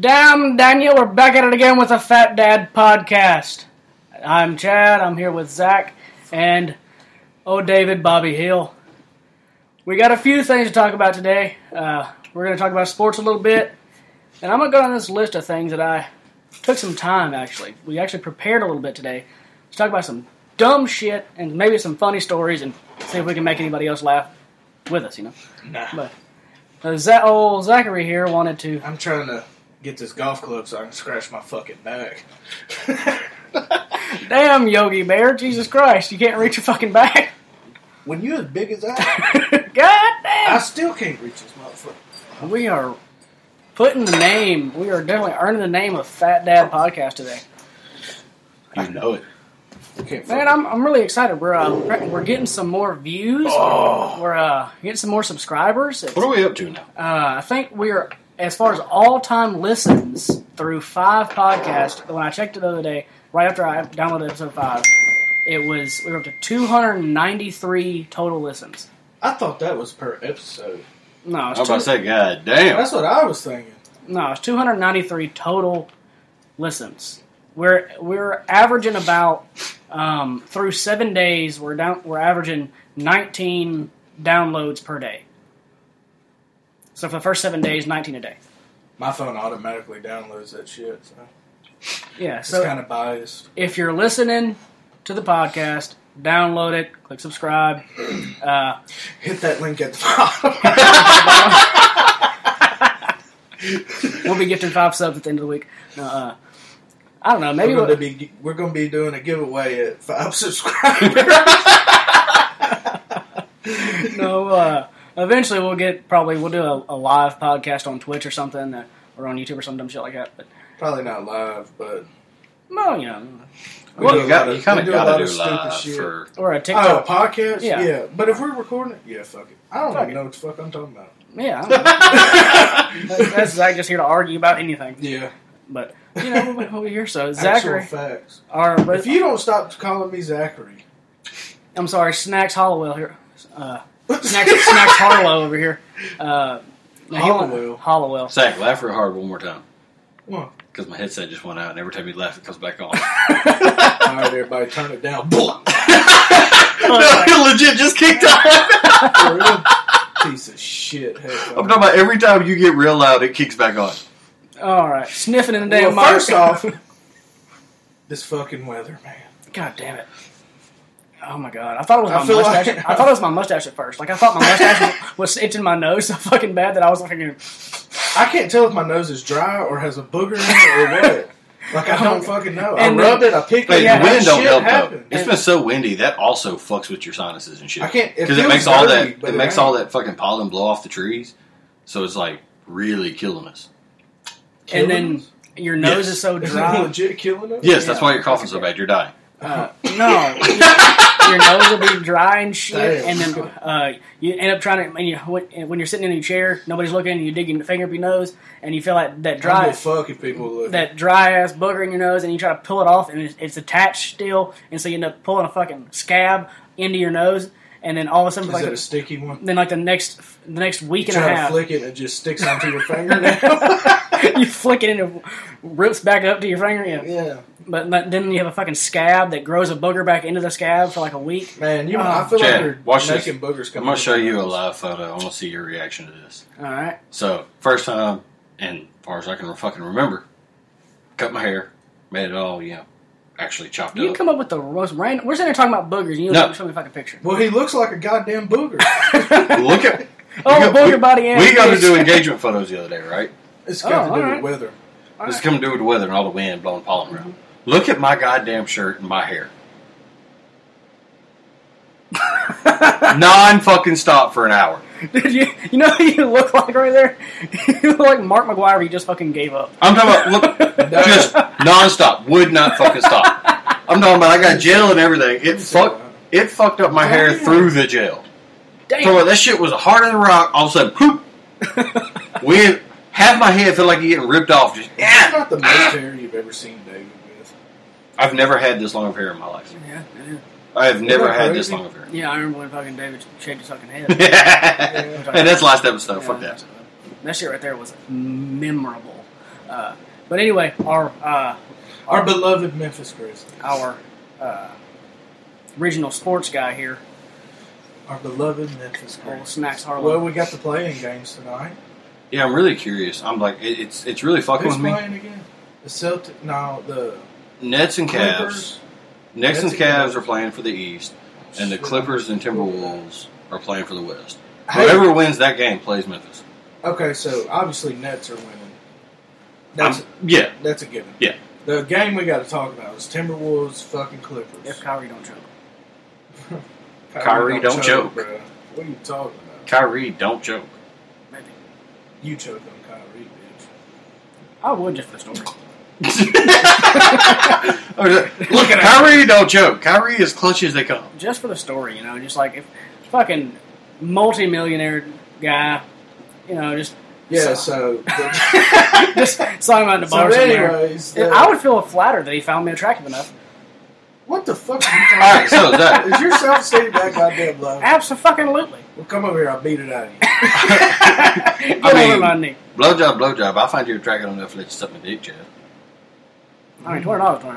Damn, Daniel, we're back at it again with a Fat Dad podcast. I'm Chad, I'm here with Zach, and oh, David Bobby Hill. We got a few things to talk about today. Uh, we're going to talk about sports a little bit, and I'm going to go on this list of things that I took some time actually. We actually prepared a little bit today. Let's talk about some dumb shit and maybe some funny stories and see if we can make anybody else laugh with us, you know? Nah. But uh, Za old Zachary here wanted to. I'm trying to get this golf club so I can scratch my fucking back. Damn, Yogi Bear, Jesus Christ, you can't reach your fucking back. when you're as big as I, God I damn! still can't reach this motherfucker. We are putting the name, we are definitely earning the name of Fat Dad Podcast today. You know it. I can't Man, fucking- I'm, I'm really excited. We're uh, we're getting some more views. Oh. We're uh, getting some more subscribers. It's- What are we up to now? Uh, I think we're as far as all time listens through five podcasts. When I checked it the other day, right after I downloaded episode five, it was we were up to 293 total listens. I thought that was per episode. No, I it's was about to two, say, God damn. That's what I was thinking. no, it's 293 total listens. We're we're averaging about um, through seven days. We're down. We're averaging 19 downloads per day. So for the first seven days, 19 a day. My phone automatically downloads that shit. So Yeah. it's So kind of biased. if you're listening to the podcast, download it, click subscribe. Uh, Hit that link at the bottom. we'll be gifting five subs at the end of the week. No, uh, I don't know. Maybe we're, gonna we'll, be, we're gonna be doing a giveaway at five subscribers. no. Uh, eventually, we'll get probably we'll do a, a live podcast on Twitch or something, uh, or on YouTube or some dumb shit like that. But Probably not live, but no, you know, we Well, do a you got, lot you kind we of do a got lot to of do stupid live shit. for. or a Oh, TikTok. podcast? Yeah. Yeah. But if we're recording it, yeah, fuck it. I don't Fuck even it. know what the fuck I'm talking about. Yeah, I don't know. That- that's Zach just here to argue about anything. Yeah. But you know, we'll be- we'll be here. So Zachary, Actual facts. our If you don't stop calling me Zachary. I'm sorry, Snacks Hollowell here. Uh, Snacks, Snacks Harlow over here. Uh, now he went- Hollowell. Hollowell. Zach, laugh real hard one more time. Well, Because my headset just went out, and every time you laugh, it comes back on. all right, everybody, turn it down. For no, it legit just kicked out. real? Piece of shit. headphone. I'm talking about every time you get real loud, it kicks back on. All right, sniffing in the well, damn mic. first off, this fucking weather, man. God damn it. Oh my god! I thought it was I my feel mustache. like- I thought it was my mustache at first. Like I thought my mustache was itching my nose so fucking bad that I was like, I can't tell if my nose is dry or has a booger in it or what. Like I don't fucking know. I And rubbed then- it. I picked it. But Yeah, the that wind don't shit help happened. though. It's been so windy that also fucks with your sinuses and shit. I can't- it because it, feels makes all dirty, that but it it makes ain't. all that fucking pollen blow off the trees. So it's like really killing us. and then your nose is so Is it dry. legit killing it? Yes, Yeah, that's why you're coughing so okay. bad. You're dying. Uh, no, your, your nose will be dry and shit, Damn. and then uh, you end up trying to. And you, when, when you're sitting in your chair, nobody's looking, and you dig your finger up your nose, and you feel like that I dry, don't give a fuck if people look. that dry ass booger in your nose, and you try to pull it off, and it's, it's attached still, and so you end up pulling a fucking scab into your nose, and then all of a sudden, is like it a the, sticky one? then like the next the next week You and a try to half, flick it, and it just sticks onto your fingernail. you flick it and it rips back up to your finger, yeah. yeah, But but then you have a fucking scab that grows a booger back into the scab for like a week. man. You, Oh. I feel Chad, like you're watch this. making boogers I'm come. gonna out of show your you a nose. live photo. I want to see your reaction to this. All right. So first time, and far as I can fucking remember, cut my hair, made it all you know, actually chopped You up. come up with the most random. We're sitting there talking about boogers, and you No. show me a fucking picture. Well, he looks like a goddamn booger. Look at Oh, we got- booger we- body and We got to fish. do engagement photos the other day, right? It's Oh, got to do alright. with weather. All This is right. Mm-hmm. coming to do with the weather and all the wind blowing pollen around. Look at my goddamn shirt and my hair. Non fucking stop for an hour. Dude, you, you know who you look like right there? you look like Mark McGuire. He just fucking gave up. I'm talking about look, No. just nonstop, would not fucking stop. I'm talking about I got gel and everything. It fucked it fucked up my hair through the gel. So Damn. that shit was hard as a rock. All of a sudden, poop. Wind. Half my head felt like you getting ripped off. Just, It's "Ah." not the most hair you've ever seen David with. I've never had this long of hair in my life. Yeah, yeah. I have never that had this crazy? long of hair. yeah, I remember when fucking David shaved his fucking head. and that's last episode. Yeah, Fuck that. That shit right there was memorable. Uh, but anyway, our uh, Our beloved Memphis Grizzlies. our uh, regional sports guy here, Our beloved Memphis old Grizzlies. Snacks Harlow. Well, we got the playing games tonight. Yeah, I'm really curious. I'm like, it, it's it's really fucking Who's with me. playing again? The Celtic? No, the Nets and Cavs. Clippers. Nets and Nets and Cavs Cavs. are playing for the East, and the Shit. Clippers and Timberwolves are playing for the West. Hey, Whoever wins that game plays Memphis. okay, so obviously Nets are winning. That's I'm- yeah, that's a given. Yeah. The game we got to talk about is Timberwolves fucking Clippers. If Kyrie don't choke. Kyrie, don't joke. bro. What are you talking about? Kyrie, don't joke. Maybe. You choke on Kyrie, bitch. I would just for the story. Look at Kyrie, don't joke. Kyrie is clutch as they come. Just for the story, you know, just like if fucking multi-millionaire guy, you know, just Yeah. So- So, just talking about in the so bar somewhere. anyways, the- I would feel flattered that he found me attractive enough. what the fuck? Are you talking All right, about? so uh, that Is your self esteem that goddamn low? Absolutely. Well, come over here. I'll beat it out of you. Get mean- over my knee. blowjob, blowjob. I find you attractive enough to let you suck my dick, Jeff. I mean, twenty dollars, twenty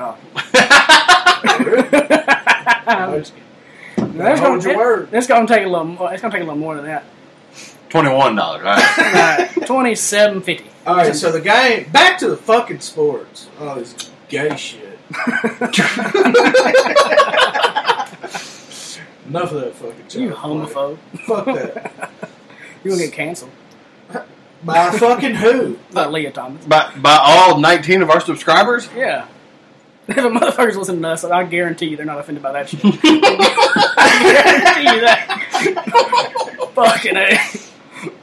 dollars. That's Hold gonna, your word. It's gonna take a little. More, it's gonna take a little more than that. Twenty-one dollars. All right. Twenty-seven fifty. All right, so the game. Back to the fucking sports. Oh, this gay shit. Enough of that fucking. You child play. homophobe. Fuck that. You gonna get canceled By fucking who? by Leah Thomas. by by all nineteen of our subscribers. Yeah. If a motherfucker's listening to us, I guarantee you they're not offended by that shit. I guarantee you that. Fucking A.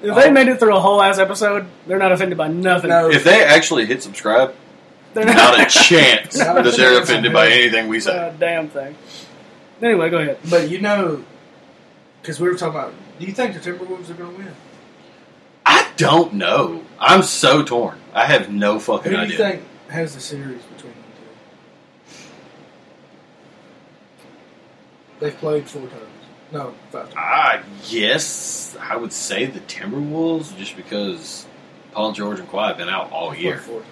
If they made it through a whole ass episode, they're not offended by nothing. No. If they actually hit subscribe, They're not a chance Not a that they're chance. offended by anything we say. Uh, damn thing. Anyway, go ahead. But you know, because we were talking about. Do you think the Timberwolves are going to win? I don't know. I'm so torn. I have no Who fucking do you idea. think has the series between them two? They've played four times. No, five times. I guess I would say the Timberwolves just because Paul George and Kawhi have been out all They've played year. Four times.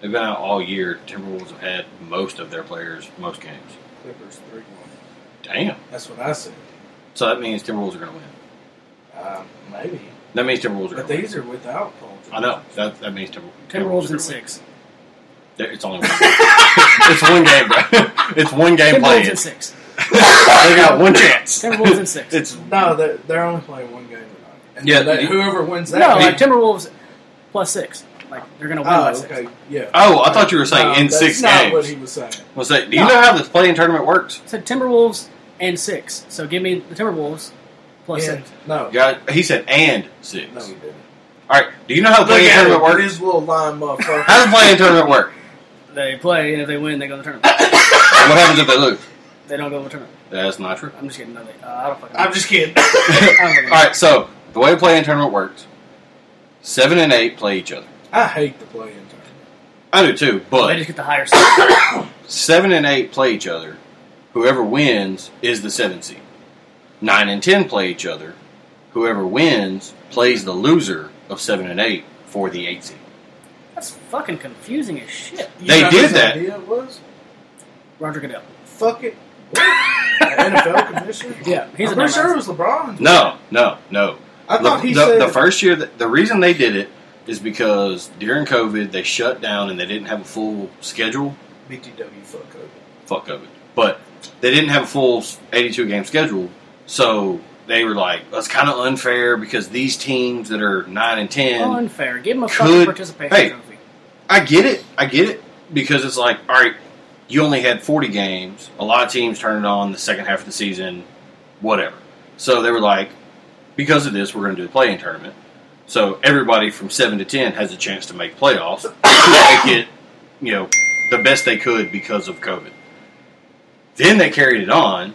They've been out all year. Timberwolves have had most of their players, most games. Clippers three one. Damn. That's what I said. So that means Timberwolves are going to win. Uh, maybe, That means Timberwolves are going but to win. these are without Paul. George. I know. That, that means Timber, Timberwolves in are gonna win. six. There- It's only one game. it's one game, bro. It's one game Timberwolves played. in six. they got one chance. Timberwolves in six. It's No, they're, they're only playing one game tonight. And Yeah, they- you- whoever wins that. No, game, like Timberwolves plus six. Like they're gonna win by oh, six. okay, yeah. Oh, I thought you were saying No, in that's six not games. What he was saying. Was that, do you No. know how the playing tournament works? So Timberwolves and six. So give me the Timberwolves plus Yeah, six. no, Yeah, he said and six. no, he didn't. All right. Do you know how the Look playing at tournament him, works? his little line motherfucker. How does the playing tournament work? They play, and if they win, they go to the tournament. what happens if they lose? they don't go to the tournament. That's not true. I'm just kidding. No, they. Uh, I don't fucking. I'm just kidding. I don't fucking All right. So the way the playing tournament works, seven and eight play each other. I hate the play-in tournament. I do too, They but just get the higher six. seven and eight play each other. Whoever wins is the seven seed. Nine and ten play each other. Whoever wins plays the loser of seven and eight for the eight seed. That's fucking confusing as shit. You They know did whose that. Idea it was Roger Goodell. fuck it. What? The NFL commissioner. Yeah, he's I'm a pretty sure dumbass. it was LeBron. No, no, no. I the, thought he the- said the first year that the reason they did it is because during COVID they shut down and they didn't have a full schedule. BTW fuck COVID. Fuck COVID, but they didn't have a full eighty-two game schedule, so they were like, "That's kind of unfair because these teams that are nine and ten, Oh, Unfair. Give him a Could- fucking participation hey. trophy. I get it. I get it because it's like, all right, you only had 40 games. A lot of teams turned it on the second half of the season, whatever. So they were like, because of this, we're going to do the play-in tournament. So everybody from seven to ten has a chance to make playoffs to make it, you know, the best they could because of COVID. Then they carried it on.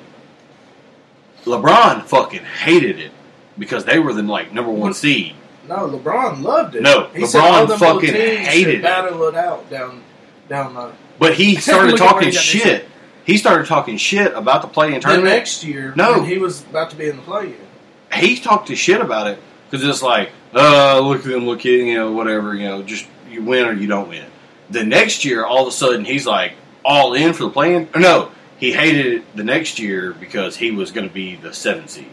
LeBron fucking hated it because they were the like number one seed. No, LeBron loved it. No, he said LeBron all them little fucking teams should hated it. Battle it out down down the. But he started Look at where talking he got this shit. He started talking shit about the play in The tournament. next year, No. when he was about to be in the play-in. He talked his shit about it because it's like, uh, look at them, look at you know, whatever, you know, just you win or you don't win. The next year, all of a sudden, he's like all in for the plan. Or no, he hated it the next year because he was going to be the seven seed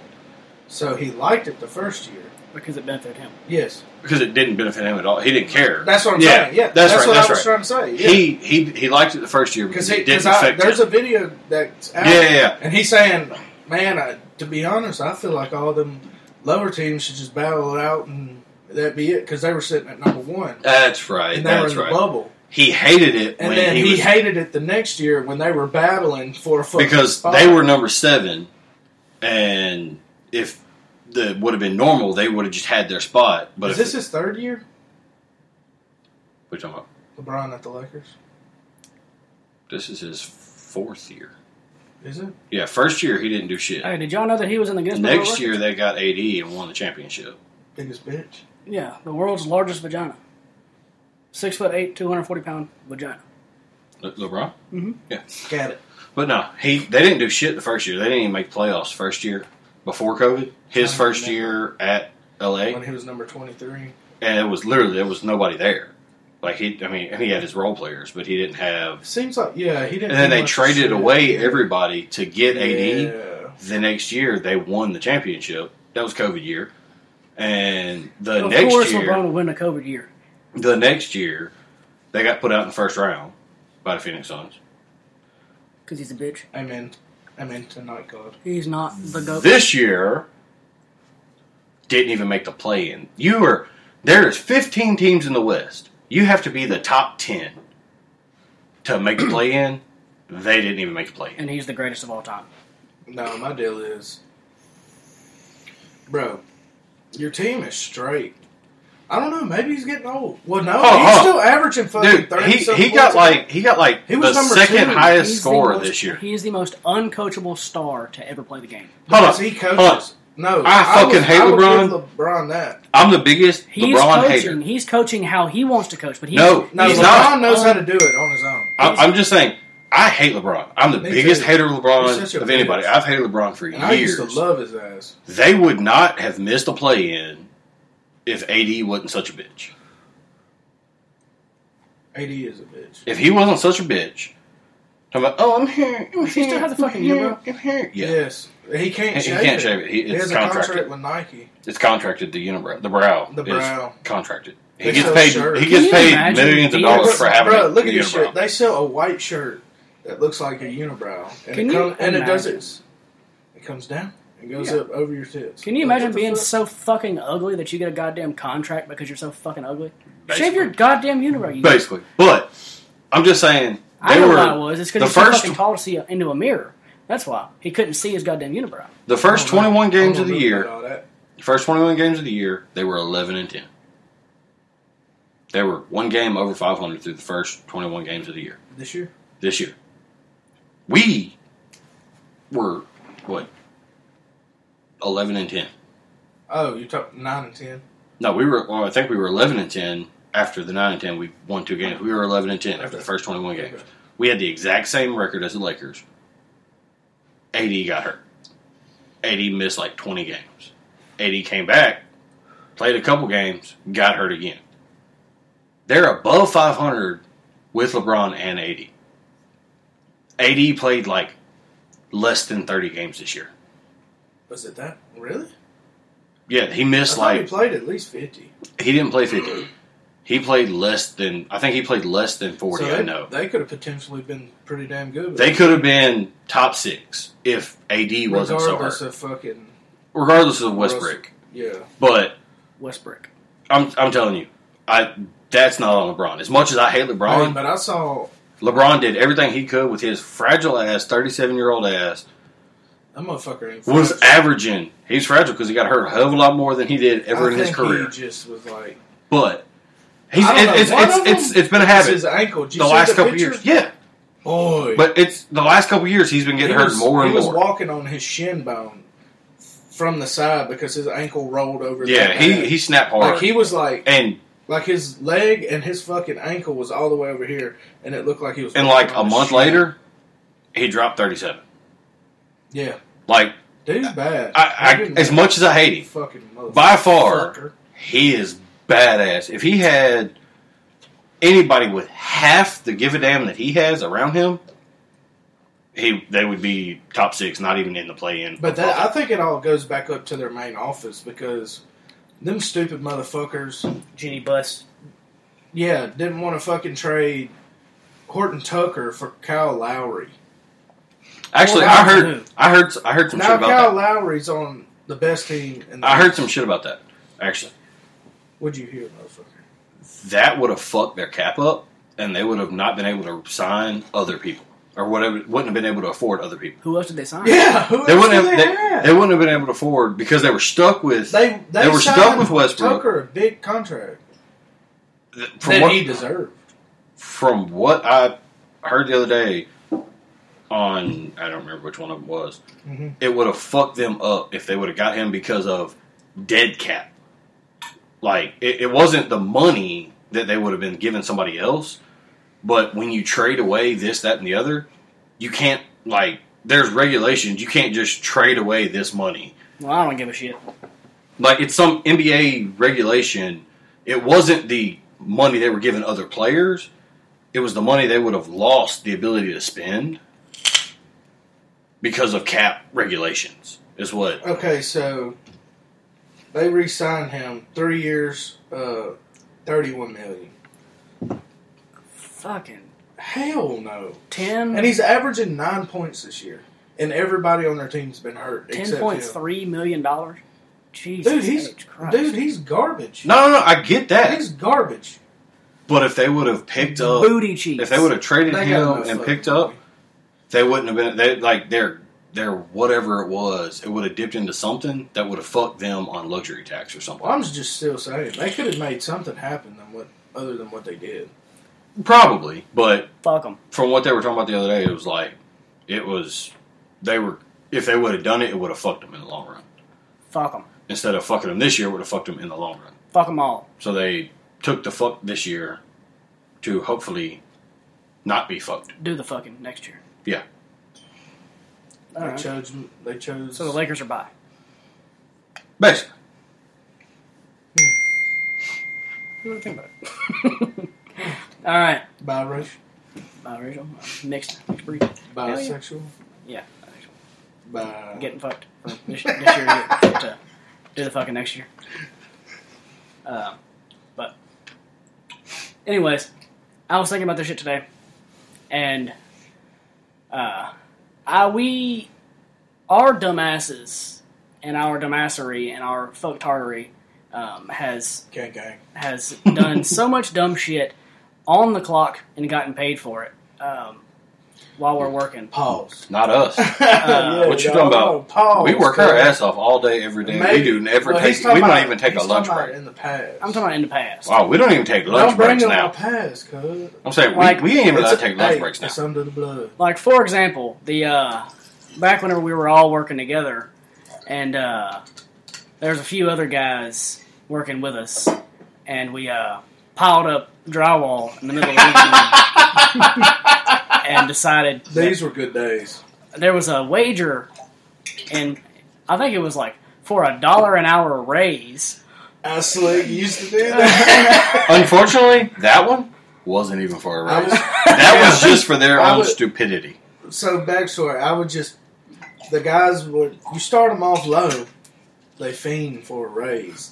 So he liked it the first year. because it benefited him. Yes, because it didn't benefit him at all. He didn't care. that's what I'm Yeah, saying. Yeah, that's that's, right, what that's I was trying to say. Yeah. He he he liked it the first year because Because it didn't I, affect there's him. a video that's out, Yeah, yeah, yeah. and he's saying, "Man, I, to be honest, I feel like all them lower teams should just battle it out and that be it because they were sitting at number one That's right. and they were in That's the right. bubble." He hated it And when then he, he, was hated it the next year when they were battling for a fucking because spot. they were number seven, and if the would have been normal, they would have just had their spot. But Is if, this his third year? we're talking about LeBron at the Lakers. this is his fourth year. Is it? Yeah, first year he didn't do shit. Hey, did y'all know that he was in the Guinness Book of Next Records? year they got AD and won the championship. Biggest bitch. Yeah, the world's largest vagina. Six foot eight, two hundred forty pound vagina. Le- LeBron. Got it. But no, he they didn't do shit the first year. They didn't even make playoffs first year before COVID. His I first year remember. at LA, When he was number twenty three. and it was literally there was nobody there. Like he, I mean, and he had his role players, but he didn't have. Seems like yeah, he didn't. And then do they much traded shit. away everybody to get AD. Yeah. The next year they won the championship. That was COVID year, and the of next course, year, LeBron will win a COVID year. the next year they got put out in the first round by the Phoenix Suns. Because he's a bitch. I'm in. I'm in tonight, God. He's not the GOAT. this year didn't even make the play in. You are there is 15 teams in the West. You have to be the top 10 to make the play in. They didn't even make the play in. and he's the greatest of all time. No, my deal is, bro, your team is straight. I don't know. Maybe he's getting old. Well, no, Oh, he's oh. still averaging fucking Dude, thirty. he, he got like he got like He the was number second two. highest He's the scorer most- this year. He is the most uncoachable star to ever play the game. Hold on, he hold coaches. on. No, I fucking would- hate I would LeBron. give LeBron that. I'm the biggest He's LeBron coaching. hater. He's coaching how he wants to coach, but he's, No, No, He's LeBron not. knows how to do it on his own. I, I'm just saying, I hate LeBron. I'm the Me biggest too. hater of He's such LeBron a of anybody. bitch. I've hated LeBron for And years. I used to love his ass. they would not have missed a play in if AD wasn't such a bitch. AD is a bitch. If he wasn't such a bitch, talking about, oh, I'm here. I'm He still here, has a I'm fucking year, here, bro. I'm here. Yeah, Yes, he can't. He- he shave can't it. shave it. He- he it's has contracted. a contract with Nike. it's contracted. The unibrow, the brow, The is brow. contracted. He They gets sell paid. shirts. He Can gets you paid imagine millions of being- dollars Look, for having bro, a look at unibrow. this shit. They sell a white shirt that looks like a unibrow, and Can it, you come, and it does imagine? this. It comes down. It goes Yeah. up over your tits. Can you Like, imagine what the being fuck? so fucking ugly that you get a goddamn contract because you're so fucking ugly? Shave Basically. your goddamn unibrow. You Basically, but I'm just saying they I know were why it was. It's the because he's so first fucking tall to see into a mirror. That's why he couldn't see his goddamn unibrow. the first I don't know. 21 games I of the don't know year. about all that. The first 21 games of the year, they were 11 and 10. They were one game over 500 through the first 21 games of the year. This year, this year. We were what eleven and ten. oh, you talk nine and ten. No, we were. Well, I think we were eleven and ten after the nine and ten. We won two games. We were eleven and ten after the first twenty-one games. We had the exact same record as the Lakers. AD got hurt. AD missed like twenty games. AD came back, played a couple games, got hurt again. They're above five hundred with LeBron and AD. AD played like less than thirty games this year. Was it that really? Yeah, he I missed thought like he played at least fifty. He didn't play 50. He played less than, I think he played less than 40, so they, I know. they could have potentially been pretty damn good. They could have been top six if AD wasn't so regardless hurt. of fucking Regardless of Westbrook. yeah. But Westbrook. I'm, I'm telling you, I that's not on LeBron. As much as I hate Hey, LeBron, but I saw LeBron did everything he could with his fragile ass, 37 year old ass, that motherfucker ain't was fragile. averaging. He's fragile because he got hurt a hell of a lot more than he did ever I in his think career. He just was like but he's, I don't know, it's, one it's, of it's, it's, them it's been a it's habit his ankle. Did you the see last the couple picture? years. Yeah. boy. But it's the last couple years he's been getting he hurt was, more and he was more. walking on his shin bone from the side because his ankle rolled over. yeah, that he bad. he snapped hard, like he was like and like his leg and his fucking ankle was all the way over here, and it looked like he was. and walking like a on his month shin. later, he dropped thirty seven. yeah, Like dude's bad. I, I Dude, as much as I hate him, fucking motherfucker. by far he is badass. If he had anybody with half the give a damn that he has around him, he they would be top six, not even in the play in. But that, I think it all goes back up to their main office because them stupid motherfuckers, Genie Bus. yeah, didn't want to fucking trade Horton Tucker for Kyle Lowry. Actually, Well, I now heard, I heard, I heard some shit Now about Kyle that. Lowry's on the best team. In the I heard some shit about that. Actually, What'd you hear, motherfucker? that would have fucked their cap up, and they would have not been able to sign other people or whatever. Wouldn't have been able to afford other people. Who else did they sign? Yeah, who They else wouldn't do have. they, They, have? they wouldn't have been able to afford because they were stuck with. They, they, they were stuck signed with Westbrook. Tucker a big contract from that what he deserved. from what I heard the other day on I don't remember which one of them was. Mhm. It would have fucked them up if they would have got him because of dead cap. Like it, it wasn't the money that they would have been giving somebody else, but when you trade away this, that, and the other, you can't like. There's regulations. You can't just trade away this money Well, I don't give a shit. like it's some NBA regulation. It wasn't the money they were giving other players; it was the money they would have lost the ability to spend because of cap regulations. Is what Okay, so they re-signed him three years, uh, thirty-one million. Fucking Hell no. ten. And he's averaging nine points this year, and everybody on their team's been hurt. ten except point him. three million dollars. Jesus Dude, he's H. Christ. dude, he's garbage. no, no, no. I get that, He's garbage. but if they would have picked up, booty cheeks. if they would have traded They got him no and fucking picked up, money. they wouldn't have been. They like their their whatever it was, it would have dipped into something that would have fucked them on luxury tax or something. Well, I'm just still saying they could have made something happen than what other than what they did. Probably, but fuck them. from what they were talking about the other day, it was like it was they were if they would have done it, it would have fucked them in the long run. Fuck them. Instead of fucking them this year, it would have fucked them in the long run. Fuck them all. So they took the fuck this year to hopefully not be fucked. Do the fucking next year. Yeah, All right. They chose. They chose. So the Lakers are by. basically. Think about it. all right. biracial, Biracial. Mixed. Mixed breed. Hell yeah. bisexual, Yeah. bi. Getting fucked for this, this year. To do the fucking next year. Um, but, anyways, I was thinking about this shit today, and uh, I we our dumbasses and our dumbassery and our fucktardery um, has Gang gang. has done so much dumb shit on the clock and gotten paid for it um, while we're working. Pause. Not us. Yeah, Uh, what you y'all. talking about? Pause. we work our girl. ass off all day, every day. Oh, Maybe- we do never Well, he's take. talking We don't about- even take a he's lunch talking about break. In the past, I'm talking about in the past. Wow, we don't even take lunch Don't bring breaks up my now. past, cuz. I'm saying Like, we, we ain't even allowed to It's- take lunch hey, breaks now. It's under the blood. Like for example, the uh, back whenever we were all working together, and uh, there's a few other guys working with us, and we uh, piled up drywall in the middle of the evening and decided that These were good days. there was a wager, and I think it was like for a dollar an hour raise. I slick used to do that. Unfortunately, that one wasn't even for a I raise. was, That was just for their I own would- stupidity. so backstory. I would just the guys would you start them off low, they fiend for a raise.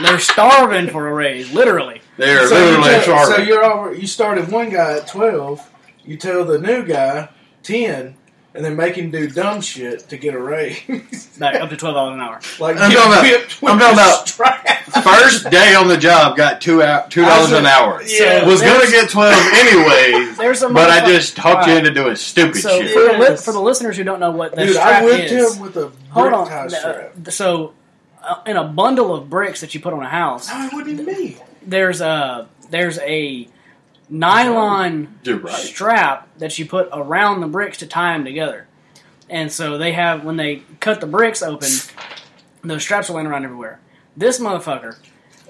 They're starving for a raise, literally. They are so literally you tell- starving. So you're over, you started one guy at twelve. You tell the new guy ten, and then make him do dumb shit to get a raise. Like up to twelve dollars an hour. like I'm get talking about- whipped I'm with talking a about- strap. First day on the job, got two out, two I dollars was an a- hour. Yeah. Was gonna There's- get twelve anyways, There's a but I motherfucker- just talked you Alright. into doing stupid So shit. for, the li- Yes. for the listeners who don't know what that Dude, I strap whipped is, him with a hold brick on. tie strap. uh, so uh, in a bundle of bricks that you put on a house, No, it wasn't even me. there's a there's a nylon You're right. strap that you put around the bricks to tie them together. And so they have when they cut the bricks open, those straps are laying around everywhere. This motherfucker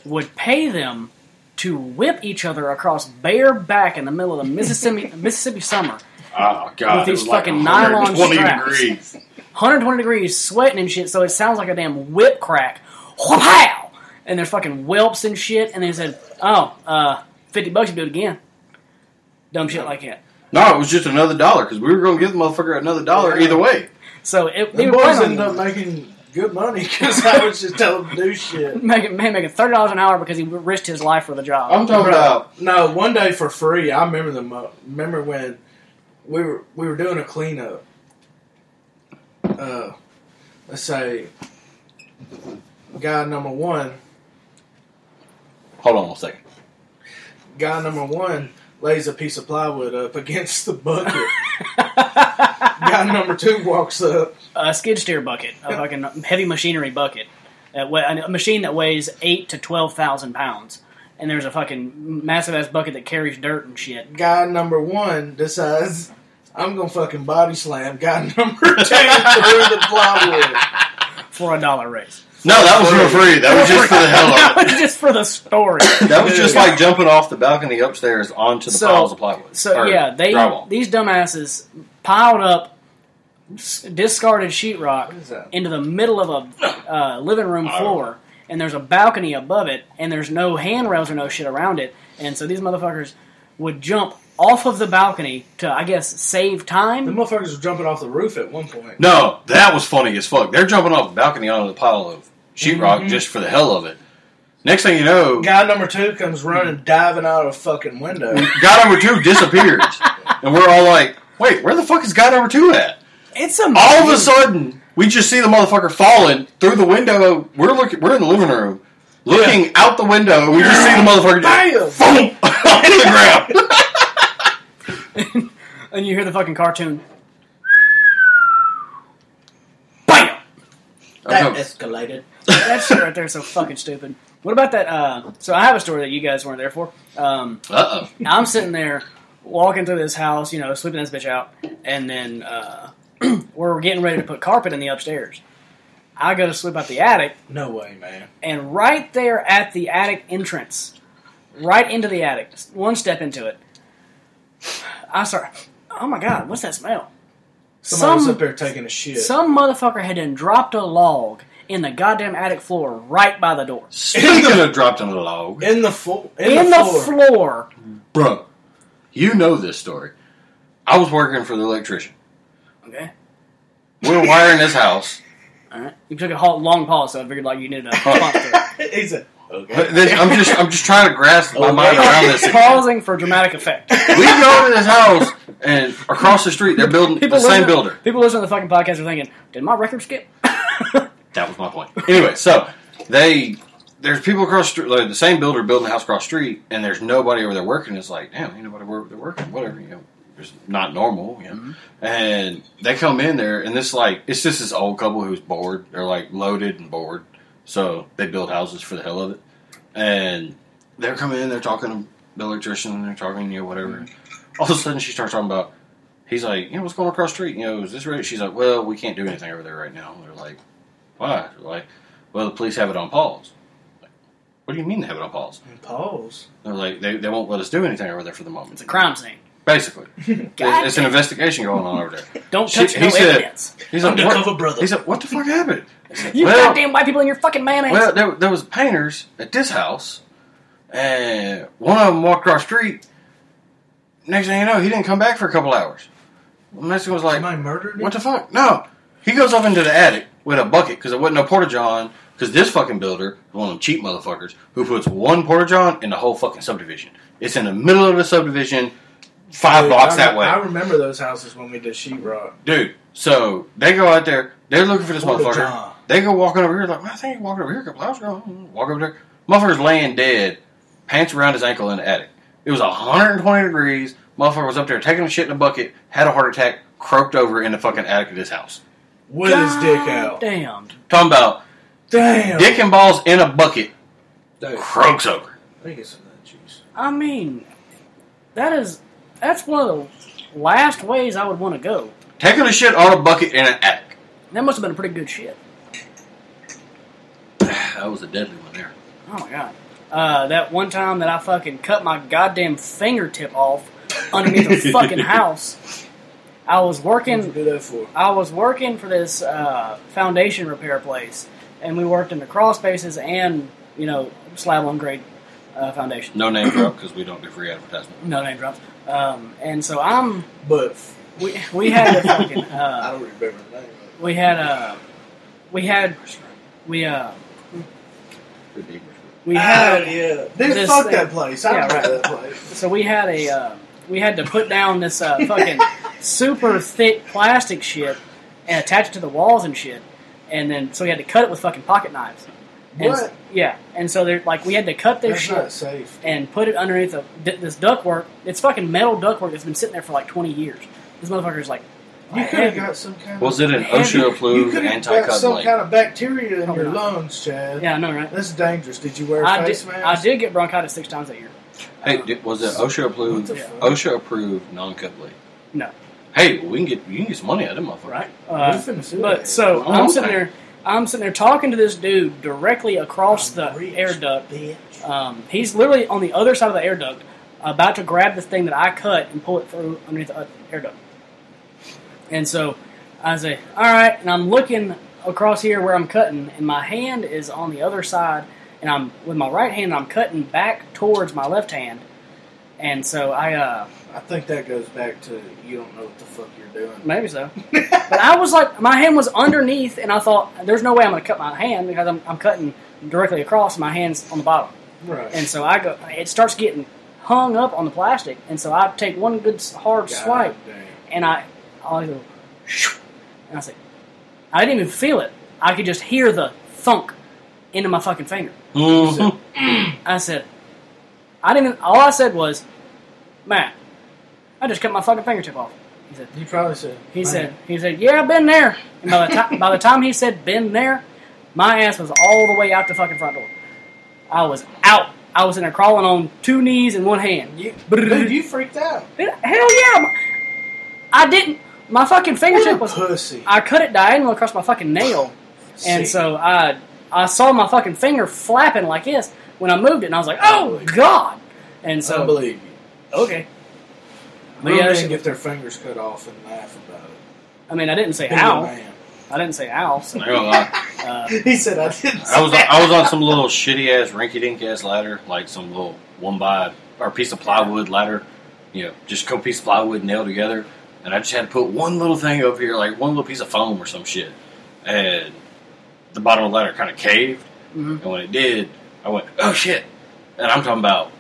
would pay them to whip each other across bare back in the middle of the Mississippi Mississippi summer. Oh god, With it these was like fucking nylon 120 straps. degrees. 120 degrees, sweating and shit, so it sounds like a damn whip crack. Whoop-pow! and there's fucking whelps and shit, and they said, "Oh, uh, fifty bucks, you do it again." Dumb shit like that. No, it was just another dollar because we were going to give the motherfucker another dollar Yeah. either way. So it, The they were boys planning on ended up making good money because I was just telling them to do shit. making man making thirty dollars an hour because he risked his life for the job. I'm talking about No, one day for free. I remember the mo- remember when we were we were doing a cleanup. Uh, let's say guy number one, Hold on one second. guy number one lays a piece of plywood up against the bucket. guy number two walks up. a skid steer bucket, a fucking heavy machinery bucket, that we- a machine that weighs eight to twelve thousand pounds, and there's a fucking massive ass bucket that carries dirt and shit. Guy number one decides. I'm gonna fucking body slam guy number two through the plywood. for a dollar raise. No, that was for free. That was just for the hell of it. That was just for the story. That was just like jumping off the balcony upstairs onto the So- piles of plywood. So or yeah, they drywall. these dumbasses piled up s- discarded sheetrock What is that? into the middle of a uh, living room I don't floor, and there's a balcony above it, and there's no handrails or no shit around it, and so these motherfuckers would jump off of the balcony to, I guess, save The time. motherfuckers were jumping off the roof at one point. No, that was funny as fuck. They're jumping off the balcony onto the pile of sheetrock just for the hell of it. Next thing you know, Guy number two comes running, diving out of a fucking window. guy number two disappears, and we're all like, "Wait, where the fuck is guy number two at?" It's amazing. All of a sudden, we just see the motherfucker falling through the window. We're looking, we're in the living room, looking out the window. and We just see the motherfucker Bam! just boom on the ground. and you hear the fucking cartoon. Bam! That Uh-huh. escalated. That shit right there is so fucking stupid. What about that? Uh, so I have a story that you guys weren't there for. Um, Uh oh. I'm sitting there walking through this house, you know, sweeping this bitch out, and then uh, we're getting ready to put carpet in the upstairs. I go to sweep out the attic, No way, man. and right there at the attic entrance, right into the attic, just one step into it, I start. Oh my god, what's that smell? Somebody was Some- up there taking a shit. Some motherfucker had done dropped a log in the goddamn attic floor right by the door. Speaking of dropped on the log, in the floor. In, in the, the floor. floor. bro, you know this story. I was working for the electrician. Okay. We were wiring this house. All right. You took a halt, long pause, so I figured like you needed a pause. there. He's a, But okay. this- I'm just, I'm just trying to grasp my mind around this. Pausing for dramatic effect. We go to this house, and across the street, they're building the listening- same builder. People listening to the fucking podcast are thinking, "Did my record skip?" That was my point. Anyway, so they there's people across the street, like the same builder building a house across the street, and there's nobody over there working. It's like, damn, ain't nobody where they're working. Whatever, you know, it's not normal. You know? And they come in there, and this like it's just this old couple who's bored. They're like loaded and bored, so they build houses for the hell of it. And they're coming in, they're talking to the electrician, and they're talking, you know, whatever. All of a sudden, she starts talking about. He's like, you know, what's going on across the street? You know, is this ready? She's like, well, we can't do anything over there right now. They're like, why? They're like, well, the police have it on pause. Like, what do you mean they have it on pause? Pause. They're like, they, they won't let us do anything over there for the moment. It's a crime scene. Basically, God it's, it's an investigation going on over there. Don't She- touch no he said- evidence. He's like, Undercover what? brother. He's like, what the fuck happened? I said, You well, goddamn white people in your fucking mayonnaise. well, there, there was painters at this house, and one of them walked across the street. Next thing you know, he didn't come back for a couple hours. The Mexican was like, Somebody murdered him? What the fuck? No. He goes up into the attic with a bucket because there wasn't no porta john. Because this fucking builder, one of them cheap motherfuckers, who puts one porta john in the whole fucking subdivision. It's in the middle of the subdivision, five Dude, blocks I, that way, I remember those houses when we did sheetrock. dude. So they go out there. They're looking for this Porta motherfucker. john. They go walking over here like, man, I think he walking over here a couple hours ago. Walk over there. Motherfucker's laying dead, pants around his ankle in the attic. It was 120 degrees. Motherfucker was up there taking a shit in a bucket, had a heart attack, croaked over in the fucking attic of this house. With his dick out. Damn. Talking about Damn. dick and balls in a bucket Dude, croaks over. let me get some of that juice. I mean, that is that's one of the last ways I would want to go. Taking a shit on a bucket in an attic. That must have been a pretty good shit. That was a deadly one there. Oh my god. Uh, that one time that I fucking cut my goddamn fingertip off underneath a fucking house. I was What you working do that for? I was working for this uh, foundation repair place and we worked in the crawl spaces and you know, slab on grade uh, foundation. No name drop because we don't do free advertisement. No name drops. Um, and so I'm But f- we we had a fucking I uh, don't remember the name. we had uh we had we uh we Ah, had yeah. Dude, this fuck thing. that place. I Yeah, remember right. that place. so we had a uh, we had to put down this uh, fucking super thick plastic shit and attach it to the walls and shit, and then so we had to cut it with fucking pocket knives. And What? Yeah, and so they're like we had to cut their That's shit not safe. and put it underneath a, th- this ductwork. It's fucking metal ductwork that's been sitting there for like twenty years. This motherfucker is like, You "Why could have have got some kind Was of. it an Man, OSHA You approved could have anti got cut some blade? kind of bacteria in Probably your not. lungs, Chad. Yeah, I know, right? That's dangerous. Did you wear a I face did. I mask? did get bronchitis six times that year. Hey, di- was it OSHA What approved? the Yeah. fuck? OSHA approved non cut blade. No. Hey, well, we can get you can get some money out of that motherfucker. Right. We Uh, finna sue But that. so Oh, I'm sitting okay. there, I'm sitting there talking to this dude directly across I'm the rich, air duct. bitch. Um, he's literally on the other side of the air duct, about to grab this thing that I cut and pull it through underneath the uh, air duct. And so I say, "All right," and I'm looking across here where I'm cutting, and my hand is on the other side, and I'm with my right hand, I'm cutting back towards my left hand, and so I. Uh, I think that goes back to you don't know what the fuck you're doing. Maybe so. but I was like, my hand was underneath, and I thought, there's no way I'm going to cut my hand because I'm, I'm cutting directly across, and my hand's on the bottom. Right. And so I go, it starts getting hung up on the plastic, and so I take one good s- hard God swipe, damn. and I, I go, shoo, and I say, I didn't even feel it. I could just hear the thunk into my fucking finger. Mhm. I said, I didn't. even- All I said was, Matt, I just cut my fucking fingertip off. He said. You probably said. He Man, said, he said, yeah, I've been there. And by the time, by the time he said been there, my ass was all the way out the fucking front door. I was out. I was in there crawling on two knees and one hand. You, Brrr. dude, you freaked out. It- hell yeah! my- I didn't. My fucking What fingertip a was. pussy. I cut it diagonal across my fucking nail, and See, so I I saw my fucking finger flapping like this when I moved it, and I was like, oh god! And I so believe you. okay. But Women yeah, didn't she- get their fingers cut off and laugh about it. I mean, I didn't say Be a ow. man. I didn't say ow. So, I ain't gonna lie. uh, He said, "I didn't." I was on, I was on some little shitty ass rinky dink ass ladder, like some little one by or piece of plywood ladder, you know, just a piece of plywood nailed together, and I just had to put one little thing over here, like one little piece of foam or some shit, and the bottom of the ladder kind of caved, mhm. and when it did, I went oh shit, and I'm talking about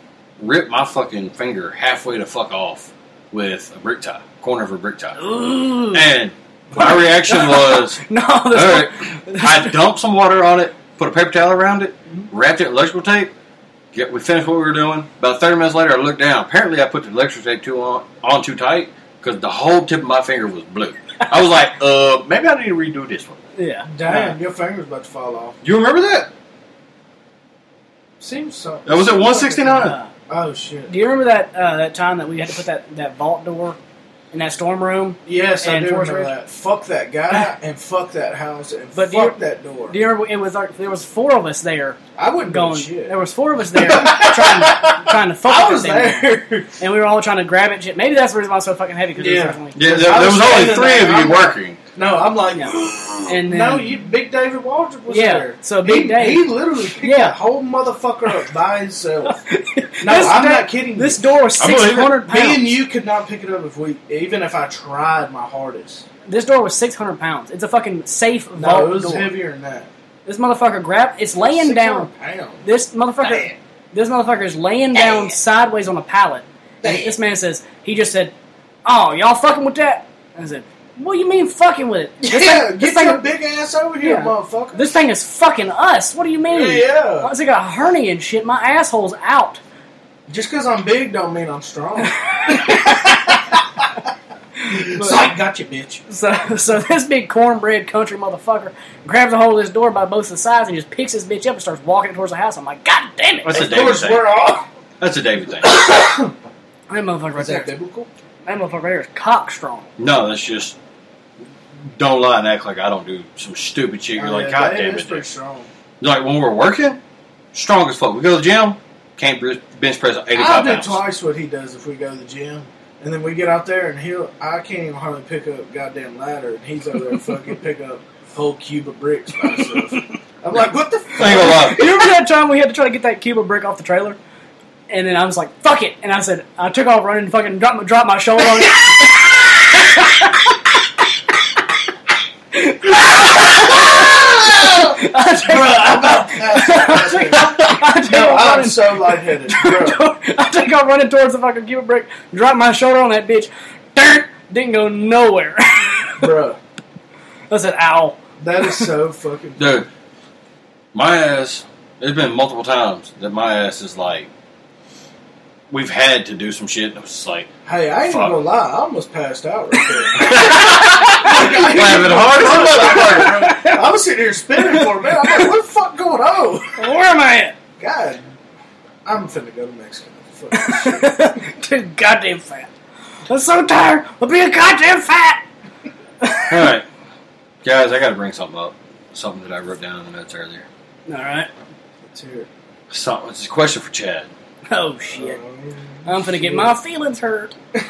rip my fucking finger halfway to fuck off with a brick tie, corner of a brick tie, Ooh. and my reaction was. No, All there's right. I dumped some water on it, put a paper towel around it, wrapped it in electrical tape. Get, we finished what we were doing. About 30 minutes later, I looked down. Apparently, I put the electrical tape too on, on too tight because the whole tip of my finger was blue. I was like, uh, maybe I need to redo this one. yeah. Damn, your finger's about to fall off. You remember that? Seems so. That was at 169. Uh, Oh shit. do you remember that uh, that time that we had to put that, that vault door in that storm room? Yes, I And do Forest remember Ridge? that. Fuck that guy and fuck that house and But do you- fuck that door. Do you remember it was like there was four of us there I wouldn't go going? shit. There was four of us there trying to, trying to fuck I with was that thing. there. and we were all trying to grab it. Shit. Maybe that's the reason why it's so fucking heavy because Yeah. it was definitely. yeah, there, I there was was only standing three there. of you working. no, I'm like, And then, no, you, Big David Walter was Yeah, there. so Big he, Dave- he literally picked Yeah. that whole motherfucker up by himself. No, This I'm da- not kidding. This you. door was I believe it. six hundred me and pounds. you could not pick it up if we, even if I tried my hardest. This door was six hundred pounds. It's a fucking safe No, vault it was door. heavier than that. This motherfucker grabbed. It's laying 600 down. Pounds. This motherfucker. Damn. This motherfucker is laying down sideways on a pallet. And Damn. this man says, he just said, Oh, y'all fucking with that? And I said, What do you mean fucking with it? This, Yeah, thing, get this, your thing, big ass over here, Yeah. motherfucker. this thing is fucking us. What do you mean? Yeah. Once I got a hernia and shit, my asshole's out. Just because I'm big don't mean I'm strong. But- Psych, got you, bitch. So, so this big cornbread country motherfucker grabs a hold of this door by both the sides and just picks this bitch up and starts walking towards the house. I'm like, God damn it! That's a of David course, thing. we're all. That's a David thing. That motherfucker right Is that there. biblical? That motherfucker right there is cock strong. No, that's just. Don't lie and act like I don't do some stupid shit. You're Oh, like, yeah, God that damn is it. dude." pretty strong. Like when we're working, strong as fuck. We go to the gym, can't br- bench press eighty I'll five do pounds. twice what he does if we go to the gym. And then we get out there, and he'll. I can't even hardly pick up goddamn ladder, and he's over there fucking pick up whole cube of bricks by himself. I'm like, what the fuck? ain't gonna lie. You remember that time we had to try to get that Cuba brick off the trailer? And then I was like, fuck it. And I said, I took off running and fucking dropped my, dropped my shoulder on it. I took, Bro, I'm about I took, I took No, off I'm running- so lightheaded, bro. I took off running towards the fucking Cuba brick, dropped my shoulder on that bitch. Dirt! Didn't go nowhere. I bro, said, ow. that is so fucking. Dude, my ass, there's been multiple times that my ass is like, we've had to do some shit. And it was just like, Hey, I ain't Fuck. gonna lie, I almost passed out right laughing hard as a motherfucker. there. I was sitting here spinning for a minute. I'm like, what the fuck going on? Where am I at? God, I'm finna go to Mexico. Fuck this shit. Dude, goddamn fat. I'm so tired of being goddamn fat. All right, guys, I got to bring something up. Something that I wrote down in the notes earlier. All right. Let's hear it. Something. It's a question for Chad. Oh shit! Um, I'm gonna shit. get my feelings hurt. Bitch.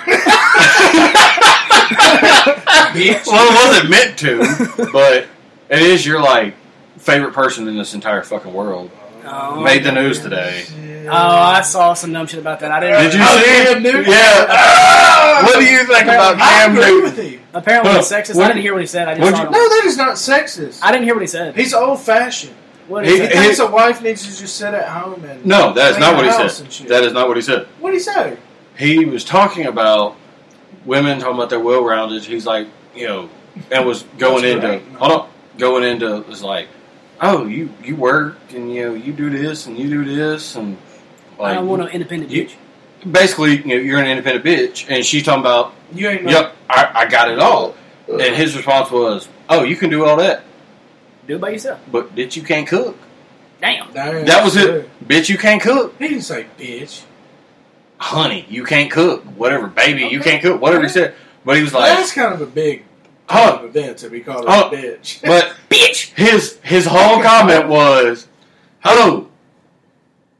Well, it wasn't meant to, but it is your like favorite person in this entire fucking world. Oh. Made the news today. Oh, I saw some dumb shit about that. I didn't. Did you Oh, see? Cam Newton? Ah! Yeah. what do you think about I Cam agree Newton? with you. Apparently, Huh. it's sexist. What- I didn't hear what he said. I just what'd saw you- him. No, that is not sexist. I didn't hear what he said. He's old fashioned. What did he, He say? He- thinks a wife needs to just sit at home and. No, that is Like not what house he and said. shit. That is not what he said. What do you say? He was talking about women talking about their well rounded. He's like, you know, and was going That's into correct. hold on, going into was like, oh, you you work and you know you do this and you do this and I like don't want no independent you- bitch. basically you know, you're an independent bitch. And she's talking about, You ain't. yep, I, I got it all. Uh. And his response was, oh, you can do all that, Do it by yourself. but bitch, you can't cook. uh, Damn. That was it, bitch. You can't cook. He didn't say bitch. honey, you can't cook, whatever, baby, you Okay. can't cook, whatever he said. But he was like, That's kind of a big huh. of event to be called a Huh. bitch. But Bitch. his his whole comment was, oh,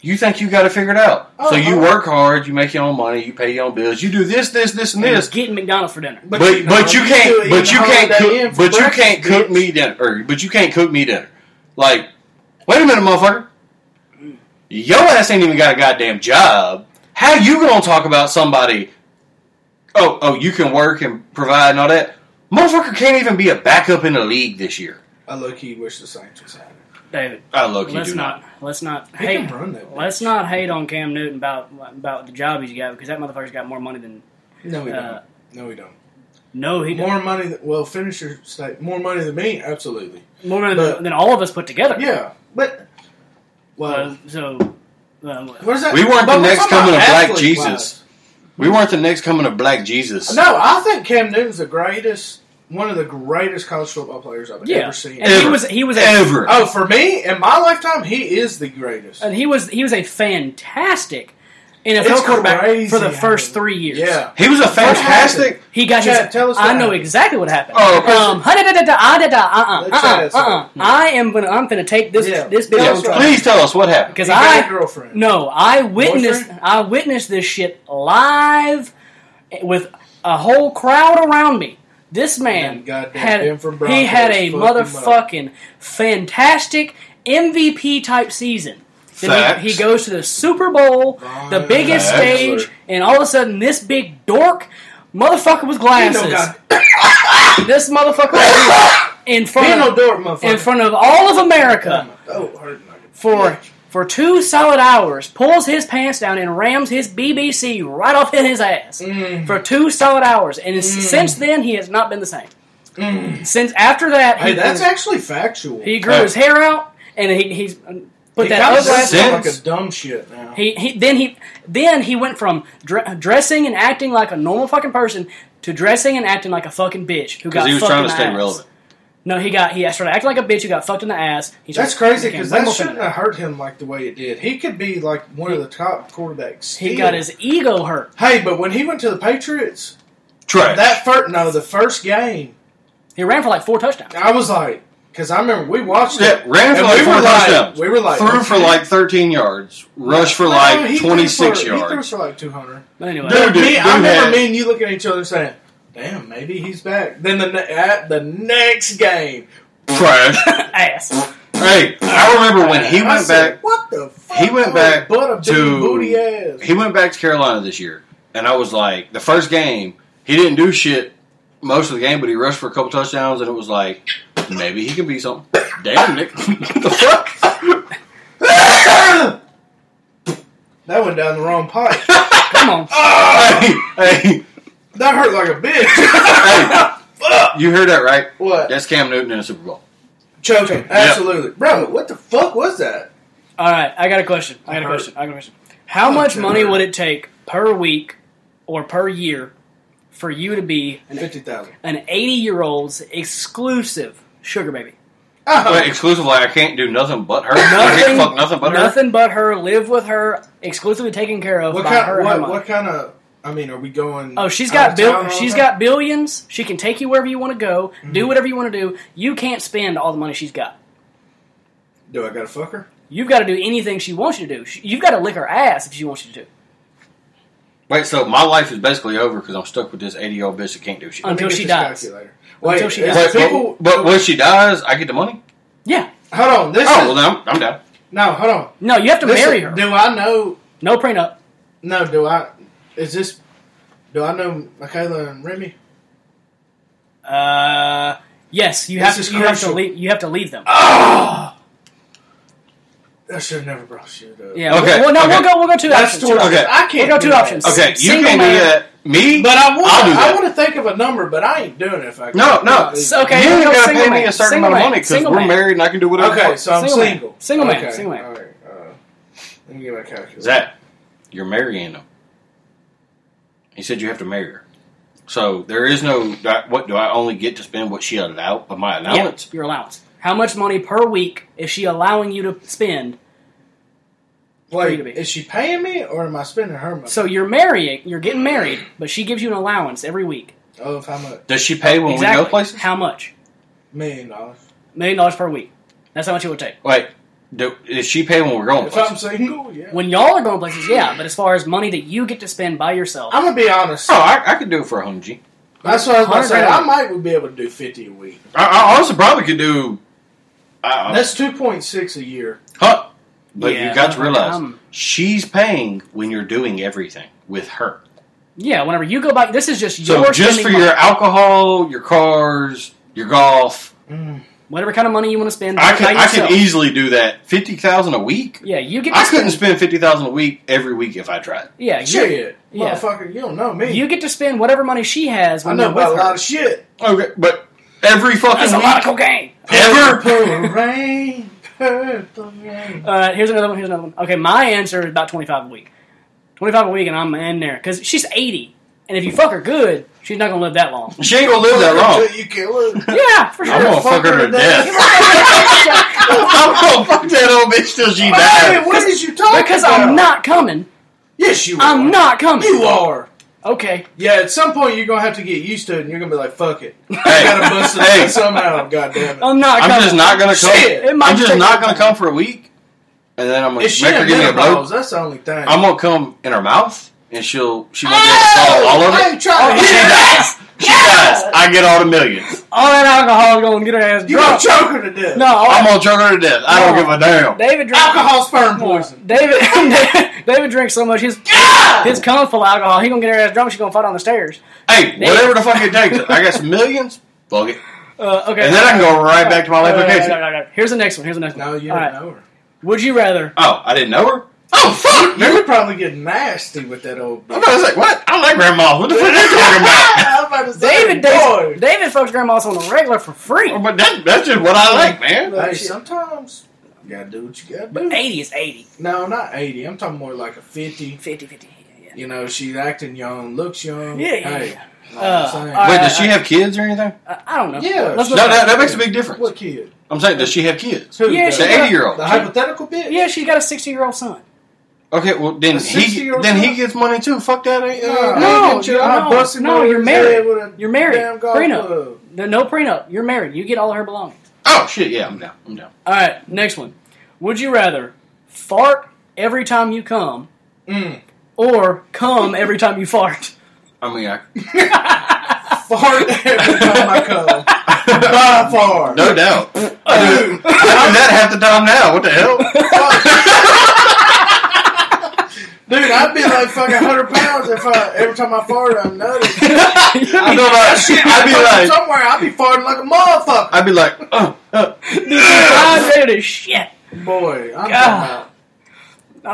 you think you got to figure it out. Oh, so you oh. work hard, you make your own money, you pay your own bills, you do this, this, this, and this. Getting McDonald's for dinner. But but you, know, do it can't but eating you can't Holiday Inn cook for but you breakfast, can't cook bitch. me dinner or but you can't cook me dinner. Like, wait a minute, motherfucker. Your ass ain't even got a goddamn job. How you gonna talk about somebody? Oh oh, you can work and provide and all that. Motherfucker can't even be a backup in the league this year. I low key wish the Saints was having. David, I look you let's do not, not. Let's not. He hate. can run that. bitch. Let's not hate on Cam Newton about about the job he's got because that motherfucker's got more money than. No, we Uh, don't. No, we don't. no, he More money. Than, well, finish your state. More money than me. Absolutely. more money but- than, than all of us put together. Yeah, but well, Uh, so, uh, what is that? We weren't but the we're next talking coming of about Black athlete-wise. Jesus. We weren't the next coming of Black Jesus. No, I think Cam Newton's the greatest, one of the greatest college football players I've yeah. ever seen. And he Ever. was he was a Ever. Oh, for me in my lifetime, he is the greatest. and he was he was a fantastic NFL It's quarterback crazy for the how- first three years. Yeah, He was a happened? fantastic He got Chad, his. tell us what I know happened. exactly what happened. Oh, okay. um, da da da da ah, da da uh uh Let Chad uh uh answer uh. that. I am gonna I'm gonna take this Yeah. this Tell bitch us on what trial Please tell us what happened. because He got a I girlfriend. no I witnessed Boyfriend? I witnessed this shit live with a whole crowd around me. This man And goddamn had Denver he had a Broncos fucked motherfucking fantastic MVP type season. Then he, Facts. he goes to the Super Bowl, the Fine. biggest Facts. stage, and all of a sudden this big dork motherfucker with He ain't glasses, no, God, this motherfucker was in he ain't no front of, dork, motherfucker. in front of all of America Oh, hurting like a for bitch. for two solid hours, pulls his pants down and rams his BBC right off in his ass Mm. for two solid hours, and it's- since then he has not been the same. Since after that, Mm. Hey, he, that's actually factual. he grew his hair out and he, he's uh, put He that kinda up. does sound Since- like a dumb shit now. He, he then he then he went from dre- dressing and acting like a normal fucking person to dressing and acting like a fucking bitch who got Because he was fucked trying in to the stay ass. relevant. No, he got he started acting like a bitch who got fucked in the ass. He That's started- crazy became because way that more shouldn't feminine. have hurt him like the way it did. He could be like one of the top quarterbacks. He still. got his ego hurt. Hey, but when he went to the Patriots, Trash. that first no, the first game, He ran for like four touchdowns. I was like, because I remember we watched Yeah, it. ran for and like we four were like, touchdowns. We were like, threw for like 13 yards, rushed for No, like he threw 26 for- He threw yards. for like two hundred. But anyway, Dude, Dude, me, dude I remember had- me and you looking at each other saying, "Damn, maybe he's back." Then the ne- at the next game, Trash. ass. Hey, I remember when he I went said, back. What the fuck? he went Oh, back But a big to- booty ass. He went back to Carolina this year, and I was like, the first game, he didn't do shit most of the game, but he rushed for a couple touchdowns, and it was like, maybe he can be something. Damn, Nick, what the fuck? That went down the wrong pipe. Come on. hey, hey, that hurt like a bitch. hey, you heard that right? what? That's Cam Newton in a Super Bowl. Choking. Absolutely. Bro, what the fuck was that? All right, I got a question. I got a question. I got a question. How much money would it take per week or per year for you to be 50000 an 80 year old's exclusive sugar baby? Uh-huh. Wait, exclusively, I can't do nothing but her. I Nothing, can't fuck nothing but her. nothing but her. Live with her, exclusively taken care of What by her. kind, and her what, mom. what kind of. I mean, are we going. Oh, she's out got of bil- town all Mm-hmm. she's the time? got billions. She can take you wherever you want to go, do whatever you want to do. You can't spend all the money she's got. Do I gotta fuck her? You've got to do anything she wants you to do. She- You've got to lick her ass if she wants you to do Wait, so my life is basically over because I'm stuck with this 80 year old bitch that can't do shit. Um, Let me Until get she this dies. calculator. Wait, Until she is dies. Wait, but- people- but, when she dies, I get the money? Yeah. Hold on. This Oh, well, is, then I'm, I'm down. no, hold on. No, you have to This marry is- her. Do I know? No prenup. No, do I? Is this? Do I know Michaela and Remy? Uh, yes, you This have is to. You have to crucial. leave. You have to leave them. Ah, I should have never brought shit up. yeah. Okay, Well, no, okay. we'll go. We'll go two that's options. two. Two options. Okay. I can't. We'll go do two that. options. Okay, you Single can man. do that. Me? But I want. I'll do I that. want to think of a number, but I ain't doing it. If I can. No, no. So, okay, you we'll ain't go gotta single pay me man, a certain single amount of man, money because single we're man. married and I can do whatever. Okay, so I'm Single man. single. Single man, Okay, single man. All right. Uh, let me get my calculator. Zach, you're marrying him. He said you have to marry her. So there is no. do I- What do I only get to spend what she allowed of my Yeah, allowance? your allowance. How much money per week is she allowing you to spend? Wait, to be. is she paying me or am I spending her money? So you're marrying. You're getting married, but she gives you an allowance every week. of how much? Does she pay when exactly. we go places? How much? Million dollars. Million dollars per week. That's how much it would take. Wait, do, does she pay when we're going If I'm places? single, yeah. When y'all are going places, yeah. But as far as money that you get to spend by yourself, I'm gonna be honest. Oh, I, I could do it for a hundred G. That's what I was gonna say. Hundred I grand. might be able to do fifty a week. I, I honestly probably could do. I, I- That's two point six a year. huh. But Yeah, you got to realize um, she's paying when you're doing everything with her. yeah. Whenever you go by, this is just So your just spending for money. your alcohol, your cars, your golf, whatever kind of money you want to spend I could by I yourself. could easily do that. Fifty thousand a week. yeah, you get. To I spend, couldn't spend fifty thousand a week every week if I tried. Yeah, you, Shit, yeah. motherfucker, you don't know me. you get to spend whatever money she has I when know you're with about a lot her. of shit. Okay, but every fucking That's a week, lot of cocaine. ever. Purple rain, purple rain. Uh, here's another one. Here's another one. Okay, my answer is about twenty five a week. Twenty five a week, and I'm in there because she's eighty, and if you fuck her good, she's not gonna live that long. She ain't gonna live that long. Until you kill her. Yeah, for sure. I'm gonna fuck her to death. I'm gonna fuck that old bitch till she Hey, dies. what is you talking Because about? I'm not coming. Yes, you. I'm are. not coming. You are. Okay. Yeah, at some point you're gonna have to get used to it, and you're gonna be like, "Fuck it, I gotta Hey, bust it Hey. Oh. out somehow." Goddamn it! I'm not coming. I'm just not gonna Shit. come. It might I'm just take- not gonna come for a week, and then I'm gonna if she make her had give me a blow. menopause, that's the only thing. I'm gonna come in her mouth, and she'll she won't be able to Oh! swallow all of I it. Oh, ain't trying to She hit that. dies. She dies. I get all the millions. All that alcohol going to get her ass You gonna drunk. choke her to death? No, all I'm gonna choke her to death. I don't No. give a damn. David drinks alcohol sperm poison. David, David drinks so much his his cum full of alcohol. He gonna get her ass drunk. She gonna fight on the stairs. Hey, whatever the fuck it takes. I got some millions. Fuck it. Uh, okay. And then I can go right back to my No, life no, no, vacation. no, no, no, no. Here's the next one. Here's the next one. No, you All don't right. know her. Would you rather? Oh, I didn't know her? Oh, fuck! You Dude. would probably get nasty with that old I bitch. was like, what? I don't like grandma. What the fuck are they talking about? I'm about to say, David boy. dates, David fucks grandmas on the regular for free. But that, that's just what I like, man. Hey, shit. sometimes you gotta do what you gotta But do. eighty is 80. No, not 80. I'm talking more like a 50. 50, 50. Yeah. You know, she's acting young, looks young. Yeah, yeah, Hey, know Uh, what I'm saying? all Wait, right. does she have kids or anything? I, I don't know. Yeah. Let's No, look it that, up. that makes a big difference. What kid? I'm saying, does she have kids? Who? Yeah, the, she- The 80 year old. the hypothetical bitch? Yeah, she's got a sixty-year-old son. Okay, well, then A he 60-year-old then he son? gets money too. Fuck that. Ain't, Uh, uh, No, get you're- I'm no, busting no, over you're his married. head with a You're married. damn golf Prenup. club. No, no prenup. You're married. You get all her belongings. Oh, shit, yeah, I'm down. I'm down. All right, next one. Would you rather fart every time you come Mm. or come every time you fart? I mean, I, Fart every time I come. by far. No doubt. I do, I do that half the time now. What the hell? Dude, I'd be like fucking 100 pounds if I, every time I farted, I'm nutty. I know, right? I'd be like, somewhere, I'd be farting like a motherfucker. I'd be like, uh, uh. Dehydrated as shit. Boy, I'm talking God. about.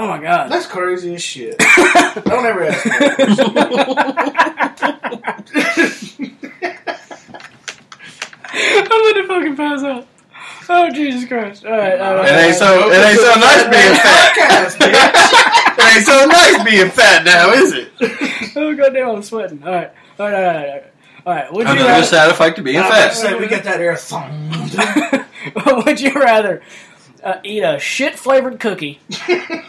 Oh my god. That's crazy as shit. Don't ever ask me. I'm gonna fucking pass out. Oh Jesus Christ! All right, all It right. ain't so. It ain't so nice being fat. Podcast, man. It ain't so nice being fat now, is it? Oh goddamn, I'm sweating. All right, all right, all right, all right. All right. Would I'm you just rather? satisfied to being I was about to fat. say, we get that air thong. would you rather uh, eat a shit flavored cookie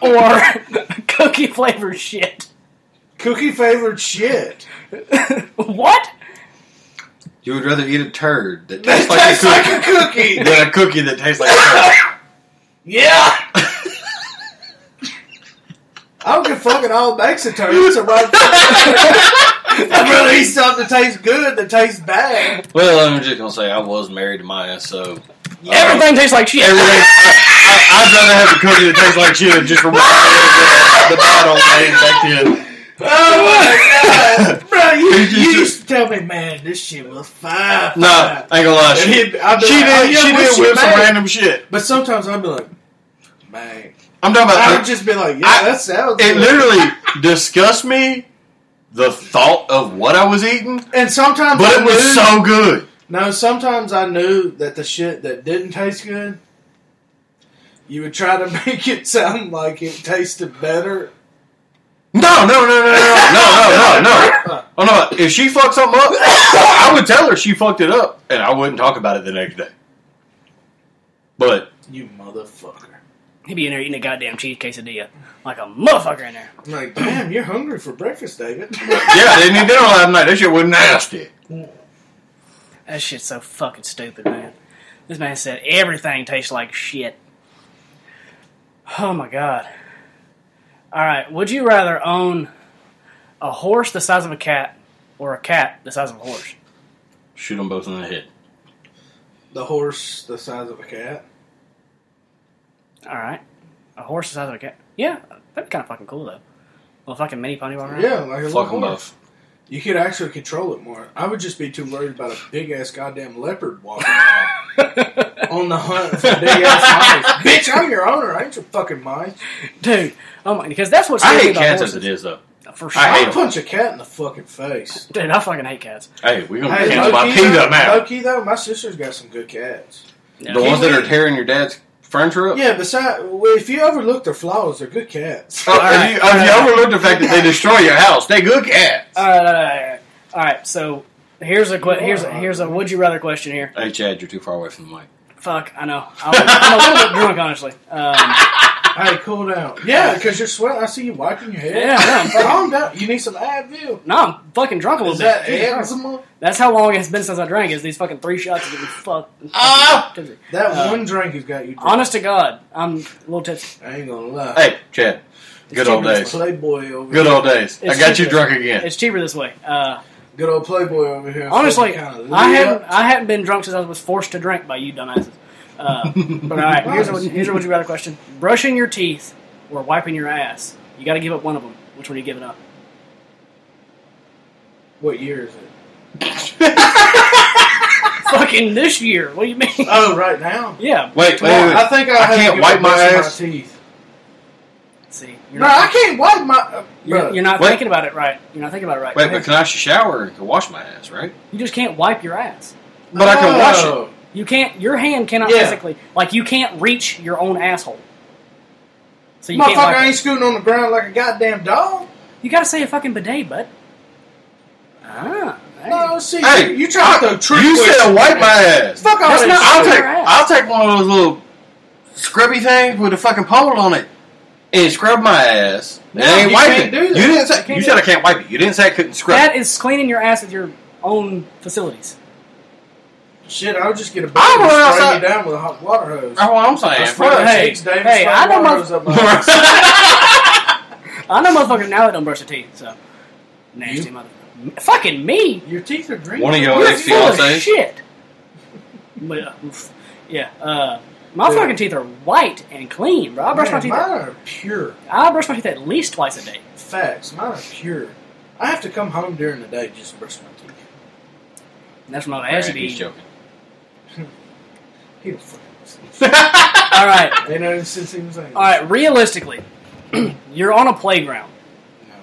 or cookie flavored shit? Cookie flavored shit. what? You would rather eat a turd that That tastes like a tastes like cookie a cookie. than a cookie that tastes like a turd. Yeah. I don't give a fuck at all makes a turd. It's a right. I'd rather eat something that tastes good than tastes bad. Well, I'm just gonna say I was married to Maya, so Everything tastes like shit. Everything. I, I, I'd rather have a cookie that tastes like shit and just remind me of the, the bad old days back then. Oh my god, bro! You, It's just- you used to tell me, man, this shit was fine. No, I ain't gonna lie. She, And she he'd- I'd be like, oh, did. yeah, She what's did your whip some bag? random shit. But sometimes I'd be like, man. I'm talking I about. would just be like, yeah, I- that sounds it good. literally disgusts me the thought of what I was eating, And sometimes but I it was knew- so good. No, sometimes I knew that the shit that didn't taste good, you would try to make it sound like it tasted better. No, no, no, no, no, no, no, no, no. Oh no! If she fucked something up, I would tell her she fucked it up, and I wouldn't talk about it the next day. But You motherfucker. He'd be in there eating a goddamn cheese quesadilla like a motherfucker in there. I'm like, damn, you're hungry for breakfast, David. yeah, I didn't eat dinner last night. That shit was nasty. That shit's so fucking stupid, man. This man said everything tastes like shit. Oh my god. Alright, would you rather own a horse the size of a cat or a cat the size of a horse? Shoot them both in the head. the horse the size of a cat. Alright. A horse the size of a cat. Yeah, that'd be kind of fucking cool though. Well, fucking mini pony walking around. Yeah, like a little Fuck them horse. both. You could actually control it more. I would just be too worried about a big ass goddamn leopard walking around on the hunt for big ass mice. Bitch, I'm your owner. I ain't your fucking mice. Dude, oh my, because that's what's I stupid hate about cats as horses. it is, though. For sure. I hate I'll 'em. punch a cat in the fucking face. Dude, I fucking hate cats. Hey, we're gonna Hey, cancel my low-key uh, though, peanut out. low-key though, my sister's got some good cats. The ones that are Kiwi. tearing your dad's furniture up. Yeah, besides, well, if you overlook their flaws, they're good cats. Oh, have Alright. you, have you overlooked the fact that they destroy your house? They good cats. All right, all right, all right. All right, so here's a que- here's a, here's a would you rather question here. Hey, Chad, you're too far away from the mic. Fuck, I know. I'm, I'm a little bit drunk, honestly. Um, hey, cool down. Yeah, because you're sweating. I see you wiping your head. Yeah, I know. calm down. You need some Advil. no, I'm fucking drunk a little Is that bit. Jesus Christ. eczema? That's how long it's been since I drank. Is these fucking three shots of fuck. Ah! tipsy. That Uh, one drink has got you. Drunk. Honest to God, I'm a little tipsy. I ain't gonna lie. Hey, Chad. Good old cheaper This days. Playboy over Good here. old days. I It's got you cheaper. drunk again. It's cheaper this way. Uh, Good old Playboy over here. honestly, Fucking kinda I lit haven't up. I haven't been drunk since I was forced to drink by you dumbasses. Uh, but all right, here's a, would- here's a would you rather question: brushing your teeth or wiping your ass? You got to give up one of them. Which one are you giving up? What year is it? fucking this year. What do you mean? Oh, right now. yeah. Wait, wait, Well, wait. I think I, I have to can't get wipe my brushing ass. teeth. See, you're No, not- I can't wipe my. Uh, You're, bruh. you're not Wait. thinking about it right. You're not thinking about it right. Wait, but can I shower and can wash my ass, right? you just can't wipe your ass. But I can wash it. Oh. You can't. Your hand cannot Yeah. physically, like you can't reach your own asshole. So you can't. Motherfucker, Wipe I ain't it. scooting on the ground like a goddamn dog. You gotta say a fucking bidet, bud. Ah, there you go. No, see, Hey, you, you trying to I- throw trick You said questions wipe at my me. ass. Fuck all That's that not- shit. I'll Shit. take I'll take one of those little scrubby things with a fucking pole on it and scrub my ass. No, it ain't you wiping. can't do that. You didn't You say can't you do said I that. can't wipe it. You didn't say I couldn't scrub. That it. is cleaning your ass with your own facilities. Shit, I'll just get a I'll bucket go and spray outside. you down with a hot water hose. That's what I'm saying. Spray your Hey, cheeks, David, hey, spray I know water my- hose up my ass. I know motherfuckers now that don't brush their teeth. So nasty You? motherfucker. Fucking me. Your teeth are green. One of your You're ex full of fiancées. shit. But, uh, oof. yeah, uh, my Yeah. fucking teeth are white and clean, bro. I brush my Man, teeth. mine are pure. I brush my teeth at least twice a day. Facts. Mine are pure. I have to come home during the day just to brush my teeth. And that's when I ask you to He's eat. All joking. He was fucking right, They know since he was like, all right. Realistically, you're on a playground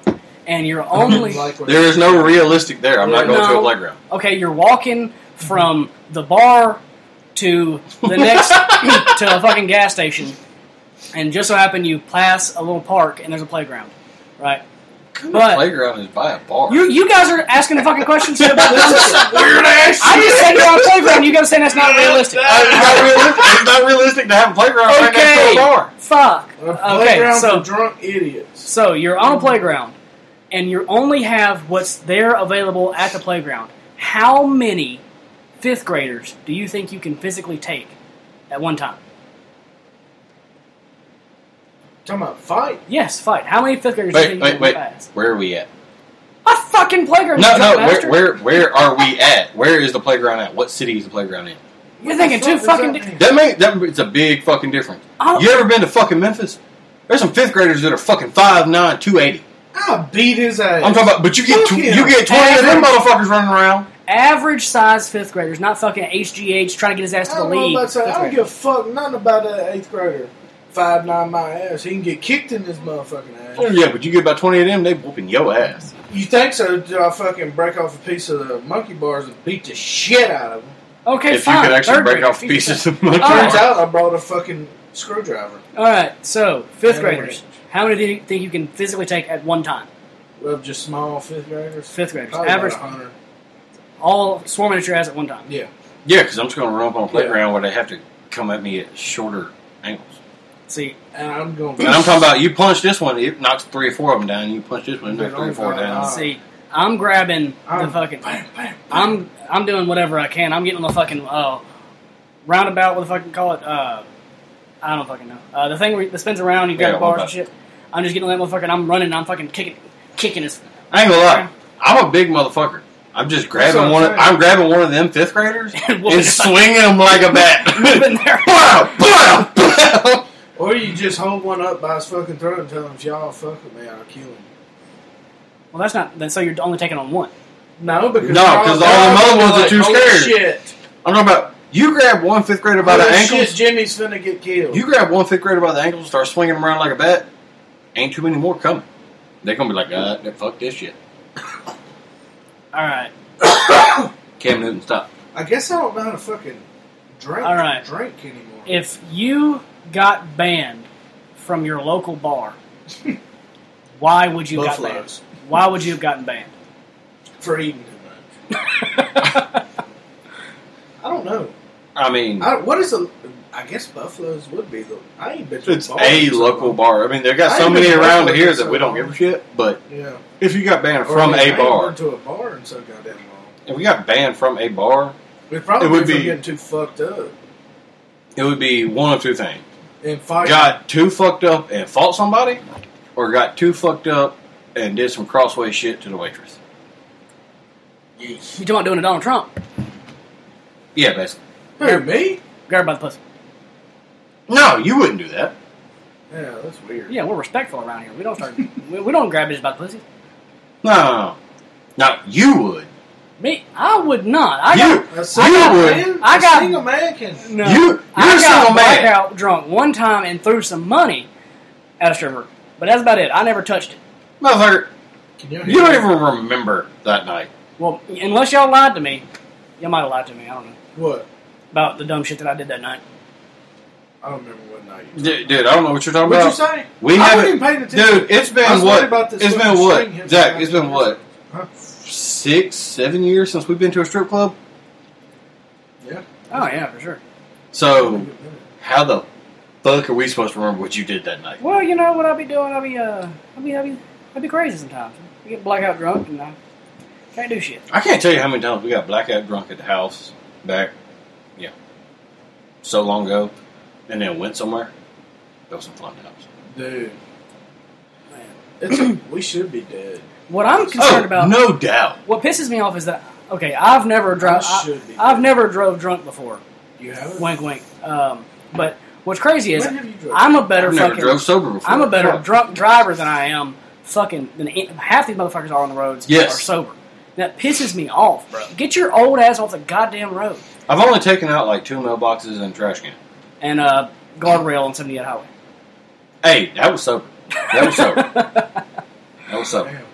no. and you're only Like what- There is no realistic there. I'm not going to No. a playground. okay. You're walking from the bar to the next to a fucking gas station, and just so happen you pass a little park and there's a playground, right? The But- playground is by a bar. You you guys are asking the fucking questions about This is this. some weird ass I just shit. said you're on a playground. You guys saying that's not realistic? Uh, it's, not realistic. it's not realistic to have a playground right next Okay. to a bar. Fuck. A Okay, playground so for drunk idiots. so you're on a playground, and you only have what's there available at the playground. How many fifth graders do you think you can physically take at one time? Talking about fight. Yes, fight. How many fifth graders do you Wait, think you wait, can wait. pass? Where are we at? A fucking playground. No, you no. dumb bastard. Where, where, where are we at? Where is the playground at? What city is the playground in? You're thinking two What the fuck fucking does that di- mean? That make that it's a big fucking difference. I don't- You ever been to fucking Memphis? There's some fifth graders that are fucking 5'9", 280. I'll beat his ass. I'm talking about, but you get Fuck tw- yeah. you get twenty of them motherfuckers running around. average size fifth graders, not fucking HGH trying to get his ass I to the don't know league. about that. fifth I don't grader. give a fuck nothing about that eighth grader. Five nine my ass. He can get kicked in this motherfucking ass. Oh, Yeah, but you get about twenty of them, they whooping your ass. You think so? Do I fucking break off a piece of the monkey bars and beat the shit out of him? Okay, if fine. Oh, you could actually third break grader, off fifth pieces of Turns money, out I brought a fucking screwdriver. All right, so fifth Yeah, graders. right. How many do you think you can physically take at one time? Of just small fifth graders. Fifth graders, Probably about average, 100. all swarming at your ass at one time. Yeah. yeah, because I'm just going to run up on a Yeah. playground where they have to come at me at shorter angles. See, And I'm going And I'm talking about you punch this one, it knocks three or four of them down. You punch this one, it knocks Dude, three or I'm four going down. out. see, I'm grabbing Uh, I'm the fucking. Bam, bam, bam. I'm I'm doing whatever I can. I'm getting on the fucking uh, roundabout. What the fucking call it? Uh, I don't fucking know. Uh, the thing where that spins around. You Yeah, grab the bars and roundabout. shit. I'm just getting on that motherfucker. and I'm running. and I'm fucking kicking, kicking his. I ain't gonna lie, I'm a big motherfucker. I'm just what grabbing I'm one. Of, saying. I'm grabbing one of them fifth graders And and whooping their- swinging them like a bat. Moving their- Bow, bow, bow. Or you just hold one up by his fucking throat and tell him, y'all fuck with me, I'll kill him. Well, that's not. Then so you're only taking on one. No, because No, 'cause all them other ones are too "Holy scared." Shit. I'm talking about you grab one fifth grader by Holy the ankles. Oh, shit, Jimmy's finna get killed. You grab one fifth grader by the ankles, start swinging him around like a bat. Ain't too many more coming. They're gonna be like, uh, that- fuck this shit. All right. Cam Newton, stop. I guess I don't know how to fucking drink. All right. drink anymore. If you got banned from your local bar, why would you got banned? Buffaloes Why would you have gotten banned? for eating too much. I don't know. I mean, I, what is a? I guess buffaloes would be the. I ain't been to it's bar a in so local long. bar. I mean, they got I so ain't many been around local here in so that we don't long. give a shit. But Yeah, if you got banned Or, from yeah, I a ain't bar, been to a bar in so goddamn long. if we got banned from a bar, We probably It would from be- getting too fucked up it would be one of two things: and fighting. got too fucked up and fought somebody, or got too fucked up and did some crossway shit to the waitress. You talking about doing a Donald Trump? Yeah, basically. Who, me? Grab by the pussy. No, you wouldn't do that. Yeah, that's weird. Yeah, we're respectful around here. We don't start. we, we don't grab bitches by the pussy. No, no, no. Now you would. Me, I would not. I you, got, A you single would. man? I A got- single man can. no, You- you're I a got single man. blackout drunk one time and threw some money at a stripper, but that's about it. I never touched it. Motherfucker, Can you, you don't even remember that night. Well, unless y'all lied to me, y'all might have lied to me. I don't know What? about the dumb shit that I did that night. I don't remember what night. You D- dude, I don't know what you're talking What'd you about. say? We I haven't- wasn't even paying attention. Dude, it's I been was what? worried about this it's been fucking what? string here. Zach, it's been what? Huh? Six, seven years since we've been to a strip club? Yeah. Oh yeah, for sure. So, how the fuck are we supposed to remember what you did that night? Well, you know what I'll be doing? I'll be uh, I'll be, I'll be, I'll be crazy sometimes. I get blackout drunk and I can't do shit. I can't tell you how many times we got blackout drunk at the house back, yeah, so long ago, and then went somewhere. That was some fun times. Dude, Man. it's a, we should be dead. What I'm concerned oh, about, no Oh, doubt. what pisses me off is that okay, I've never drove. I should be. I've never drove drunk before. You have it? Wink, wink. Um, but what's crazy is When have you drove? I'm a better I've never fucking drove sober before. I'm a better Yeah. drunk driver than I am fucking than any- half these motherfuckers are on the roads Yes. are sober. That pisses me off, bro. Get your old ass off the goddamn road I've only taken out like two mailboxes and a trash can. and uh, guardrail on 78 highway. Hey, that was sober. That was sober. that was sober. Damn.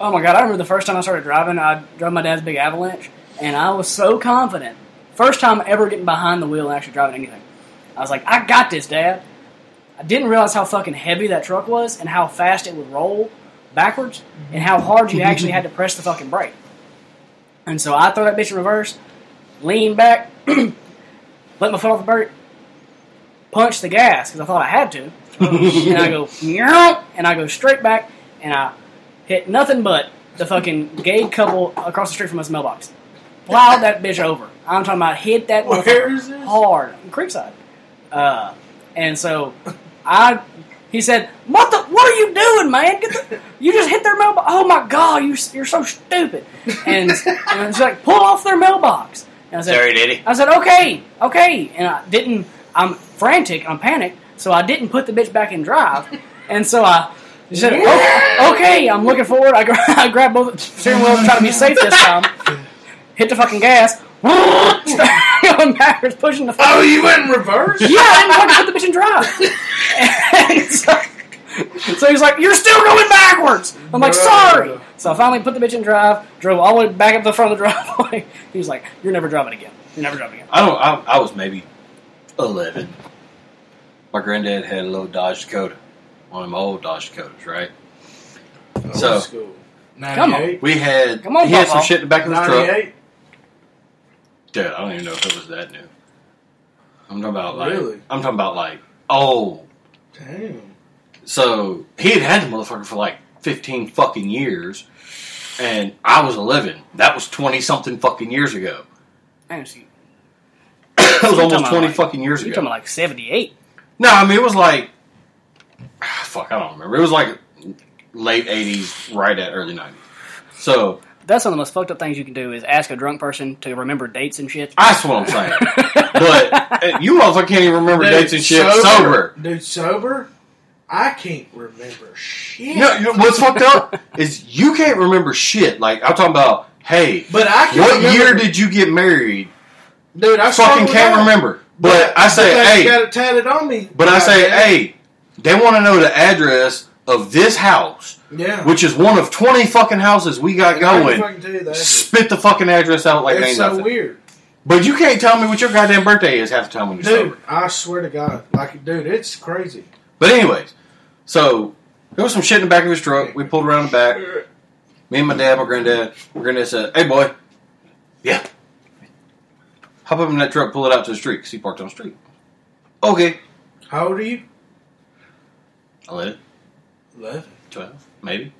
Oh my god, I remember the first time I started driving, I drove my dad's big avalanche, and I was so confident. First time ever getting behind the wheel and actually driving anything. I was like, I got this, Dad. I didn't realize how fucking heavy that truck was and how fast it would roll backwards and how hard you actually had to press the fucking brake. And so I throw that bitch in reverse, lean back, let my foot off the brake, punch the gas because I thought I had to. and I go, "Meow," and I go straight back, and I hit nothing but the fucking gay couple across the street from us mailbox. Plowed that bitch over. I'm talking about hit that Where is motherfucker this? hard, Creekside. Uh, and so I, he said, "What the? What are you doing, man? Get the, you just hit their mailbox. Oh my god, you you're so stupid." And, and it's like, "Pull off their mailbox." And I said, Sorry, Daddy. I said, okay, okay. And I didn't, I'm frantic, I'm panicked, so I didn't put the bitch back in drive. And so I said, "Oh, okay, I'm looking forward. I, gra- I grabbed both the steering wheel, trying to be safe this time. Hit the fucking gas. going backwards, pushing the Oh, you went in reverse? yeah, I didn't fucking put the bitch in drive. And so, so he's like, you're still going backwards. I'm like, Bruh. sorry. So I finally put the bitch in drive, drove all the way back up the front of the driveway. He was like, you're never driving again. You're never driving again. I don't. I, I was maybe eleven. My granddad had a little Dodge Dakota, one of my old Dodge Dakotas, right? Oh, So- that's cool. Come on. 98? We had Come on, he had some Papa. shit in the back of his truck. 98? Dude, I don't even know if it was that new. I'm talking about like Really? I'm talking about like old. Damn. So he had had the motherfucker for like 15 fucking years, and I was 11. That was 20 something fucking years ago. Man, so you- That was You're talking almost about 20 like- fucking years You're ago. talking about like 78. No, I mean it was like ah, fuck, I don't remember. It was like late eighties, right at early nineties. So That's one of the most fucked up things you can do is ask a drunk person to remember dates and shit. that's what I'm saying. but eh, you also can't even remember Dude, dates and shit sober. Dude, sober? I can't remember shit. You know, you know what's fucked up is you can't remember shit. Like I'm talking about, hey, But I can what remember- year did you get married? Dude, I fucking struggled can't out. remember. But I say, But they hey, got it tatted on me. but I say, Goddamn. hey, they want to know the address of this house, Yeah. which is one of twenty fucking houses we got I can going. fucking tell you that. It's Spit the fucking address out like it ain't so nothing. weird. But you can't tell me what your goddamn birthday is half the time when you're Dude, sober. I swear to God. Like, dude, it's crazy. But anyways, so there was some shit in the back of his truck. Oh, We pulled around the back. Me and my dad, my granddad, my granddad said, "Hey, boy, yeah, hop up in that truck, pull it out to the street, 'cause he parked on the street." Okay, How old are you? I let it. 11. Twelve, maybe.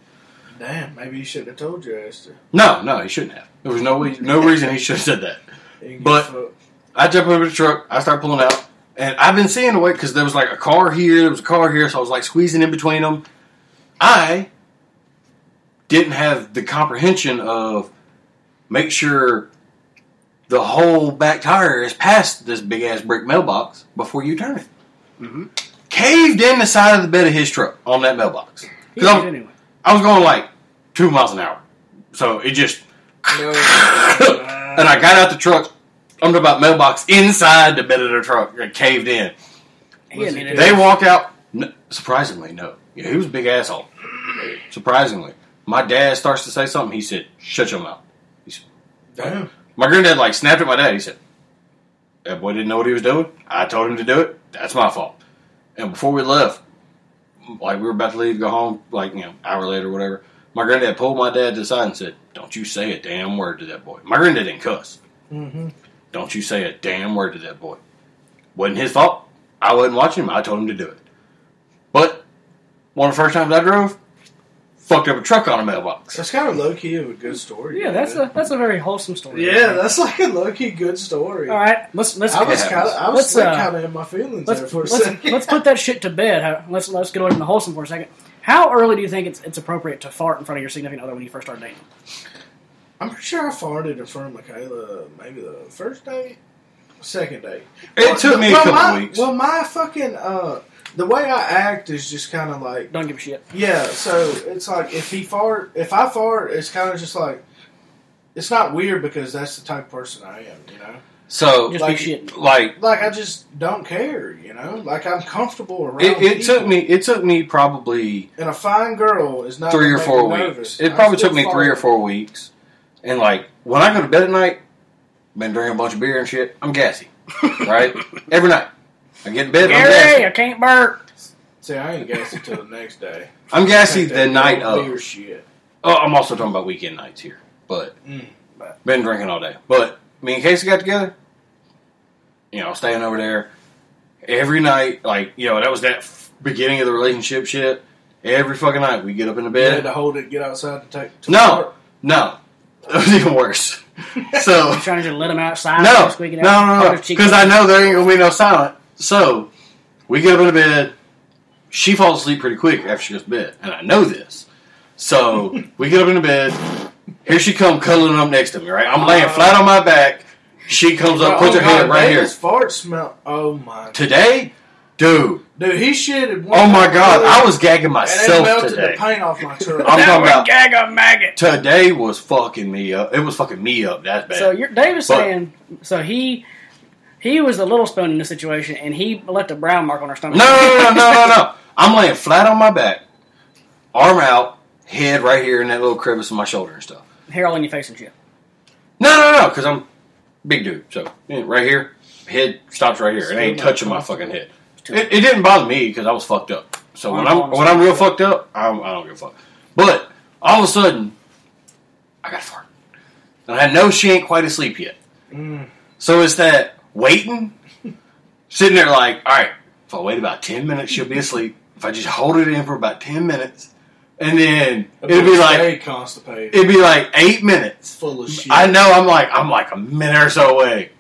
Damn, maybe you should have told your ass to. No, no, he shouldn't have. There was no way, no reason he should have said that. You can But- get fucked. I jump over the truck. I start pulling out, and I've been seeing the way because there was like a car here, there was a car here, so I was like squeezing in between them. I didn't have the comprehension of make sure the whole back tire is past this big ass brick mailbox before you turn it. Caved in the side of the bed of his truck on that mailbox. 'Cause He did I'm- anyway. I was going like two miles an hour, so it just No. and I got out the truck. I'm talking about mailbox inside the bed of the truck. It caved in. He didn't do They that. walked out. No, surprisingly, no. Yeah, he was a big asshole. Surprisingly, my dad starts to say something. He said, "Shut your mouth." He said, Damn. my granddad like snapped at my dad. He said, "That boy didn't know what he was doing. I told him to do it. That's my fault." And before we left, like we were about to leave, go home, like you know, hour later, or whatever. My granddad pulled my dad to the side and said, "Don't you say a damn word to that boy." My granddad didn't cuss. Mm-hmm. Don't you say a damn word to that boy. Wasn't his fault. I wasn't watching him. I told him to do it. But one of the first times I drove, fucked up a truck on a mailbox. That's kind of low key of a good story. Yeah, that's man. a that's a very wholesome story. Yeah, that's like a low key good story. All right, let's let's I was happens. kind of, I Let's, was like, uh, kind of in my feelings there let's, for a let's, second. let's put that shit to bed. How- Let's let's get away from the wholesome for a second. How early do you think it's it's appropriate to fart in front of your significant other when you first start dating? I'm pretty sure I farted in front of Michaela maybe the first day. Second date. It took me a couple my, weeks. Well, my fucking uh, the way I act is just kind of like Don't give a shit. yeah. So it's like if he fart, if I fart, it's kind of just like it's not weird because that's the type of person I am. You know, So, Just Like- be shit. like, like I just don't care. You know, like I'm comfortable around. it, it people. took me. It took me probably And a fine girl is not three gonna or make four me weeks. nervous. It I probably still took me fart. three or four weeks. And like when I go to bed at night, been drinking a bunch of beer and shit. I'm gassy, right? Every night, I get in bed. I'm gassy. Gary, I can't burp. See, I ain't guessed until the next day. I'm gassy the That night old of. beer shit. Oh, I'm also talking about weekend nights here, but Mm. been drinking all day. But me and Casey got together. You know, staying over there every night. Like you know, that was that f- beginning of the relationship shit. Every fucking night we get up in the You bed. had to hold it, get outside to take. To No, no, it was even worse. So I'm trying to just let him outside. no, squeak no, it out. no, no, Other cheek- because I know there ain't gonna be no silent. So we get up into bed. She falls asleep pretty quick after she goes to bed, and I know this. So we get up into bed. Here she come cuddling up next to me. Right, I'm laying flat on my back. She comes Oh up, puts her hand right here. His fart smell. Oh my. Today, dude. Dude, he shitted. one Oh my time god, earlier, I was gagging and it myself melted today. the paint off my turd. I'm That talking was about- gag of maggot. Today was fucking me up. It was fucking me up. That's bad. So you're, David's But- saying so he he was the little spoon in this situation, and he left a brown mark on her stomach. No, no, no, no, no, no. I'm laying flat on my back, arm out, head right here in that little crevice of my shoulder and stuff. hair all in your face and shit. No, no, no, because I'm big dude. So yeah, right here, head stops right here. It ain't touching my fucking head. It, it didn't bother me because I was fucked up. So when I'm when I'm real fucked up, I'm, I don't give a fuck. But all of a sudden, I got a fart, and I know she ain't quite asleep yet. Mm. So it's that waiting, sitting there like, all right, if I wait about 10 minutes, she'll be asleep. If I just hold it in for about 10 minutes, and then it'd be like, Stay constipated. it'd be like eight minutes. full of shit. I know I'm like, I'm like a minute or so away.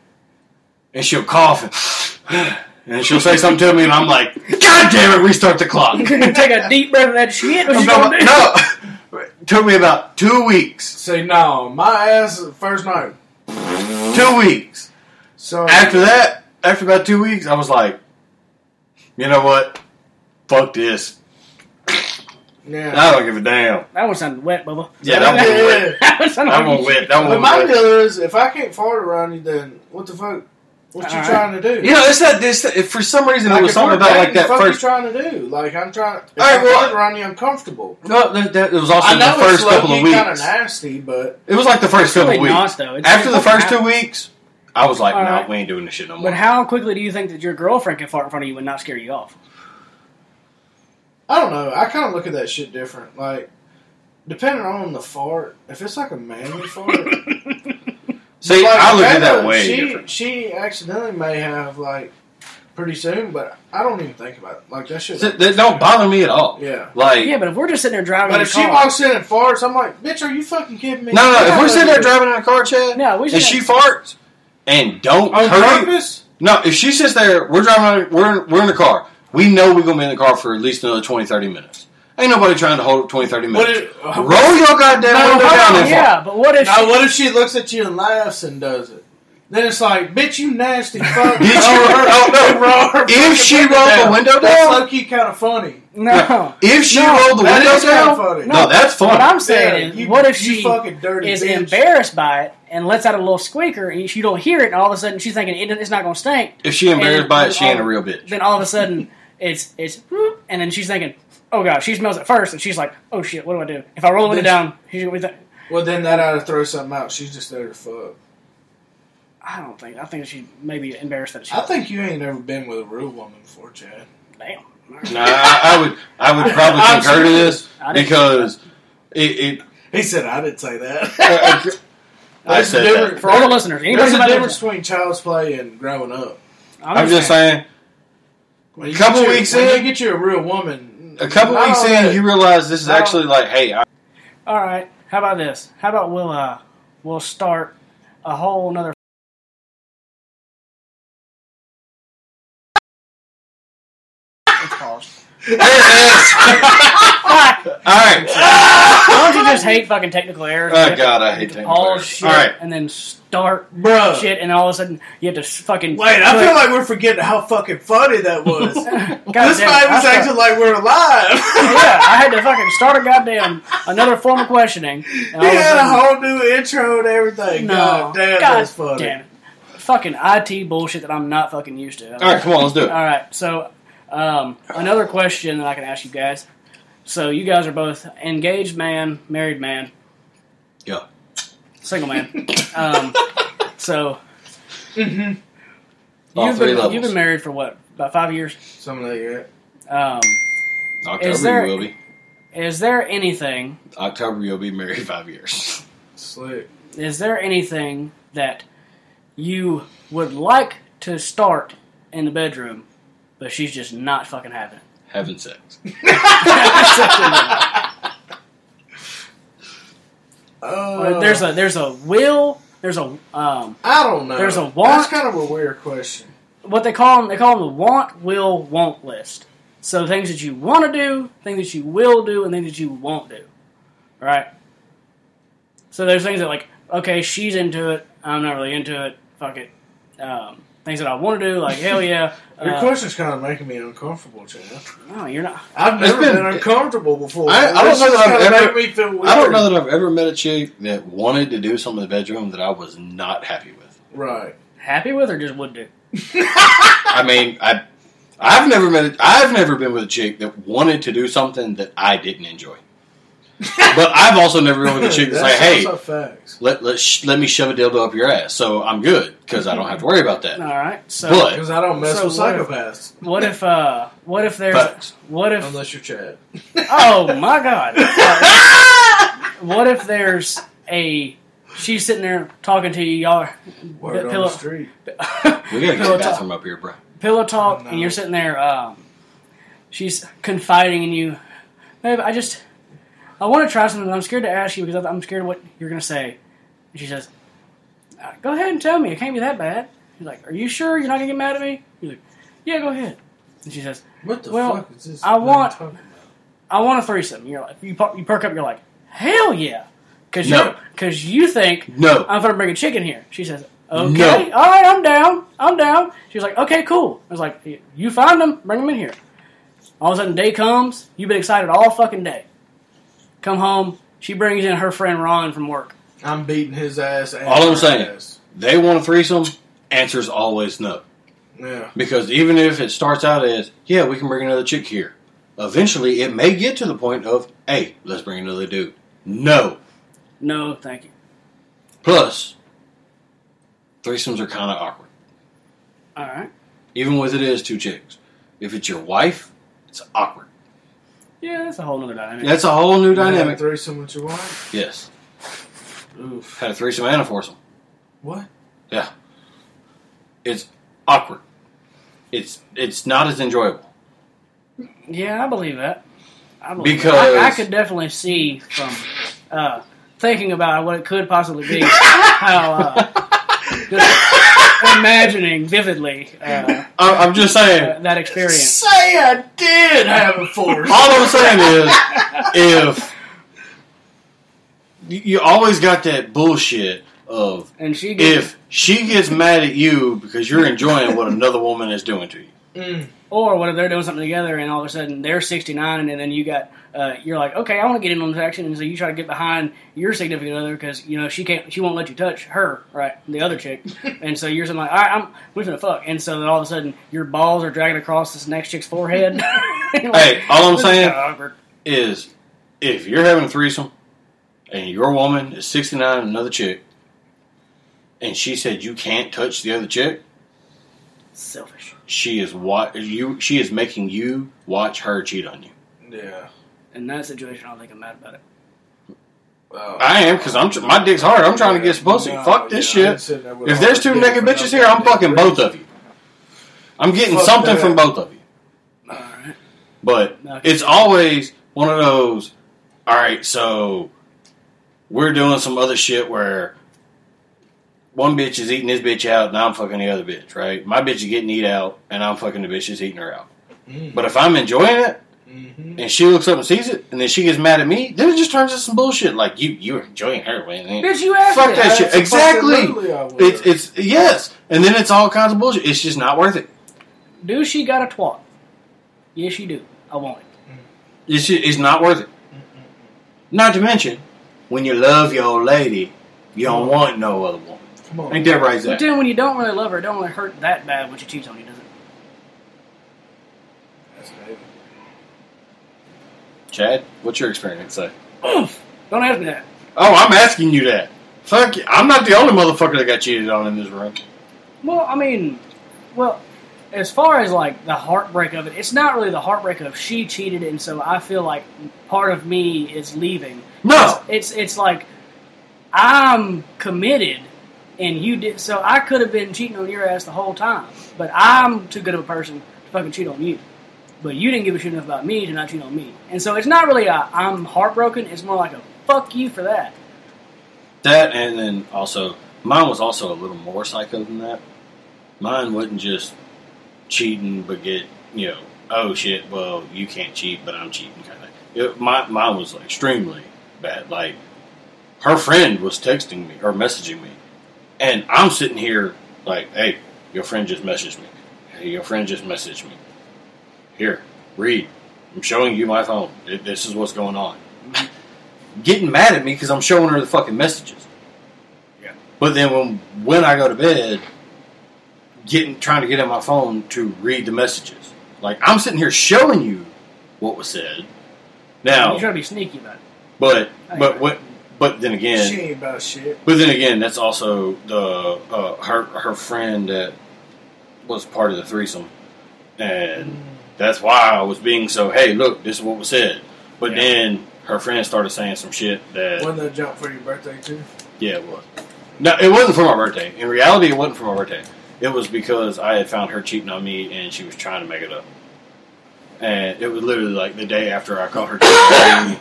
And she'll cough and, and she'll say something to me, and I'm like, God damn it, restart the clock. Take a deep breath of that shit. What you gonna do? no, took me about two weeks. Say no, my ass is first night. Two weeks. So after that, after about two weeks, I was like, you know what? Fuck this. yeah, I don't give a damn. That one sounded wet, Bubba. Yeah, that one wet. That one sounded That one wet. wet. That but one my wet. deal is if I can't fart around you, then what the fuck? What you All right. trying to do? You know, it's that this. if For some reason, Like, it was if something we're about like dating, that fuck first. you trying to do? Like I'm trying. If All right, I well, fart around you, I'm comfortable. No, that, that, it was also the first couple kind of of weeks. nasty, but It was like the first couple Really of not, weeks. though. It's- After the it's first not- two weeks, I was like, All no, right. we ain't doing this shit no more. But how quickly do you think that your girlfriend can fart in front of you and not scare you off? I don't know. I kind of look at that shit different. Like depending on the fart, if it's like a manly fart. See, Like, I look at Hannah, it that way. She different. she accidentally may have like pretty soon, but I don't even think about it. Like that shit. That that don't bother me at all. yeah. Like, Yeah, but if we're just sitting there driving, But in if the she car- walks in and farts, I'm like, bitch, are you fucking kidding me? no, no. Yeah, If we're like, sitting there driving in a car, Chad, no, we and just she farts and don't on hurry, purpose, No, if she sits there, we're driving, we're in, we're in the car. We know we're going to be in the car for at least another 20, 30 minutes. Ain't nobody trying to hold up 20, 30 what minutes. if, uh, Roll your goddamn No, window no, down and fart. yeah, but what if? now She, what if she looks at you and laughs and does it? Then it's like, bitch, you nasty fuck. Did she- Roll her- oh, no. roll her fucking If she window rolled the down. window that's down? low key kind of funny. no, If she No, rolled the that window is kinda down, funny. no, that's What fun. I'm saying Yeah, is, you- what if you she fucking dirty is bitch. embarrassed by it and lets out a little squeaker, and you don't hear it, and all of a sudden she's thinking it, it's not going to stink. If she embarrassed And- by it, she ain't a real bitch. Then all of a sudden it's it's, whoop, and then she's thinking, oh god, she smells it first, and she's like, oh shit, what do I do? If I roll the window Bitch. down, she's gonna be th- Well, then that ought to throw something out. She's just there to fuck. I don't think. I think she may be embarrassed that she. I think you ain't never been with a real woman before, Chad. Damn. No, I, I would, I would probably I'm concur to serious. this I didn't- because it. it He said I didn't say that. uh, uh, I There's a said difference- that. For all the listeners, anybody There's a who might- difference between child's play and growing up. I'm just saying, When you Couple get you- weeks when in- you get you a real woman. a couple not weeks all in, that- you realize this is I don't- actually like, hey, I, All right. How about this? How about we'll uh, we'll start a whole another. there it is. all right. Why don't you just hate fucking technical errors. Oh, You have to God, I hate technical pause errors. shit All right. and then start Bro. shit, and all of a sudden you have to s- fucking Wait, I feel like we're forgetting how fucking funny that was. this guy like was acting like we're alive. yeah, I had to fucking start a goddamn another form of questioning. And He all of a had a sudden- whole new intro and everything. No. oh God damn, God that's funny. damn it. Fucking IT bullshit that I'm not fucking used to. All right, come on, let's do it. All right, so um, another question that I can ask you guys. So you guys are both engaged man, married man, Yeah. single man. um, so Mm-hmm. All you've three been, levels. you've been married for what about five years? Something like that. Um, October Is there- you will be. is there anything October you'll be married five years. Slick. is there anything that you would like to start in the bedroom, but she's just not fucking having Having sex. it? Uh, there's a there's a will. There's a um, I don't know. there's a want. That's kind of a weird question. what they call them. They call them the want, will, won't list. So things that you want to do, things that you will do, and things that you won't do. Right. So there's things that like, okay, she's into it. I'm not really into it. Fuck it. Um, things that I want to do, like hell yeah. Your uh, question's kind of making me uncomfortable, Chad. No, you're not. I've It's never been- been, uncomfortable before. I- I don't This know just that I've kinda ever- made me feel weird. I don't know that I've ever met a chick that wanted to do something in the bedroom that I was not happy with. Right. Happy with or just would do? I mean, I I've never met a, I've never been with a chick that wanted to do something that I didn't enjoy. but I've also never been with a chick that's like, hey, also facts. let let sh- let me shove a dildo up your ass, so I'm good because I don't have to worry about All that. right. So But- Because I don't mess So with what if- psychopaths what if uh what if there's Facts. what if unless you're Chad. oh my god what if there's a she's sitting there talking to you y'all are- Word on pillow- the street. We gotta get Pillow a talk. bathroom up here, bro. pillow talk Oh, no. and you're sitting there um she's confiding in you babe I just I want to try something but I'm scared to ask you because I'm scared of what you're gonna say and she says "Uh, go ahead and tell me it can't be that bad you're like are you sure you're not gonna get mad at me you're like yeah go ahead and she says What the Well, fuck is this? I man want- talking about? I want a threesome. You're like, you, per- you perk up. You're like, hell yeah, because No. because you think No, I'm gonna bring a chicken here. She says, okay, No. all right, I'm down, I'm down. She's like, okay, cool. I was like, "Y- you find them, bring them in here. All of a sudden, day comes. You've been excited all fucking day. Come home. She brings in her friend Ron from work. I'm beating his ass. and All I'm her saying- ass. they want a threesome. Answer's always no. Yeah. Because even if it starts out as, yeah, we can bring another chick here, eventually it may get to the point of, hey, let's bring another dude. No. No, thank you. Plus, threesomes are kind of awkward, All right. even with it is two chicks. If it's your wife, it's awkward. Yeah, that's a whole nother dynamic. That's a whole new You had a dynamic. threesome with your wife. Yes. Oof. Had a threesome and a foursome. What? Yeah. It's awkward. It's it's not as enjoyable. Yeah, I believe that. I believe Because- that. I, I could definitely see from uh, thinking about what it could possibly be, how uh, just imagining vividly uh, I, I'm just saying. that experience. Say I did have a force. All I'm saying is, if you- you always got that bullshit of And she gets, if she gets mad at you because you're enjoying what another woman is doing to you. Mm. or what if they're doing something together, and all of a sudden they're sixty nine, and then you got. Uh, you're like, okay, I want to get in on this action, and so you try to get behind your significant other because you know she can't, she won't let you touch her, right? The other chick, and so you're something like, all right, I'm, we finna fuck, and so then all of a sudden your balls are dragging across this next chick's forehead. You're like, Hey, all I'm This is saying kinda awkward. is if you're having a threesome and your woman is 69 and another chick, and she said you can't touch the other chick, selfish. she is wa- you she is making you watch her cheat on you. Yeah. In that situation, I don't think I'm mad about it. Wow. I am because I'm tr- my dick's hard. I'm trying to get some pussy. No, Fuck this yeah, I ain't shit. sitting there with If all there's the two dick naked for no bitches here, I'm goddamn fucking reason. both of you. I'm getting Fuck something that. from both of you. All right. But No. it's always one of those. All right, so we're doing some other shit where one bitch is eating this bitch out, and I'm fucking the other bitch. Right, my bitch is getting eat out, and I'm fucking the bitch that's eating her out. Mm. But if I'm enjoying it, Mm-hmm. and she looks up and sees it, and then she gets mad at me, then it just turns into some bullshit like you you were enjoying heroin. And Bitch, you asked Fuck me. that shit. Exactly. It's, It's it's yes, and then it's all kinds of bullshit. It's just not worth it. Do she got a twat? Yes, you do. I want it. It's ju- it's not worth it. Mm-hmm. Not to mention, when you love your old lady, you don't want no other woman. Come on. Ain't that right, But Zach? then when you don't really love her, it don't really hurt that bad when she cheats on you, does it? That's David. Chad, what's your experience like? Oof. Don't ask me that. Oh, I'm asking you that. Fuck, you. I'm not the only motherfucker that got cheated on in this room. Well, I mean, well, as far as like the heartbreak of it, it's not really the heartbreak of she cheated, and so I feel like part of me is leaving. No, It's it's like I'm committed, and you did. So I could have been cheating on your ass the whole time, but I'm too good of a person to fucking cheat on you. But you didn't give a shit enough about me to not cheat on me, and so it's not really a I'm heartbroken. It's more like a fuck you for that. that and then also mine was also a little more psycho than that. Mine wasn't just cheating, but get you know, oh shit, well you can't cheat, but I'm cheating kind of. It, my mine was like, extremely bad. Like her friend was texting me or messaging me, and I'm sitting here like, hey, your friend just messaged me. Hey, your friend just messaged me. Here, read. I'm showing you my phone. Th- This is what's going on. Getting mad at me because I'm showing her the fucking messages. Yeah. But then when when I go to bed, getting trying to get in my phone to read the messages. Like I'm sitting here showing you what was said. You're Now, trying to be sneaky about it. but I- but what? But then again, She ain't about shit. but then again, that's also the uh, her her friend that was part of the threesome, and that's why I was being so. Hey, look, this is what was said. But Yeah. then her friend started saying some shit that Wasn't that jump for your birthday too? yeah, it was. No, it wasn't for my birthday. In reality, it wasn't for my birthday. It was because I had found her cheating on me, and she was trying to make it up. And it was literally like the day after I caught her cheating. on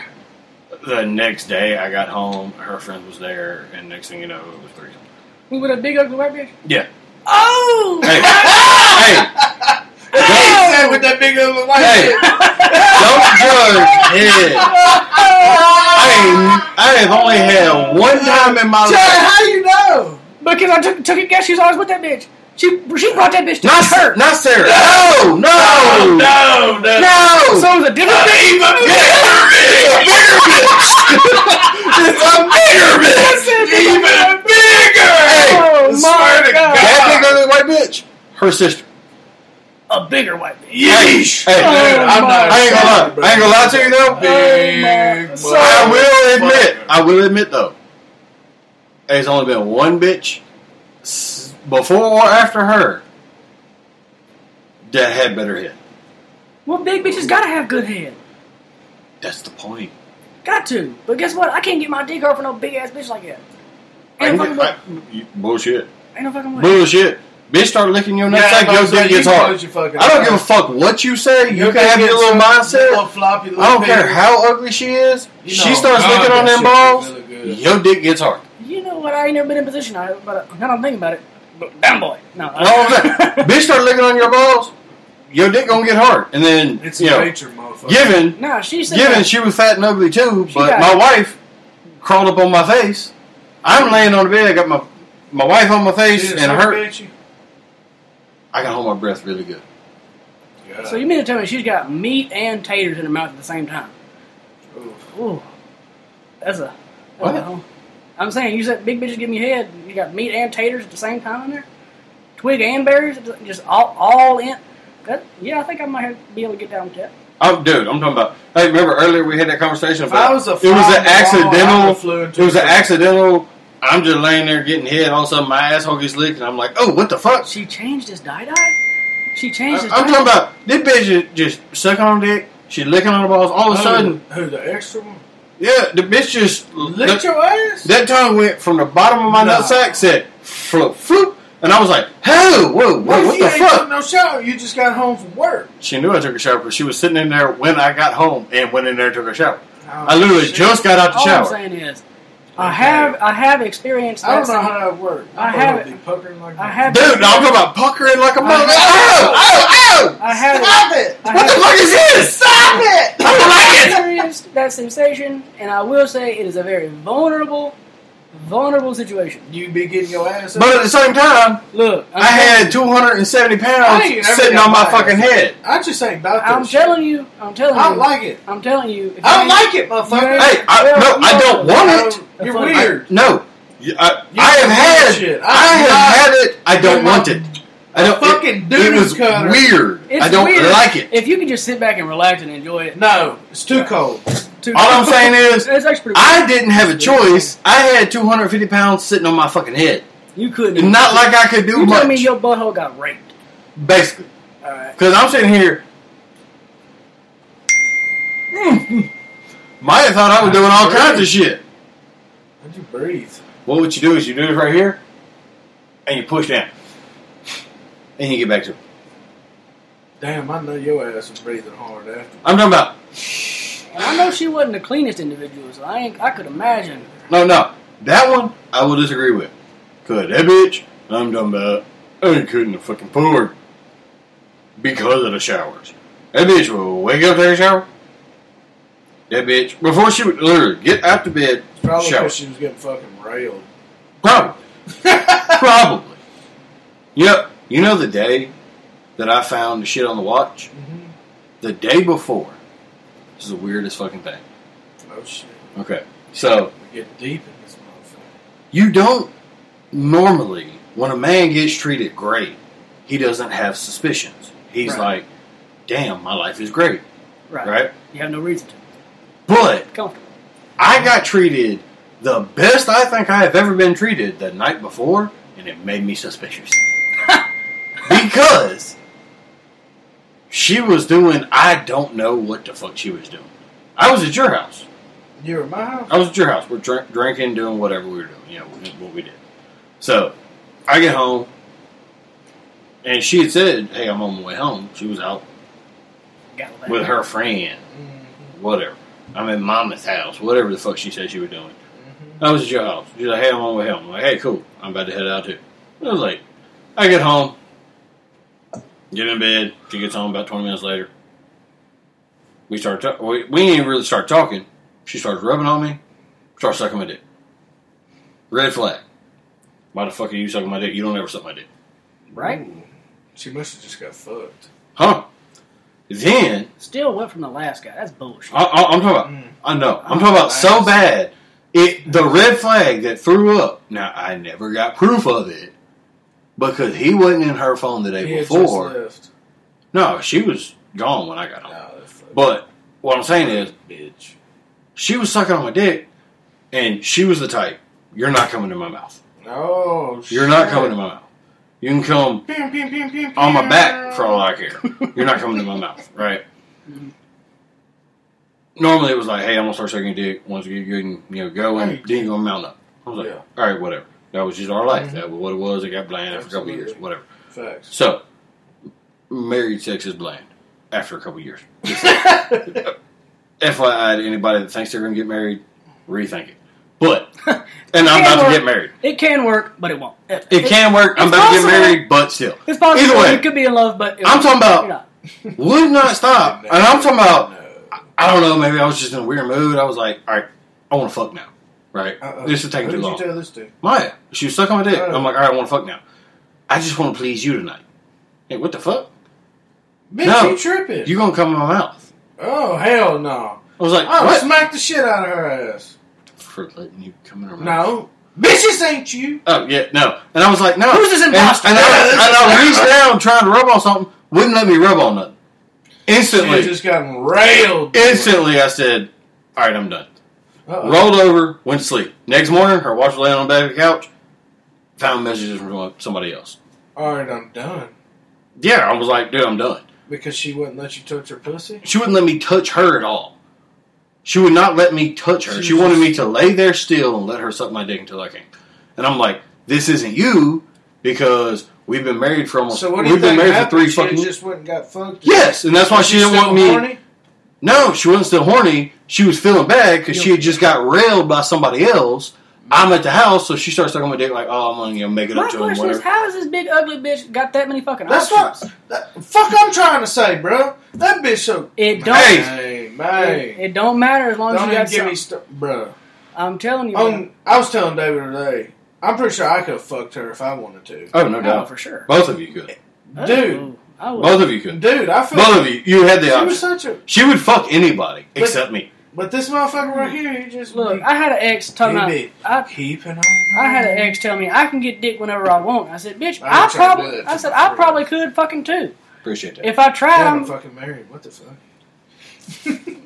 me, the next day, I got home. Her friend was there, and next thing you know, it was three. Who with a big ugly white bitch? Yeah. Oh. Hey, hey, He said with that big old white hey! shit. Don't judge it. I ain't- I have only had one time in my Chad, life. how you know? Because I took took a guess she was always with that bitch. She she brought that bitch to Not her. Not Sarah. No, no, no, no. no. So it was a different bitch. Even It's a bigger bitch. Even bigger! Oh, I my swear to God. God. That big ugly white bitch. Her sister. A bigger white bitch. Yeesh! Hey, Oh, I'm not my. I ain't gonna lie. ashamed, I ain't gonna lie to you, though. Big Oh, my. mother- I will admit. I will admit though. There's only been one bitch s- before or after her that had better head. Well, big bitches gotta have good head. That's the point. Got to. But guess what? I can't get my dick hard for no big ass bitch like that. I Ain't no fucking can get- I- way. you- bullshit. Ain't no fucking way. Bullshit. Bitch, start licking your nuts Yeah, like your so dick you gets can hard. close your fucking I don't give a mouth. fuck what you say. You, can can have get your some little mindset. Little floppy little I don't care fingers. how ugly she is. You she know, starts God, licking on that them shit balls. feel good. Your dick gets hard. You know what? I ain't never been in a position. I but uh, I don't think about it. But down boy. No. uh, You know what I'm saying? Bitch, start licking on your balls. Your dick gonna get hard. And then It's you know, nature, motherfucker. given Nah, she said. given that. she was fat and ugly too. She But got- my wife crawled up on my face. I'm laying on the bed. I got my my wife on my face and her. I can hold my breath really good. So you mean to tell me she's got meat and taters in her mouth at the same time? Ooh, that's a. What? Well, I'm saying you said big bitches give me head. You got meat and taters at the same time in there, twig and berries, just all all in. That yeah, I think I might have, be able to get down with that. I'm, Oh, dude, I'm talking about. Hey, remember earlier we had that conversation If about I was a it was an accidental. It It was an accidental. I'm just laying there getting hit. All of a sudden, my asshole gets licked, and I'm like, "Oh, what the fuck?" She changed his dye dye. She I, changed his. am talking about this bitch is just sucking on dick. She licking on the balls. All Oh. of a sudden, Who, the extra one? yeah, the bitch just Lick the, your ass? that tongue went from the bottom of my Nah. nutsack, said floop floop, and I was like, "Whoa, whoa, whoa Well, what you the ain't fuck?" took no shower. You just got home from work. She knew I took a shower, but she was sitting in there when I got home and went in there and took a shower. I literally just got out the All I'm shower. saying is, I have I have experienced. I don't that. know how that worked. I thought have it'd Be puckering like I that. have- Dude, no, I'm talking about puckering like a mother. have- Oh, oh, I have Stop it! I What have the fuck is this? Stop it! I don't like it. experienced that sensation, and I will say it is a very vulnerable, vulnerable situation. You be getting your ass. But Up. at the same time, Look, I'm I had 270 pounds I ain't never sitting got on my my fucking ass. head. I just ain't about that. I'm shit. telling you, I'm telling you, I don't like it. I'm telling you, if I don't you- like it, motherfucker. Yeah. Hey, I, no, I don't want it. Um, You're That's weird. I, no, You- I, You I have had. shit. I I have not- had it. I I'm don't not- want it. I don't. it- fucking it, doo-doo was cutter. weird. It's I don't weird. like it. If you could just sit back and relax and enjoy it, No, it's too cold. too- All I'm saying is, it's actually pretty I didn't have a choice. I had 250 pounds sitting on my fucking head. You couldn't. Not like I could do you much. tell me your butthole got raped. basically, All right. because I'm sitting here. Might have Mm. thought I was doing all kinds of shit. How'd you breathe? Well, what you do is you do this right here, and you push down, and you get back to it. Damn, I know your ass was breathing hard after. I'm talking about And I know she wasn't the cleanest individual, so I ain't, I could imagine. no, no. That one I will disagree with. Cause that bitch, I'm talking about, I couldn't have fucking poured because of the showers. That bitch will wake up take a shower. That bitch before she would literally get out to bed, It's Probably shower. because she was getting fucking railed. Probably. Probably. Yep. You know the day that I found the shit on the watch? Mhm. The day before. This is the weirdest fucking thing. Oh shit, Okay. So, we get deep in this motherfucker. you don't normally, when a man gets treated great, he doesn't have suspicions. He's Right. like, damn, my life is great. Right. Right? You have no reason to. But Comfortable. I got treated the best I think I have ever been treated the night before, and it made me suspicious. because she was doing, I don't know what the fuck she was doing. I was at your house. You were at my house. I was at your house. We're drink, drinking, doing whatever we were doing, you know, we did what we did. So I get home, and she had said, Hey, I'm on my way home. She was out Got that. with her friend, Mm-hmm. whatever. I'm at mama's house, whatever the fuck she said she was doing. Mm-hmm. I was at your house. She's like, hey, I'm on my way home. I'm like, hey, cool. I'm about to head out too. I was like, I get home, get in bed. She gets home about 20 minutes later. We start ta- we, we didn't even really start talking. She starts rubbing on me, starts sucking my dick. Red flag. Why the fuck are you sucking my dick? You don't ever suck my dick. Right? Ooh. She must have just got fucked. Huh? Then, Still went from the last guy. That's bullshit. I, I, I'm talking about Mm. I know. I'm talking about so bad. It the red flag that threw up. Now I never got proof of it because he wasn't in her phone the day He had before. just left. No, she was gone when I got home. No, that's fucked. But what I'm saying is, bitch. she was sucking on my dick, and she was the type. You're not coming to my mouth. Oh, shit. You're not coming to my mouth. You can come Pew, pew, pew, pew, on my pew. back for all I care. You're not coming to my mouth, right? Normally it was like, hey, I'm gonna start sucking your dick once you get good and you know go and then you're gonna mount up. I was like, Yeah. all right, whatever. That was just our life. Mhm. That was what it was. It got bland after a couple of years, Absolutely. whatever. Facts. So, married sex is bland after a couple of years. Uh, FYI, to anybody that thinks they're gonna get married, rethink it. But and I'm about to get married. It can work, but it won't. It, It can work. I'm It's about to get possible. married, but still. It's possible Either way. you could be in love, but it I'm won't. talking about- You're not. would not stop. And I'm talking about, No. I don't know, maybe I was just in a weird mood. I was like, all right, I want to fuck now. Right? Uh-uh. This is taking Who too did long. you tell this to? Maya, she was stuck on my dick. Oh. I'm like, all right, I want to fuck now. I just want to please you tonight. Hey, what the fuck? Bitch, No. you tripping. You gonna come in my mouth? oh, hell no. I was like, I what? would smack the shit out of her ass. For letting you come in her mouth. No. Bitch, this ain't you. Oh yeah, no. And I was like, no. Who's this And- imposter? And, I, Yeah, and I reached down trying to rub on something. Wouldn't let me rub on nothing. Instantly, She just gotten railed. instantly, I said, all right, I'm done. Uh-oh. Rolled over, went to sleep. Next morning, her watch was laying on the back of the couch. Found messages from somebody else. All right, I'm done. Yeah, I was like, dude, I'm done. Because she wouldn't let you touch her pussy? She wouldn't let me touch her at all. She would not let me touch her. She wanted me to lay there still and let her suck my dick until I came. And I'm like, this isn't you because we've been married for almost So what do you we've been think married happened? for three she fucking years. just went and got fucked? Yes, and that's why Was she didn't still want me. horny? No, she wasn't still horny. She was feeling bad because she had just got railed by somebody else. I'm at the house, so she starts talking about Dick like, "Oh, I'm gonna you know make it My up to him, question is, whatever." how has this big ugly bitch got that many fucking That's options? what that, fuck I'm trying to say, bro. That bitch so. It don't. Hey, Hey, It, man. it don't matter as long Don't even as give you got me some. stuff, bro. I'm telling Oh, you, man. Um, I was telling David today. I'm pretty sure I could have fucked her if I wanted to. Oh, no Oh, doubt, for sure, both of you could, Dude, Oh, I would. both of you could, dude, I feel. both of you. You had she the was option. such a. She would fuck anybody But- except me. But this motherfucker right here, he just Look, I had an ex talking about. Baby. I, keeping on. I had an ex tell me I can get dick whenever I want. I said, bitch, I I, ain't trying to do probably. that to I said my I probably could fucking too. Appreciate that. If I tried, Yeah, I'm I'm fucking married. What the fuck?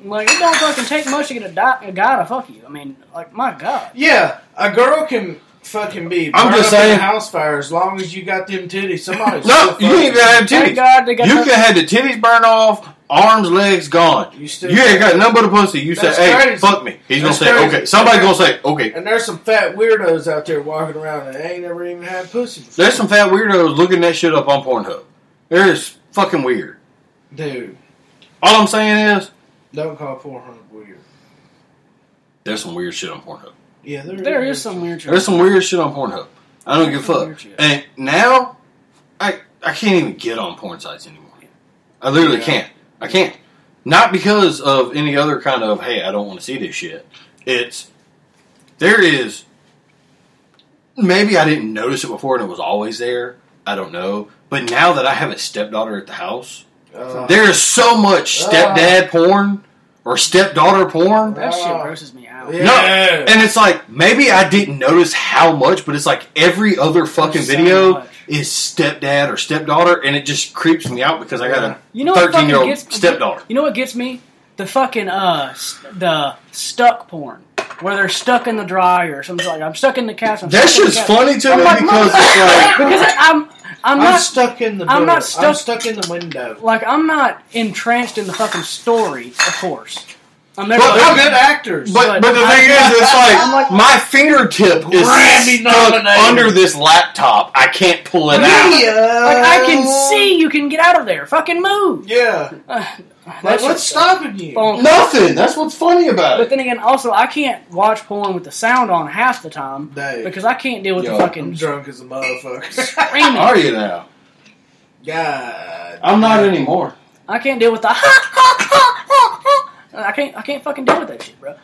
like it don't fucking take much to get a, di- a guy to fuck you. I mean, like my god. Yeah, a girl can fucking be. I'm burned just up in saying- a house fire as long as you got them titties. Somebody's No, you ain't even had Thank titties. God they got. You that- could have the titties burned off, arms, legs gone. You You, still- ain't got nothing but a pussy. You say, That's "Hey, crazy. fuck me." He's That's gonna say, crazy. "Okay." Somebody gonna say, "Okay." And there's some fat weirdos out there walking around that ain't never even had pussy. Before. There's some fat weirdos looking that shit up on Pornhub. There is fucking weird. dude. All I'm saying is, Don't call 400 weird. there's some weird shit on Pornhub. Yeah, there, There is some weird. shit. There's some weird shit on Pornhub. I don't give a Weird fuck. shit. And now, I I can't even get on porn sites anymore. I literally Yeah. can't. I can't. Not because of any other kind of hey, I don't want to see this shit. It's there is maybe I didn't notice it before and it was always there. I don't know. But now that I have a stepdaughter at the house, Uh, there is so much stepdad porn or stepdaughter porn. That shit Ah. grosses me out. Yeah. No, and it's like maybe I didn't notice how much, but it's like every other fucking So video much. is stepdad or stepdaughter, and it just creeps me out because I got You a know what thirteen year fucking old gets stepdaughter. You know what gets me? The fucking uh, st- the stuck porn where they're stuck in the dryer or something like. I'm stuck in the couch. I'm That stuck in the shit's couch. funny to me like, because it's like because I'm I'm I'm not stuck in the. Door. I'm I'm not I'm stuck- stuck in the window. like I'm not entranced in the fucking story, of course. I'm never. But They're how good actors. But, But but the I- thing is, it's I'm like- like my fingertip is Grammy stuck nominated. under this laptop. I can't pull it out. yeah. like I can see you can get out of there. Fucking move. Yeah. Like, That's what's just- stopping you? Bonk. Nothing. That's what's funny about But it. then again, also I can't watch porn with the sound on half the time Dave. because I can't deal with Yo, the I'm fucking drunk as a motherfucker. screaming. Are you now? God. I'm not anymore. I can't deal with the ha ha ha ha ha. I can't I can't fucking deal with that shit, bro.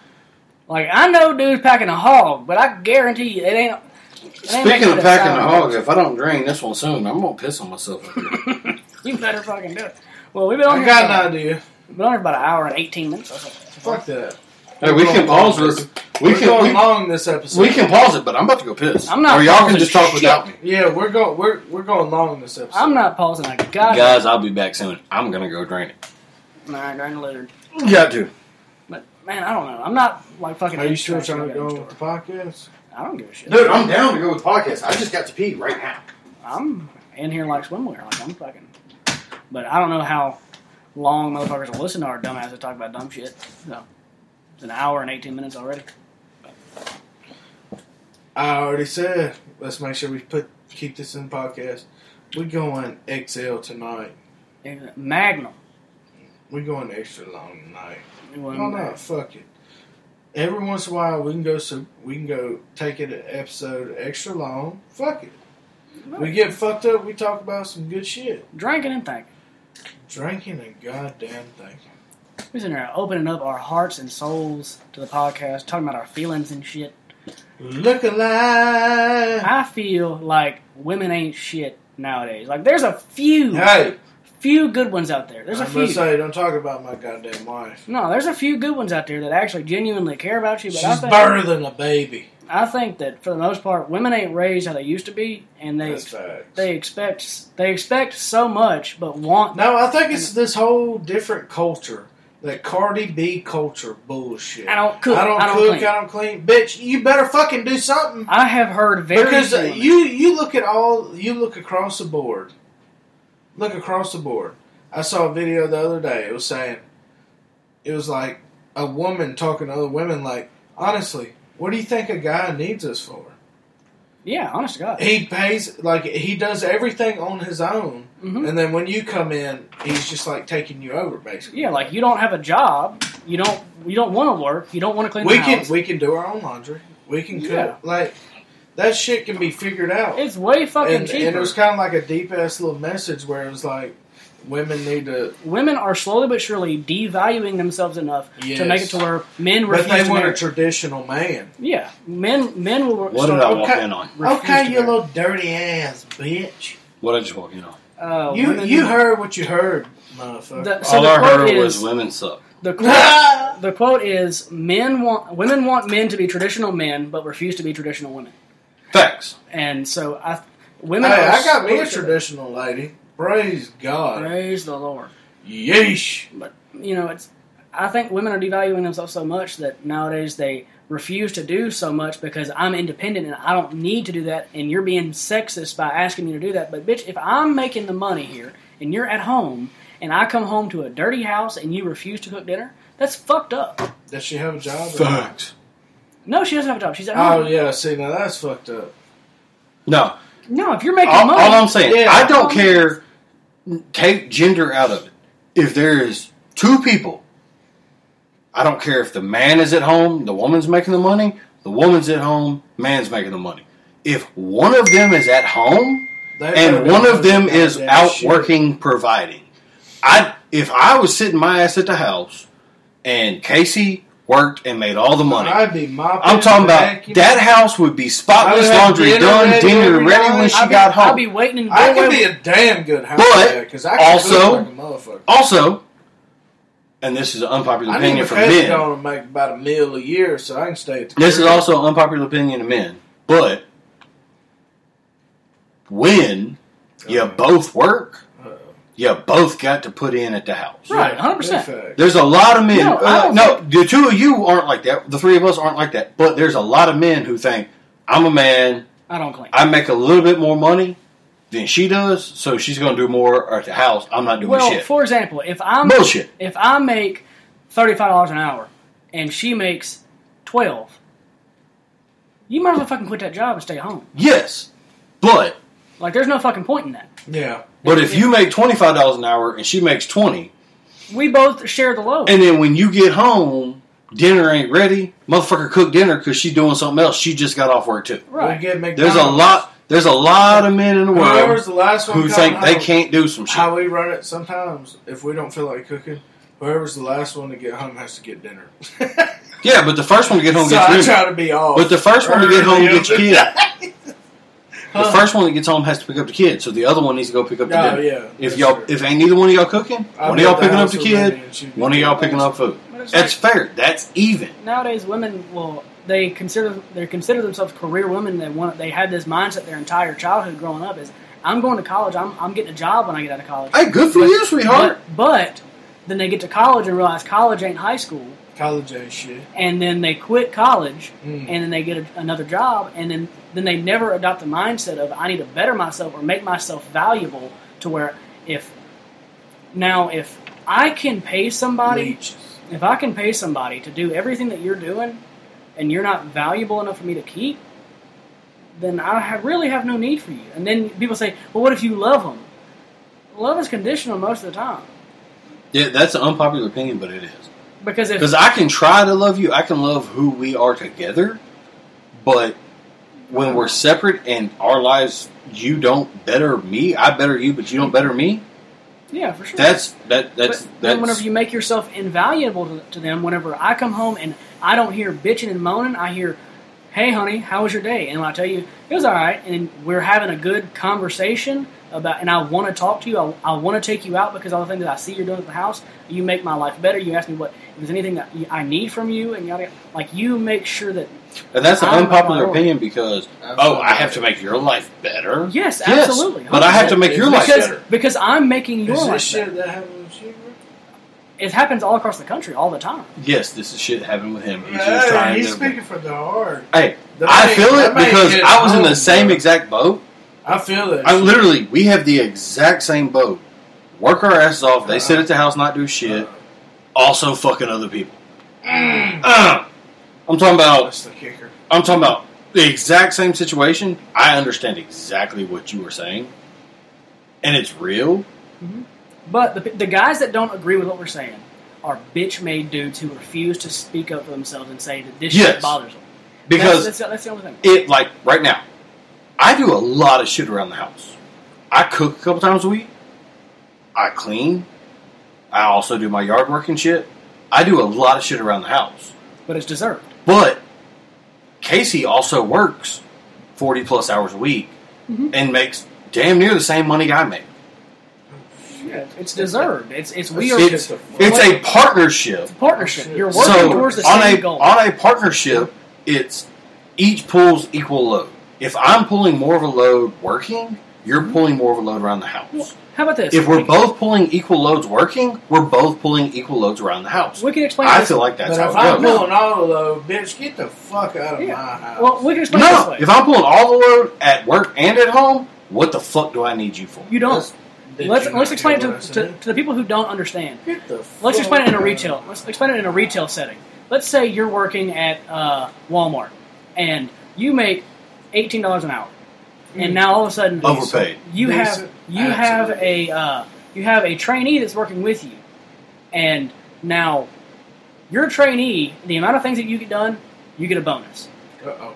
Like I know dudes packing a hog, but I guarantee you it ain't. It ain't Speaking of making that packing the sound. hog, if I don't drain this one soon, I'm gonna piss on myself. Up here. you better fucking do it. Well, we've been on I here, got about, an idea. been on here about an hour and eighteen minutes. Or something. Fuck that. Hey, We're we can going pause long. this. We we're going can we, long this episode. we can pause it, but I'm about to go piss. I'm not Or y'all can pausing just talk shit. without me. Yeah, we're going. We're we're going long this episode. I'm not pausing. I got Guys, I'll be back soon. I'm gonna go drain it. Nah, darn the lizard. Got to. But man, I don't know. I'm not like fucking. Are you still interested trying to in go that on with the podcast? story. I don't give a shit. Dude, I'm down to go with the podcast. I just got to pee right now. I'm in here like swimwear. Like I'm fucking. But I don't know how long motherfuckers will listen to our dumb asses talk about dumb shit. So it's an hour and eighteen minutes already. I already said. Let's make sure we put keep this in the podcast. We going XL tonight. It's Magnum. We going extra long tonight. You No, wanna- no, fuck it. Every once in a while, we can go. So we can go take it an episode extra long. Fuck it. We get fucked up. We talk about some good shit. drinking and thinking. Drinking and goddamn thinking. We're sitting there opening up our hearts and souls to the podcast, talking about our feelings and shit. Look alive. I feel like women ain't shit nowadays. Like there's a few, Hey, few good ones out there. There's a I'm gonna few. say, don't talk about my goddamn wife. No, there's a few good ones out there that actually genuinely care about you. But I She's think, better than a baby. I think that for the most part, women ain't raised how they used to be, and they That's facts. they expect they expect so much, but want No, I think it's this whole different culture. That Cardi B culture bullshit. I don't cook, I don't, I don't cook. clean. I don't clean. Bitch, you better fucking do something. I have heard very because few uh, women- you you look at all you look across the board. Look across the board. I saw a video the other day. It was saying, it was like a woman talking to other women. Like, honestly, what do you think a guy needs us for? yeah, honest to God, He pays like he does everything on his own, Mhm. and then when you come in, he's just like taking you over, basically. yeah, like you don't have a job, you don't you don't want to work, you don't want to clean We the can house. we can do our own laundry. We can cook. Yeah. Like, that shit can be figured out. It's way fucking and, cheaper. and it was kind of like a deep ass little message where it was like, women need to. Women are slowly but surely devaluing themselves enough to Yes. make it to where men But refuse they to want a marry. traditional man. yeah, men men will. What did start- I walk okay. in on? Refuse okay, to you marry. little dirty ass bitch. What did I just walk in on? Uh, You women- you heard what you heard, motherfucker. The- So All I quote heard was is- women suck. the quote, the quote is men want women want men to be traditional men but refuse to be traditional women. Facts. And so I hey, women are I got me a slowly- traditional lady. Praise God. Praise the Lord. Yeesh. But you know, it's I think women are devaluing themselves so much that nowadays they refuse to do so much because I'm independent and I don't need to do that and you're being sexist by asking me to do that. But bitch, if I'm making the money here and you're at home and I come home to a dirty house and you refuse to cook dinner, that's fucked up. Does she have a job? or not? Facts. No, she doesn't have a job. She's at home. Oh yeah. See now that's fucked up. No. No, if you're making All, money, all I'm saying, Yeah. I don't care. Take gender out of it. If there is two people, I don't care if the man is at home, the woman's making the money. The woman's at home, man's making the money. If one of them is at home, They and better one do of them that is goddamn out shit. working providing. I if I was sitting my ass at the house and Casey worked and made all the money. I'd be mopping. I'm talking about vacuuming. that house would be spotless I'd have laundry dinner done, ready dinner every ready night. when she I'll be, got I'll home. be waiting. in the I could doorway be a damn good house But because I can also- cook like a motherfucker. also, and this is an unpopular I need opinion a for paycheck men. going to make about a meal a year, so I can stay at the. This is crib. also an unpopular opinion of men, but when you Uh-oh. both work, Uh-oh. you both got to put in at the house. Right, Yeah, 100%. big fact. There's a lot of men. No, No, I don't no the two of you aren't like that. The three of us aren't like that. But there's a lot of men who think I'm a man. I don't clean. I make a little bit more money than she does, so she's going to do more at the house. I'm not doing well, shit. for example, if I'm Bullshit. if I make thirty five dollars an hour and she makes twelve, you might as well fucking quit that job and stay home. Yes, but Like, there's no fucking point in that. Yeah. but if you make twenty five dollars an hour and she makes twenty, We both share the load. and then when you get home, dinner ain't ready. Motherfucker cooked dinner because she doing something else. She just got off work too. right. We get There's McDonald's. a lot. There's a lot of men in the Whoever's world the last one who coming think they home, can't do some shit. How we run it sometimes, if we don't feel like cooking, whoever's the last one to get home has to get dinner. so Yeah, but the first one to get home gets I rid try to be off. But the first one to get home gets your Early kid. The Huh? first one that gets home has to pick up the kid, so the other one needs to go pick up the Oh, dinner. yeah. If that's y'all, true. if ain't neither one of y'all cooking, I'll one be of y'all at the picking up house the with Lenny kid, and she'll be one of y'all doing picking things. up food. But it's That's fair. That's even. nowadays women will they consider they consider themselves career women. They want they had this mindset their entire childhood growing up is I'm going to college. I'm I'm getting a job when I get out of college. Hey, good for you, sweetheart. But, but then they get to college and realize college ain't high school, College ain't shit. and then they quit college, Mm. and then they get a, another job, and then then they never adopt the mindset of I need to better myself or make myself valuable to where if now if I can pay somebody Leeches. if I can pay somebody to do everything that you're doing and you're not valuable enough for me to keep, then I ha- really have no need for you. And then people say, well, what if you love them? Love is conditional most of the time. Yeah, that's an unpopular opinion, but it is Because if because I can try to love you. I can love who we are together, but when we're separate and our lives, you don't better me. I better you, but you don't better me. yeah, for sure. That's But that. That's then that's. whenever you make yourself invaluable to, to them, whenever I come home and I don't hear bitching and moaning, I hear, "Hey, honey, how was your day?" And when I tell you it was all right, and we're having a good conversation about, and I want to talk to you, I, I want to take you out because all the things that I see you're doing at the house, you make my life better. You ask me what if there's anything that you- I need from you, and yada, yada. like you make sure that And that's an I'm unpopular not- opinion because oh, I have to make your life better. yes, Yes, absolutely, but I have to make your life because better. because I'm making your Is this life. better. shit that happened with you? bro? It happens all across the country all the time. Yes, this is shit happened with him. He's just Hey, trying he's to- speaking for the heart. Hey, That I man- feel that it man because get I was in home, the same bro. exact boat. I feel it. I literally, we have the exact same boat. Work our asses off. They sit at the house, not do shit. Also, fucking other people. Mm. Uh, I'm talking about. That's the kicker. I'm talking about the exact same situation. I understand exactly what you were saying, and it's real. But the, the guys that don't agree with what we're saying are bitch made dudes who refuse to speak up for themselves and say that this Yes. shit bothers them. Because that's, that's, that's the only thing. it like right now, I do a lot of shit around the house. I cook a couple times a week. I clean. I also do my yard work and shit. I do a lot of shit around the house. But it's deserved. But Casey also works forty plus hours a week Mhm. and makes damn near the same money I make. Yeah, it's deserved. It's it's we are It's- just it's- It's a partnership. partnership. You're working So towards the on same a goal. on a partnership, it's each pulls equal load. If I'm pulling more of a load working, you're Mm-hmm. pulling more of a load around the house. How about this? If we're We- both pulling equal loads working, we're both pulling equal loads around the house. we can explain. I this. feel like that's but if how I'm it goes. pulling all the load, bitch, get the fuck out of Yeah. my house. well, we can explain No, this if way. I'm pulling all the load at work and at home, what the fuck do I need you for? You don't. Let's- Did Let's you not let's explain it hear to, what I to, said? to the people who don't understand. Get the Let's fuck explain it in a out. retail. Let's explain it in a retail setting. Let's say you're working at uh, Walmart and you make eighteen dollars an hour, and now all of a sudden Overpaid. You have Decent. you have a uh, you have a trainee that's working with you, and now your trainee, the amount of things that you get done, you get a bonus, Uh-oh.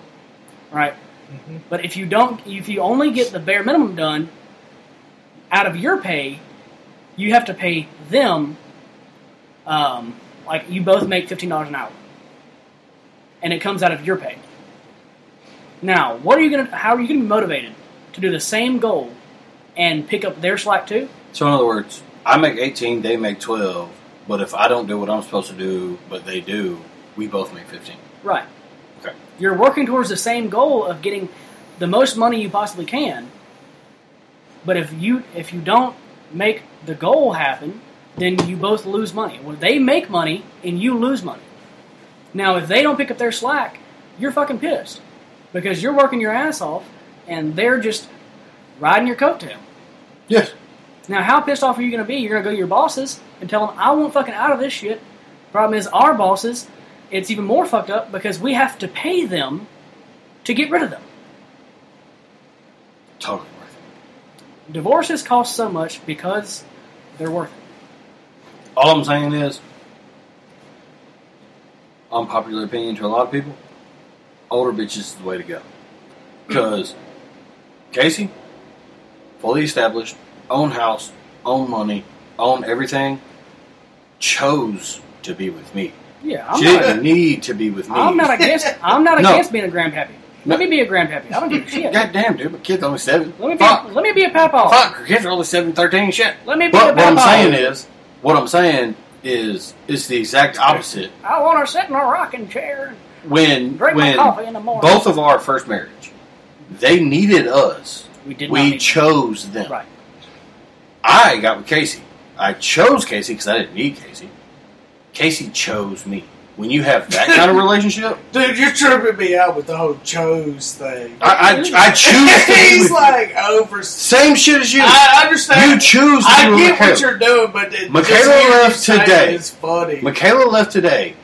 right? Mhm. But if you don't, if you only get the bare minimum done out of your pay, you have to pay them. Um, like you both make fifteen dollars an hour, and it comes out of your pay. Now, what are you gonna? How are you gonna be motivated to do the same goal and pick up their slack too? So in other words, I make 18, they make 12, but if I don't do what I'm supposed to do, but they do, we both make 15. Right. Okay. You're working towards the same goal of getting the most money you possibly can. But if you if you don't make the goal happen, then you both lose money. Well, they make money and you lose money. Now, if they don't pick up their slack, you're fucking pissed because you're working your ass off and they're just riding your coattail. Yes. Now, how pissed off are you going to be? You're going to go to your bosses and tell them, I want fucking out of this shit. Problem is, our bosses, it's even more fucked up because we have to pay them to get rid of them. Totally worth it. Divorces cost so much because they're worth it. All I'm saying is, unpopular opinion to a lot of people, older bitches is the way to go. Because Casey, fully established, own house, own money, own everything, chose to be with me. Yeah, I'm she not. didn't need to be with me. I'm not against. I'm not No. against being a grandpappy. Let No. me be a grandpappy. I don't give a shit. Let God damn, dude, my kid's only seven. me be. Fuck. Let me be a papaw. Fuck, her kids are only seven, thirteen, shit. Let me be a But what papaw. I'm saying is, what I'm saying is, it's the exact opposite. I want to sit in a rocking chair When and drink my when coffee in the morning. both of our first marriage, they needed us. we did not We need- chose them. right. I got with Casey. I chose Casey because I didn't need Casey. Casey chose me. When you have that kind of relationship, Dude, you're tripping me out with the whole chose thing. I, I, I choose to be He's with you. like over. Same shit as you. I understand. you choose to I be with get what Michaela. you're doing, but it, Michaela just hearing you left say it today. is funny. Michaela left today.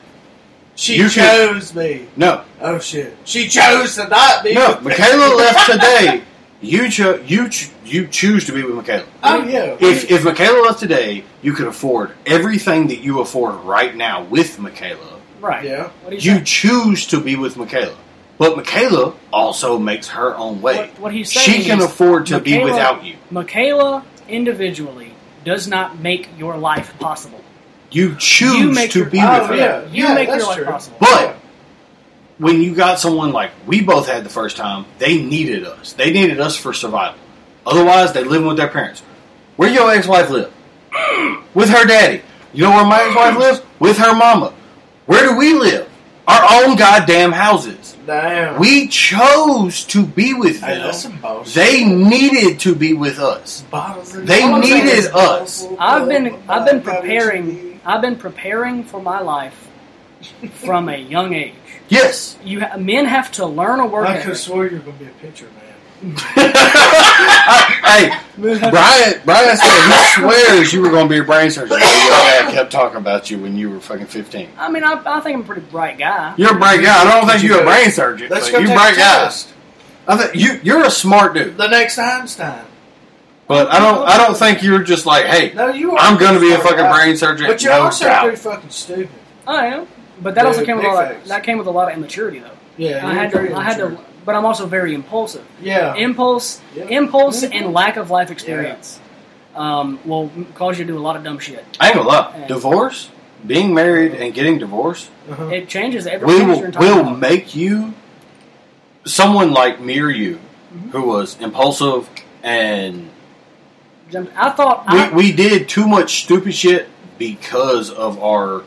she you can- chose me. No, Oh shit! She chose to not be. No, with me. Michaela left today. You cho- you ch- you choose to be with Michaela. Oh yeah. If if Michaela left today, you could afford everything that you afford right now with Michaela. Right. yeah. What do you, You say? choose to be with Michaela, but Michaela also makes her own way. What, what he's saying She can is, afford to be Michaela- without you. Michaela individually does not make your life possible. You choose You make to your- be oh with her. yeah. You yeah, make your that's life true. possible. But when you got someone like we both had the first time, they needed us. They needed us for survival. Otherwise, they living with their parents. Where your ex-wife live? With her daddy. You know where my ex-wife lives? With her mama. Where do we live? Our own goddamn houses. Damn. We chose to be with Hey, that's them. some bullshit. They needed to be with us. Bottles and they bottles. needed us. I've been I've been preparing I've been preparing for my life from a young age. Yes. You ha- men have to learn a work I could ethic. swear you were gonna be a pitcher, man. hey, Brian, Brian said he swears you were going to be a brain surgeon. Your dad kept talking about you when you were fucking 15. I mean, I, I think I'm a pretty bright guy. You're a bright guy. I don't think you're a brain surgeon. Let's but go you're take bright a guy. test. I think you you're a smart dude, The next Einstein. but I don't I don't think you're just like hey No, you. Are I'm going to be a smart fucking guy. brain surgeon. But you're no also doubt. pretty fucking stupid. I am, but that also Dude, came with a big lot. Of, facts. that came with a lot of immaturity, though. Yeah, I you're had to, very I had to, immature. but I'm also very impulsive. Yeah, Impulse, Yeah. impulse, Mhm. and lack of life experience um, will cause you to do a lot of dumb shit. I ain't gonna lie. Yeah. Divorce, being married, and getting divorced, uh-huh. It changes everything. we changes your will entire will life. make you someone like me or you, Mhm. who was impulsive and I thought I, we, we did too much stupid shit because of our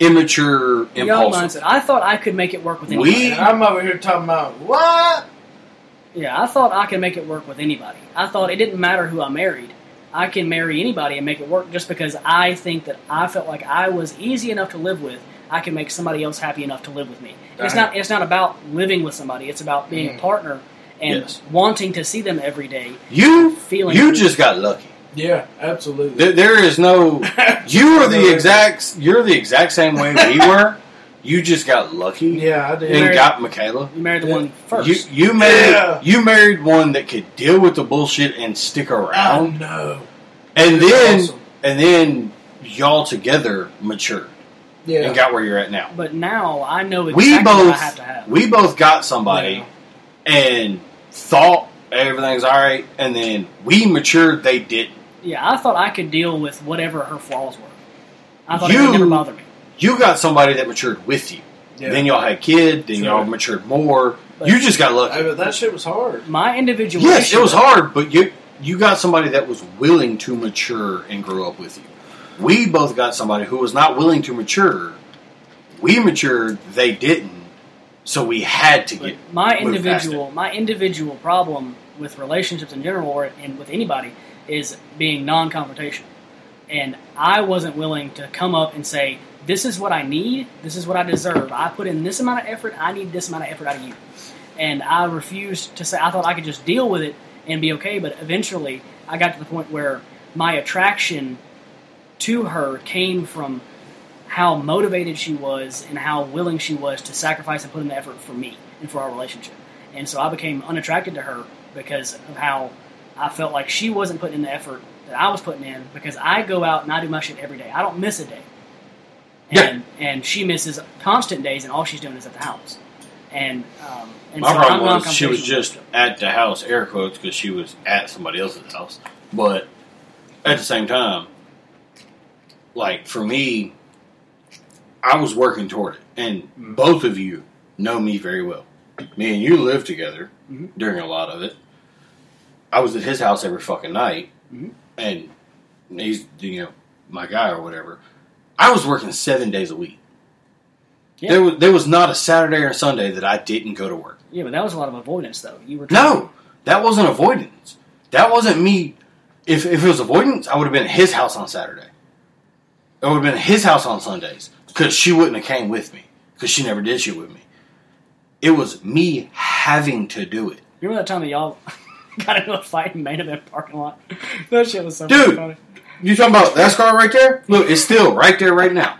immature young impulse. mindset. I thought I could make it work with We- anybody. And I'm over here talking about what? Yeah, I thought I could make it work with anybody. I thought it didn't matter who I married. I can marry anybody and make it work just because I think that I felt like I was easy enough to live with. I can make somebody else happy enough to live with me. It's Uh-huh. Right. not it's not about living with somebody. It's about being Mhm. a partner and Mm-hmm. Yes. wanting to see them every day. You Feeling you just got lucky. Yeah, absolutely. There, there is no you are the exact you're the exact same way we were. You just got lucky yeah, I and did. got Michaela. You married the Yeah. one first. You you married Yeah. you married one that could deal with the bullshit and stick Oh around, no. and then Awesome. and then y'all together matured Yeah. and got where you're at now. but now I know exactly we what I both have to have. we both got somebody and thought everything's all right, and then we matured. They didn't. yeah, I thought I could deal with whatever her flaws were. I thought it You- would never bother me. You got somebody that matured with you. Yeah. Then y'all had a kid. Then Sure. y'all matured more. But- you just got Hey, lucky. but that shit was hard. My individuation. Yes, it was hard, but you you got somebody that was willing to mature and grow up with you. We both got somebody who was not willing to mature. We matured. They didn't. So we had to But get. my move past individual my individual problem with relationships in general or and with anybody is being non-confrontational and i wasn't willing to come up and say this is what i need this is what i deserve i put in this amount of effort i need this amount of effort out of you and i refused to say i thought i could just deal with it and be okay but eventually i got to the point where my attraction to her came from how motivated she was and how willing she was to sacrifice and put in the effort for me and for our relationship. And so I became unattracted to her because of how I felt like she wasn't putting in the effort that I was putting in because I go out and I do my shit every day. I don't miss a day. And, and she misses constant days and all she's doing is at the house. And, um, and My so I'm problem was she was non-confrontational. just at the house, air quotes, because she was at somebody else's house. But at the same time, like for me, I was working toward it, and both of you know me very well. Me and you lived together Mhm. during a lot of it. I was at his house every fucking night, Mhm. and he's you know my guy or whatever. I was working seven days a week. Yeah. There was there was not a Saturday or Sunday that I didn't go to work. Yeah, but that was a lot of avoidance, though. You were No, that wasn't avoidance. That wasn't me. If, if it was avoidance, I would have been at his house on Saturday. I would have been at his house on Sundays because she wouldn't have came with me because she never did shit with me. It was me having to do it, You remember that time that y'all got into a fight in Main Event parking lot? That shit was so dude. funny. You talking about that scar right there? Look, it's still right there right now.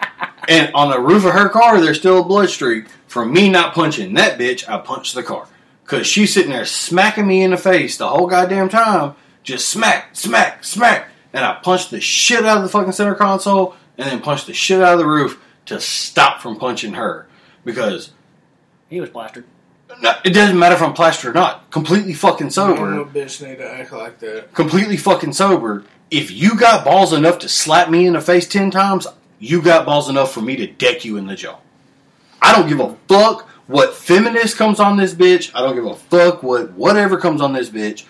And on the roof of her car, there's still a blood streak from me not punching that bitch. I punched the car because she's sitting there smacking me in the face the whole goddamn time. Just smack, smack, smack, and I punched the shit out of the fucking center console, and then punched the shit out of the roof to stop from punching her because He was plastered. no, it doesn't matter if I'm plastered or not. Completely fucking No sober little bitch need to act like that. completely fucking sober, if you got balls enough to slap me in the face 10 times, you got balls enough for me to deck you in the jaw. I don't give a fuck what feminist comes on this bitch. I don't give a fuck what whatever comes on this bitch.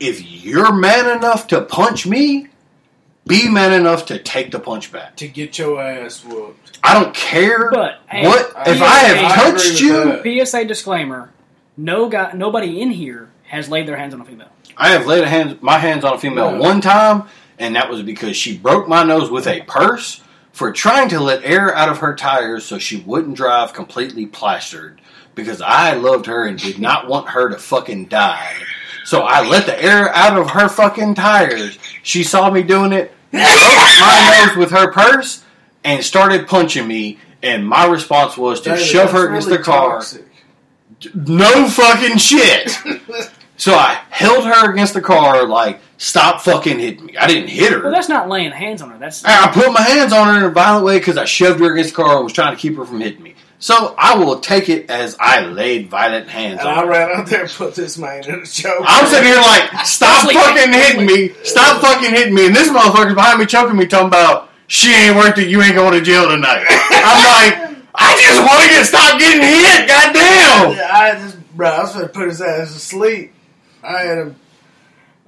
If you're man enough to punch me, be man enough to take the punch back. To get your ass whooped. I don't care But, hey, what I- if I have I agree touched with you. that. PSA disclaimer: No guy, nobody in here has laid their hands on a female. I have laid a hand, my hands on a female Yeah. one time, and that was because she broke my nose with a purse for trying to let air out of her tires so she wouldn't drive completely plastered because I loved her and did not want her to fucking die. So I let the air out of her fucking tires. She saw me doing it, broke my nose with her purse, and started punching me. And my response was to David, shove her that's against really the car. toxic. No fucking shit. So I held her against the car, like, stop fucking hitting me. I didn't hit her. Well, that's not laying hands on her. That's I I put my hands on her in a violent way because I shoved her against the car and was trying to keep her from hitting me. So I will take it as I laid violent hands And on I her. ran out there and put this man in a choke. I'm sitting here like, stop Ashley, fucking hitting me. Stop fucking hitting me. And this motherfucker's behind me choking me, talking about, she ain't worth it. You ain't going to jail tonight. I'm like, I just want to get stop getting hit. Goddamn. Yeah, I just, bro, I was gonna put his ass to sleep. I had him,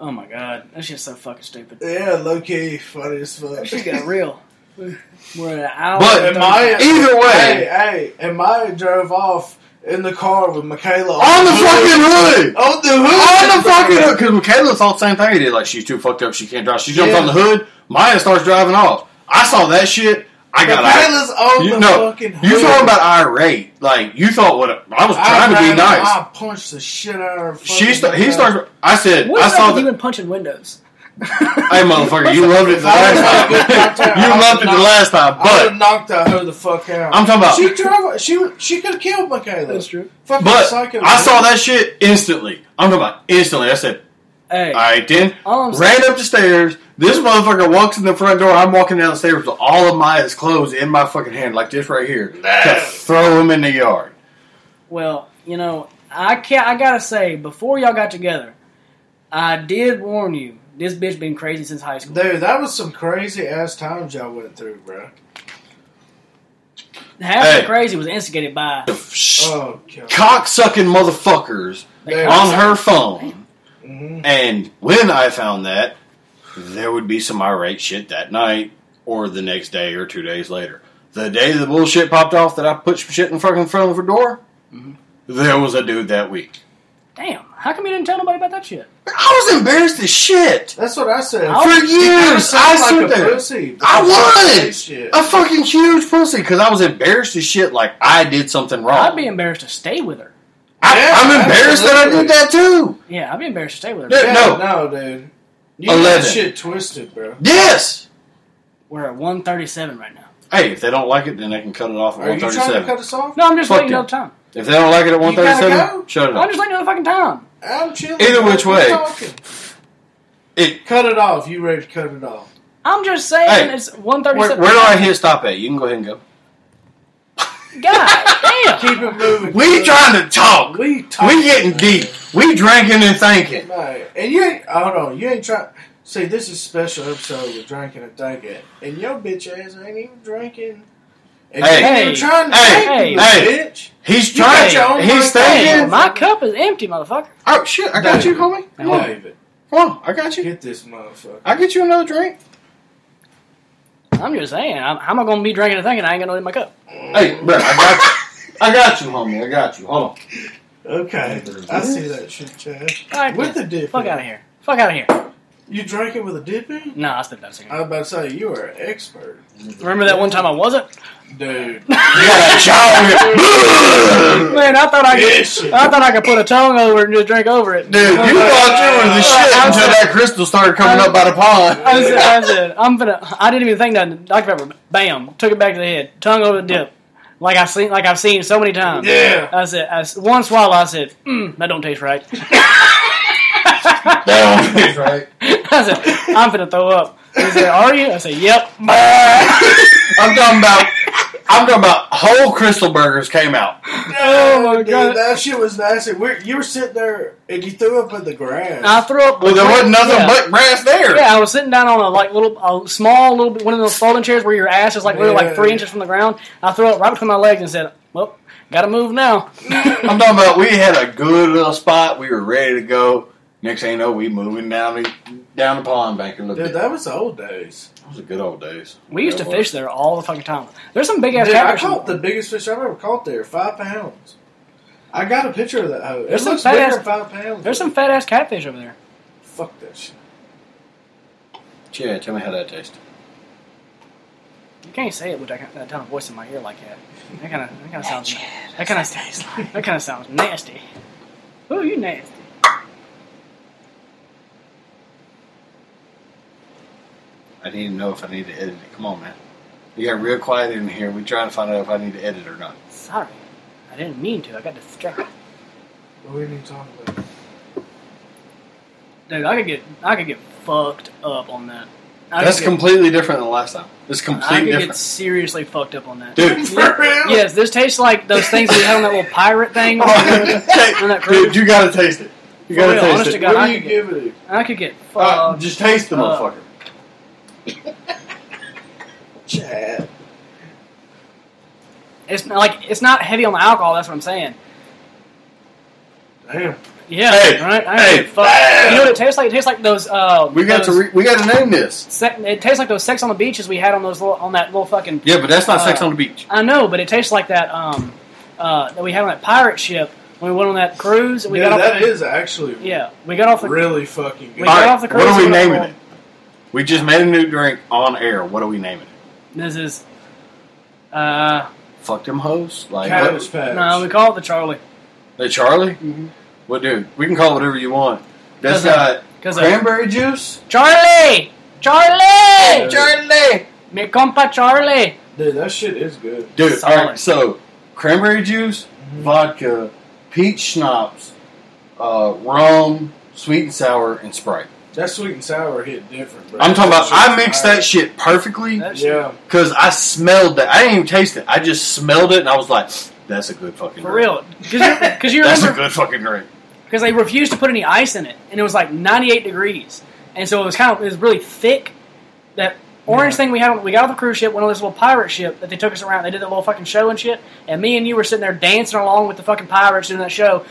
Oh my god, that shit's so fucking stupid. yeah, low key, funny as fuck. That shit got real. We're at an hour. But and And 30 Maya, Either way. hey, hey, and Maya drove off in the car with Michaela On the fucking hood. on the On hood, the fucking hood. Because Michaela thought the same thing he did. Like, she's too fucked up. She can't drive. She jumps Yeah. on the hood. Maya starts driving off. I saw that shit. I got out. Michaela's on You, the no, fucking hood. you talking about irate? Like you thought what I was I trying to be ran out, nice. I punched the shit out of her. She fucking sta- he mouth. starts. I said What's I up saw with the you been punching windows? Hey, motherfucker, you loved it the I was last not good at time. that. you I was loved it the not- last time, I would but have knocked that hoe the fuck out. I'm talking about. she drove. She she could have killed Michaela. That's true. Fucking But psycho. I saw that shit instantly. I'm talking about instantly. I said, Hey, all right, then. all I'm saying, Ran up the stairs. This motherfucker walks in the front door. I'm walking down the stairs with all of Maya's clothes in my fucking hand, like this right here, to throw him in the yard. well, you know, I can't. I gotta say, before y'all got together, I did warn you. This bitch been crazy since high school. Dude, that was some crazy ass times y'all went through, bro. Half Hey. the crazy was instigated by. Oh god. Cock sucking motherfuckers They Yeah. call on her phone. Mm-hmm. hmm And when I found that, there would be some irate shit that night or the next day or two days later. The day the bullshit popped off that I put some shit in fucking front of her door, Mhm. there was a dude that week. Damn, how come you didn't tell nobody about that shit? I was embarrassed as shit. That's what I said. I For was- You years, I sound stood like a there. pussy. I Fucking was! shit. A fucking huge pussy because I was embarrassed as shit like I did something wrong. I'd be embarrassed to stay with her. I, Yeah, am embarrassed that I did that too. Yeah, I'd be embarrassed to stay with her. Yeah. Yeah, No. no, dude. You got Eleven. shit twisted, bro. Yes. We're at one thirty-seven right now. Hey, if they don't like it, then they can cut it off at Are you trying to 137. cut us off? No, I'm just Fuck letting you them. know the time. If they don't like it gotta at 137, go? shut it I'm off. just letting you know the fucking time. I'm chilling. Either which We're way. talking. It, Cut it off. You ready to cut it off? I'm just saying Hey, it's one Where, thirty-seven. where do I hit stop at? You can go ahead and go. God damn. Keep it moving. We cuz. trying to talk. We talking, We getting man. deep. We drinking and thinking. Right. And you ain't, hold on, you ain't trying. See, this is special episode of Drinking and Thinking, and your bitch ass ain't even drinking. And Hey. you ain't even trying to Hey. drink, you Hey. bitch. He's You got your trying. own He's fucking Hey, thing. thinking. my cup is empty, motherfucker. Oh shit! I got you, homie. Come on, David, come on. I got you. get this motherfucker. I get you another drink. I'm just saying, I'm, how am I gonna be drinking a thing and I ain't got no in my cup? Hey, bro, I got you. I got you, homie. I got you. Hold on. Okay, I see that shit, Chad. All right, With then. the dip. fuck in. out of here. Fuck out of here. You drank it with a dip in? No, I stepped out a second. I was about to say you are an expert, Remember that one time I wasn't? dude. You got a child. Man, I thought I could. Yes. I thought I could put a tongue over it and just drink over it. Dude, you thought you were the shit until that crystal started coming up by the I said, pond. I said, I'm gonna. I didn't even think nothing. Dr Pepper, bam, took it back to the head, tongue over the dip, like I seen, like I've seen so many times. Yeah. I said, I, s- one swallow, I said, mm, that don't taste right. That don't taste right. I said, I'm gonna throw up. He said, Are you? I said, Yep. I'm talking about. I'm talking about whole crystal burgers came out. Oh, my dude, God. that shit was nasty. We're, you were sitting there and you threw up in the grass. I threw up. Well, there wasn't nothing Yeah. but grass there. Yeah, I was sitting down on a like little, a small little bit, one of those folding chairs where your ass is like literally like Yeah. three inches from the ground. I threw up right between my legs and said, "Well, gotta move now." I'm talking about we had a good little spot. We were ready to go. Next thing you know, we moving down the down the pond bank and look. dude, at- that was the old days. That was a good old days. We used to That fish was. there all the fucking time. There's some big ass Dude, I catfish. in caught the there. biggest fish I've ever caught there, five pounds. I got a picture of that hoe. It There's some looks bigger fat ass- than five pounds. There's some fat ass catfish over there. fuck that shit. Yeah, tell me how that tasted. You can't say it with that, kind- that tone of voice in my ear like that. That kind of that kind of sounds. That kind of that kind of sounds nasty. Ooh, you nasty. I need to know if I need to edit it. Come on, man. We got real quiet in here. We trying to find out if I need to edit or not. Sorry, I didn't mean to. I got distracted. What are you talking about? Dude, I could get I could get fucked up on that. I That's could get- completely different than last time. It's I completely could get different. seriously fucked up on that. Dude, For real? Yes, this tastes like those things we had on that little pirate thing. Oh, On that cruise. dude, you gotta taste it. You For gotta real, honest taste to it. God, what I do you could give it? I could get Uh, fucked. just taste the Uh, motherfucker. Chad. It's not like it's not heavy on the alcohol. That's what I'm saying. Damn. Yeah, Hey, right. I hey, could get fucked. bam. You know what it tastes like? It tastes like those. Uh, We got to those re- we got to name this. se- it tastes like those sex on the beaches we had on those little, on that little fucking. Yeah, but that's not sex Uh, on the beach. I know, but it tastes like that um uh, that we had on that pirate ship when we went on that cruise. and We Dude, got off that the, is actually Yeah, we got off the. really fucking We good. All got right, off the cruise. what are we and went naming on- it? We just made a new drink on air. What are we naming it? This is. Uh, Fuck them hoes. Like Cabbage what, patch. no, we call it the Charlie the Charlie. What, dude? We can call it whatever you want. That's Mm-hmm. Doesn't- got because cranberry juice. uh, Charlie, Charlie, Charlie, me compa Charlie. Dude, that shit is good. dude. Solid. All right, so cranberry juice, Mm-hmm. vodka, peach schnapps, uh, rum, sweet and sour, and Sprite. That sweet and sour hit different, bro. I'm talking about. That I shit's mixed fire. that shit perfectly. That shit- Yeah. Because I smelled that. I didn't even taste it. I just smelled it and I was like, that's a good fucking For drink. real, because you That's a remember good fucking drink. because they refused to put any ice in it, and it was like 98 degrees, and so it was kind of it was really thick. That orange Yeah. thing we had on, we got off the cruise ship, went on this little pirate ship that they took us around. They did that little fucking show and shit, and me and you were sitting there dancing along with the fucking pirates doing that show,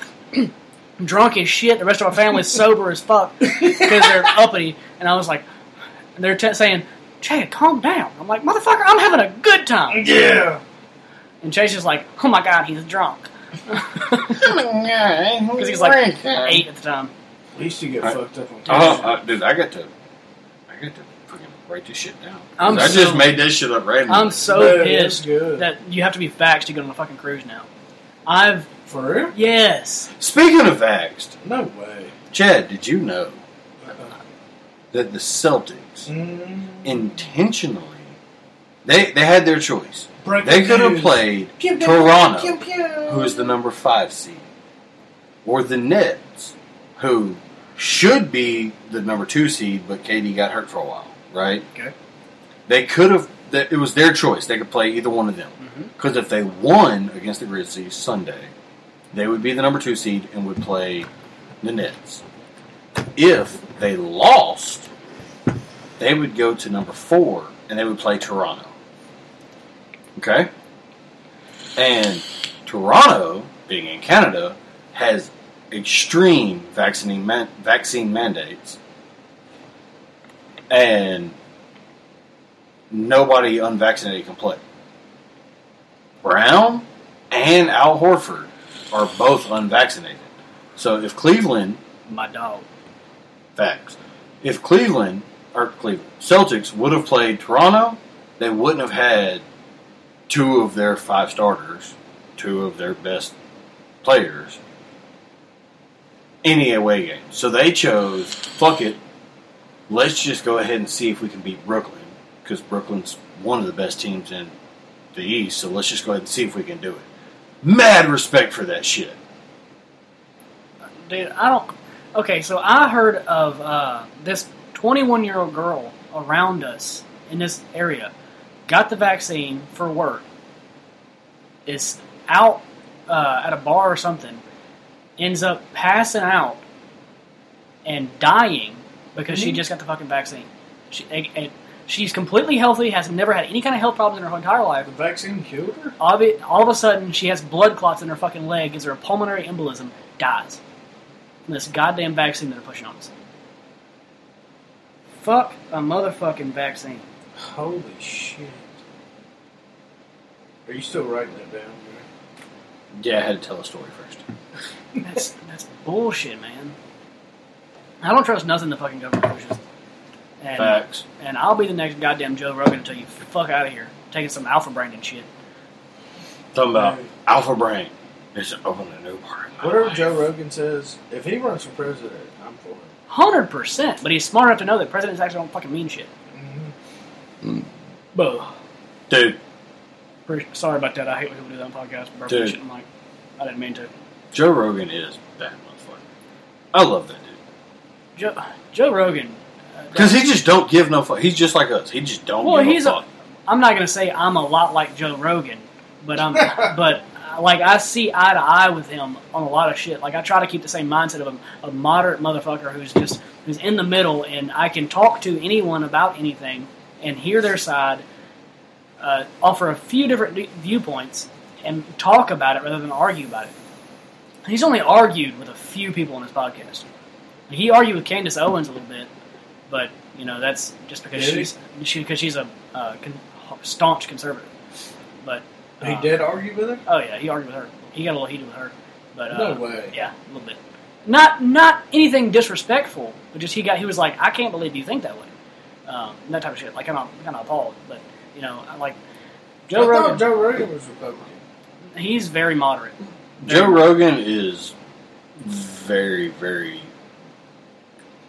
drunk as shit. The rest of our family's sober as fuck because they're uppity, and I was like, and they're t- saying, "Chad, calm down." I'm like, "Motherfucker, I'm having a good time," Yeah. and Chase is like, "Oh my god, he's drunk." Because Because he's like eight at the time. We used to get Right. fucked up on Uh, uh, dude, I got to. I got to fucking write this shit down. 'Cause I'm I so- just made this shit up randomly. I'm so Dude, it's pissed good. that you have to be faxed to get on a fucking cruise now. I've For real? yes, Speaking of vaxxed, No way. Chad, did you know Uh-uh. that the Celtics Mm. intentionally they they had their choice. Breaking They could have news. played Pew, pew, Toronto. pew, pew. who is the number five seed, or the Nets, who should be the number two seed, but KD got hurt for a while, right? Okay. They could have. that- It was their choice. They could play either one of them. Because if they won against the Grizzlies Sunday, they would be the number two seed and would play the Nets. If they lost, they would go to number four and they would play Toronto. Okay? And Toronto, being in Canada, has extreme vaccine man- vaccine mandates, and nobody unvaccinated can play. Brown and Al Horford are both unvaccinated. So if Cleveland my dog. Facts. If Cleveland or Cleveland Celtics would have played Toronto, they wouldn't have had two of their five starters, two of their best players, any away game. So they chose, fuck it, let's just go ahead and see if we can beat Brooklyn because Brooklyn's one of the best teams in the East. So let's just go ahead and see if we can do it. Mad respect for that shit. Dude, I don't. Okay, so I heard of uh, this 21 year old girl around us in this area got the vaccine for work, is out uh, at a bar or something, ends up passing out and dying because she just got the fucking vaccine. She, and- and she's completely healthy, has never had any kind of health problems in her entire life The vaccine killed her? obvi- all of a sudden she has blood clots in her fucking leg, gives her a pulmonary embolism, dies. From this goddamn vaccine that they're pushing on us. Fuck a motherfucking vaccine. Holy shit. Are you still writing that down, man? Yeah, I had to tell a story first. That's that's bullshit, man. I don't trust nothing the fucking government pushes. And, Facts. and I'll be the next goddamn Joe Rogan until you fuck out of here, taking some alpha branded shit. Talking about Right. Alpha Brain. It's open a new part. of my Whatever life. Joe Rogan says, if he runs for president, I'm for it. Hundred percent. But he's smart enough to know that presidents actually don't fucking mean shit. Mm-hmm. But Dude, Pretty- Sorry about that. I hate when people do that on podcasts. Burp Dude. and shit. I'm like, I didn't mean to. Joe Rogan is that motherfucker. I love that dude. Joe, Joe Rogan. uh, Because he just don't give no fuck. He's just like us. He just don't Well, give he's a a- fuck. I'm not gonna say I'm a lot like Joe Rogan, but I'm but uh, like I see eye to eye with him on a lot of shit. Like I try to keep the same mindset of a, a moderate motherfucker who's just who's in the middle, and I can talk to anyone about anything and hear their side, uh, offer a few different vi- viewpoints, and talk about it rather than argue about it. He's only argued with a few people on his podcast. He argued with Candace Owens a little bit, but you know that's just because Did he? she's she because she's a uh, con- staunch conservative. But He uh, did argue with her. Oh yeah, he argued with her. He got a little heated with her. But uh, No way. Yeah, a little bit. Not not anything disrespectful, but just he got he was like, I can't believe you think that way. Um, that type of shit. Like I'm not, kind of appalled, but you know, I like Joe I Rogan. thought Joe Rogan was Republican. he's very moderate. Joe Rogan is very, very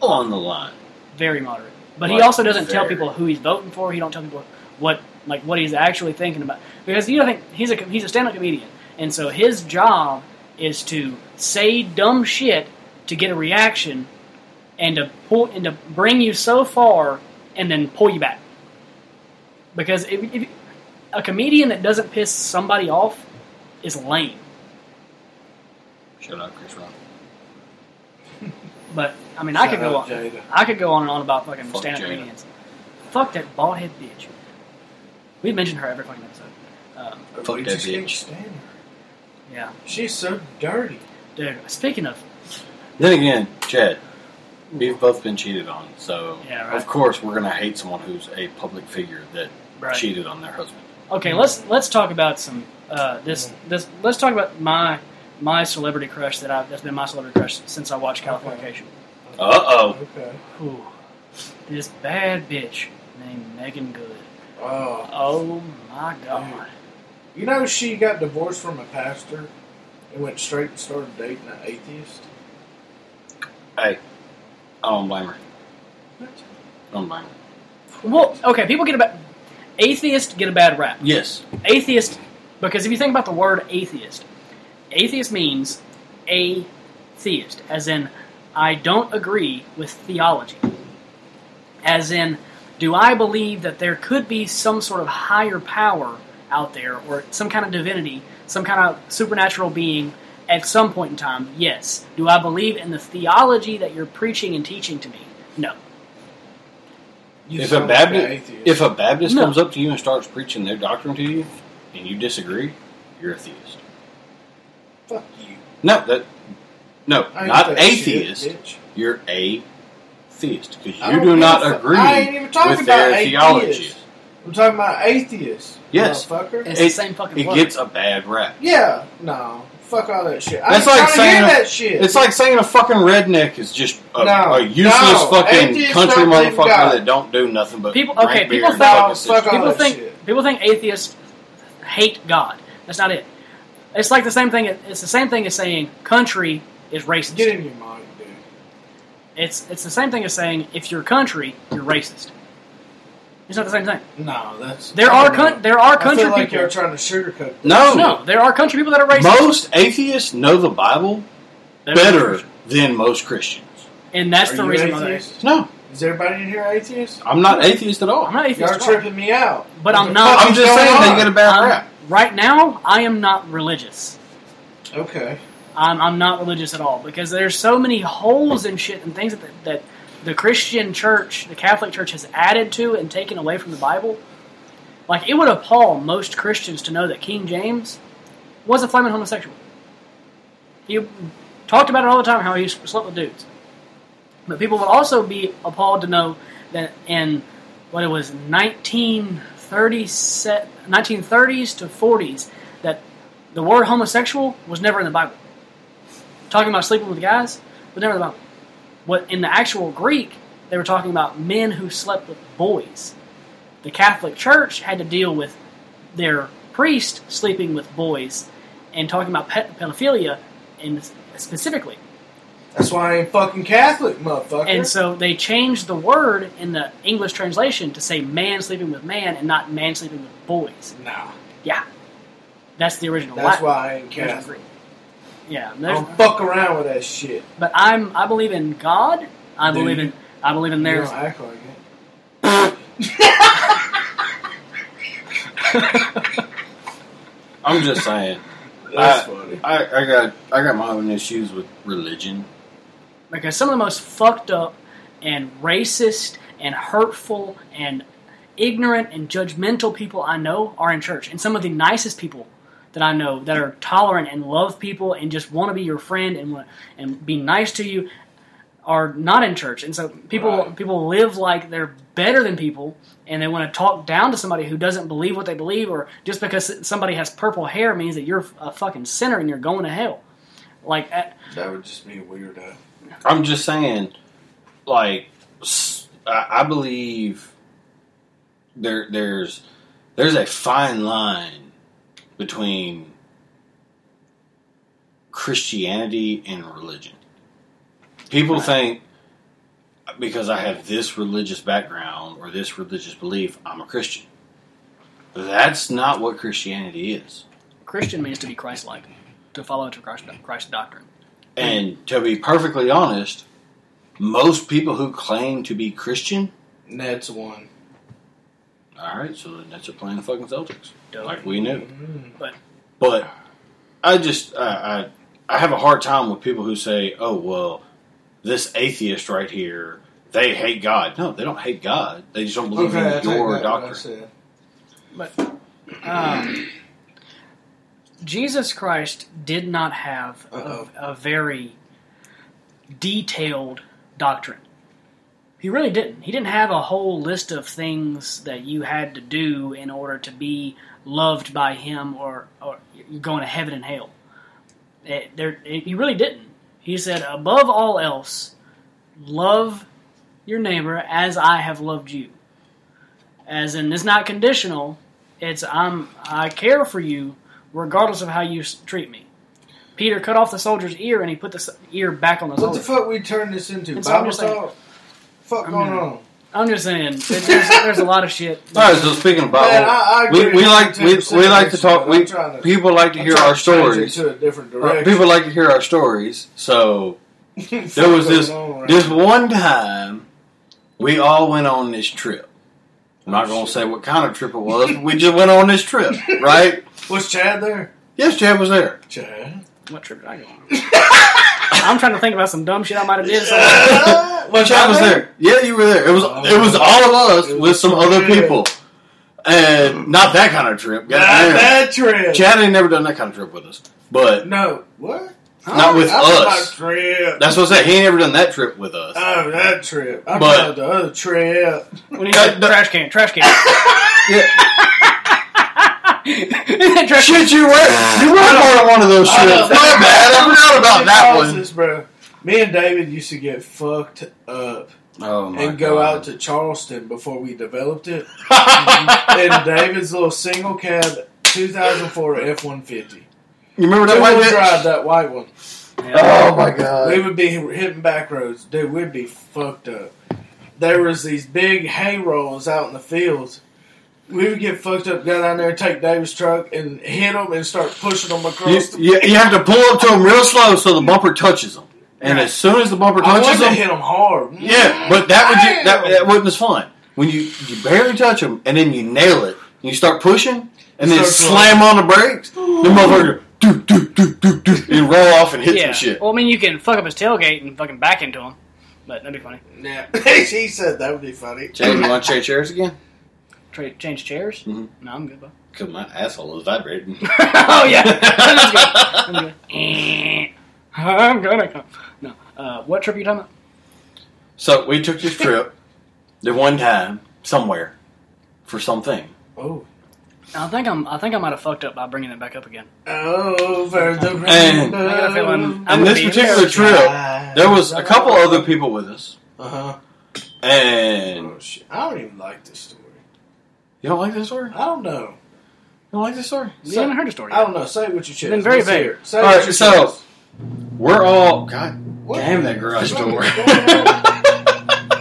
on the line. very moderate. But he Like, also doesn't tell very. people who he's voting for. He don't tell people what like what he's actually thinking about because you know think he's a he's a stand up comedian, and so his job is to say dumb shit to get a reaction and to pull and to bring you so far and then pull you back. Because if, if, a comedian that doesn't piss somebody off is lame. Shut up, Chris Rock. But I mean, I Shout could go out on. Jada. I could go on and on about fucking Fuck stand up Jada. comedians. Fuck that bald head bitch. We've mentioned her every fucking episode. Um, But Fuck we that just can't bitch. stand her. yeah, She's so dirty. dude. Speaking of, Then again, Chad, we've both been cheated on, so Yeah, right. of course we're gonna hate someone who's a public figure that right. cheated on their husband. Okay, let's let's talk about some uh, this this. Let's talk about my my celebrity crush that I that's been my celebrity crush since I watched Californication. Uh oh. Okay. Ooh, this bad bitch named Megan Good. Oh, Oh my god. you know she got divorced from a pastor and went straight and started dating an atheist. I don't blame her. I don't blame her. Well, okay, people get a bad atheists get a bad rap. Yes. atheist because if you think about the word atheist atheist means atheist as in i don't agree with theology as in do i believe that there could be some sort of higher power out there or some kind of divinity some kind of supernatural being at some point in time yes do i believe in the theology that you're preaching and teaching to me no You if a sound like Baptist an atheist. if a Baptist No. comes up to you and starts preaching their doctrine to you and you disagree, you're a theist. fuck you, No, that no, I ain't not that shit, atheist. bitch. You're a theist because I you don't do give not a fu- agree I ain't even talking with their about theology. atheists. I'm talking about atheists. Yes. motherfucker. it's It- the same fucking It word gets a bad rap. Yeah, no, fuck all that shit. That's I ain't like trying to hear saying a- that shit. It's like saying a fucking redneck is just a, No, a useless no, fucking atheists country don't believe motherfucker God. that don't do nothing but People- drink okay, beer people and think- fucking No, sit- fuck all people that think shit. people think atheists hate God. That's not it. It's like the same thing. It's the same thing as saying country is racist. Get in your mind, dude. It's it's the same thing as saying if you're country, you're racist. It's not the same thing. No, that's There I are don't know. coun there are country I feel like people. you're trying to sugarcoat. That. No, no, there are country people that are racist. most atheists know the Bible They're better racist. than most Christians. and that's Are the you reason why. They're, atheist? No, Is everybody in here atheist? I'm not atheist at I'm all. not Y'all atheist, are tripping me out. but I'm What the not. I'm fuck just is saying going they on? get a bad I'm- rap. Um, right now, I am not religious. Okay, I'm, I'm not religious at all because there's so many holes and shit and things that, that the Christian church, the Catholic church, has added to and taken away from the Bible. Like, it would appall most Christians to know that King James was a flaming homosexual. He talked about it all the time how he slept with dudes. But people would also be appalled to know that in what it was 1930 se- 1930s to 40s that the word homosexual was never in the Bible. Talking about sleeping with guys was never in the Bible. What in the actual Greek they were talking about men who slept with boys. The Catholic Church had to deal with their priest sleeping with boys and talking about pe- pedophilia and specifically that's why I ain't fucking Catholic, motherfucker. and so they changed the word in the English translation to say man sleeping with man and not man sleeping with boys. nah, That's the original that's Latin- why I Oh. ain't original Catholic. Greek. Yeah, I there's- don't fuck around with that shit. but I'm I believe in God. I Do believe you? in I believe in You theirs. don't act like it. I'm just saying. That's Uh, funny. I, I got I got my own issues with religion. because uh, some of the most fucked up and racist and hurtful and ignorant and judgmental people I know are in church, and some of the nicest people that I know that are tolerant and love people and just want to be your friend and wa- and be nice to you are not in church, and so people Right. people live like they're better than people. And they want to talk down to somebody who doesn't believe what they believe, or just because somebody has purple hair means that you're a fucking sinner and you're going to hell. Like, uh, That would just be a weirdo. uh, I'm just saying, like s- I, I believe there there's there's a fine line between Christianity and religion. People think because I have this religious background or this religious belief, I'm a Christian. That's not what Christianity is. Christian means to be Christ-like, to follow to Christ, Christ doctrine. And to be perfectly honest, most people who claim to be Christian, Ned's one. all right, so then that's a playing the fucking Celtics, Dope. like we knew. Mm. But I just I, I I have a hard time with people who say, "Oh well, this atheist right here, they hate God." No, they don't hate God. They just don't believe Okay, I in take your back what I doctrine. said. Um, Jesus Christ did not have a, Uh-oh. a very detailed doctrine. He really didn't. He didn't have a whole list of things that you had to do in order to be loved by him or, or you're going to heaven and hell. It- there, it- he really didn't. He said, above all else, love your neighbor as I have loved you. As in, it's not conditional. It's I'm I care for you regardless of how you s- treat me. Peter cut off the soldier's ear and he put the s- ear back on the What soldier. the fuck we turned this into? It's all Bible the same. talk? Fuck I'm going gonna- on? I'm just saying, it's, there's, there's a lot of shit. All right, so speaking of Bible, Man, I- I we, agree we with like you we, too, we like to seriously, talk. but We I'm trying to- people like to I'm hear trying our to change it stories. Uh, To a different Right, direction. People like to hear our stories, so there Fuck was this going on right this now. one time we all went on this trip. I'm not Oh, gonna shit. say what kind of trip it was. but we just went on this trip, right? Was Chad there? Yes, Chad was there. Chad. What trip did I go on? I'm trying to think about some dumb shit I might have did. somewhere. was Chad was there. Yeah, you were there. It was Oh. it was all of us It with was some other trip. people, and not that kind of trip. Not goddamn. that trip. Chad ain't never done that kind of trip with us, but No. What? Not with I'm talking us. about Trip. that's what I said. He ain't never done that trip with us. Oh, that trip. I'm But- talking about the other trip. When he said, trash can, trash can. Yeah. trash can. Shit, you were you were part of one of those I know. trips. My bad, I forgot about that Causes, one. bro. Me and David used to get fucked up Oh and go out to Charleston before we developed it. in David's little single cab 2004 F 150. You remember Two that wheel one? drive, that white one. Yeah. my We god! would be hitting back roads, dude. We'd be fucked up. There was these big hay rolls out in the fields. We would get fucked up, go down there, take David's truck, and hit them and start pushing them You, across. the you, you have to pull up to them real slow so the bumper touches them, and as soon as the bumper I touches wanted to hit them, them hard. yeah. But that would ju- that, that wasn't as fun when you you barely touch them and then you nail it. And you start pushing and then Start slam on the brakes. The motherfucker do do do do do and roll off and hit Yeah. some shit. Well, I mean, you can fuck up his tailgate and fucking back into him, but that'd be funny. Yeah. she said that would be funny. James, you want to change chairs again? Tra- change chairs? Mhm. No, I'm good, bud. Cause my asshole is vibrating. oh yeah, that's good. I'm good. Eh. I'm gonna come. No, uh, what trip are you talking about? So we took this trip the one time somewhere for something. Oh. I think I'm. I think I might have fucked up by bringing it back up again. Over the rainbow. And- I got a feeling. I'm and gonna Um, this be particular embarrassed. trip, there was a couple other people with us, Uh huh. and Oh, shit. I don't even like this story. you don't like this story. You I don't know. don't like this story. You So- haven't heard the story I yet. don't know. Say it with your chest. Been very Let's vague. hear it. Say it All with right, your so- chest. We're all God What? damn that garage What door. is going on?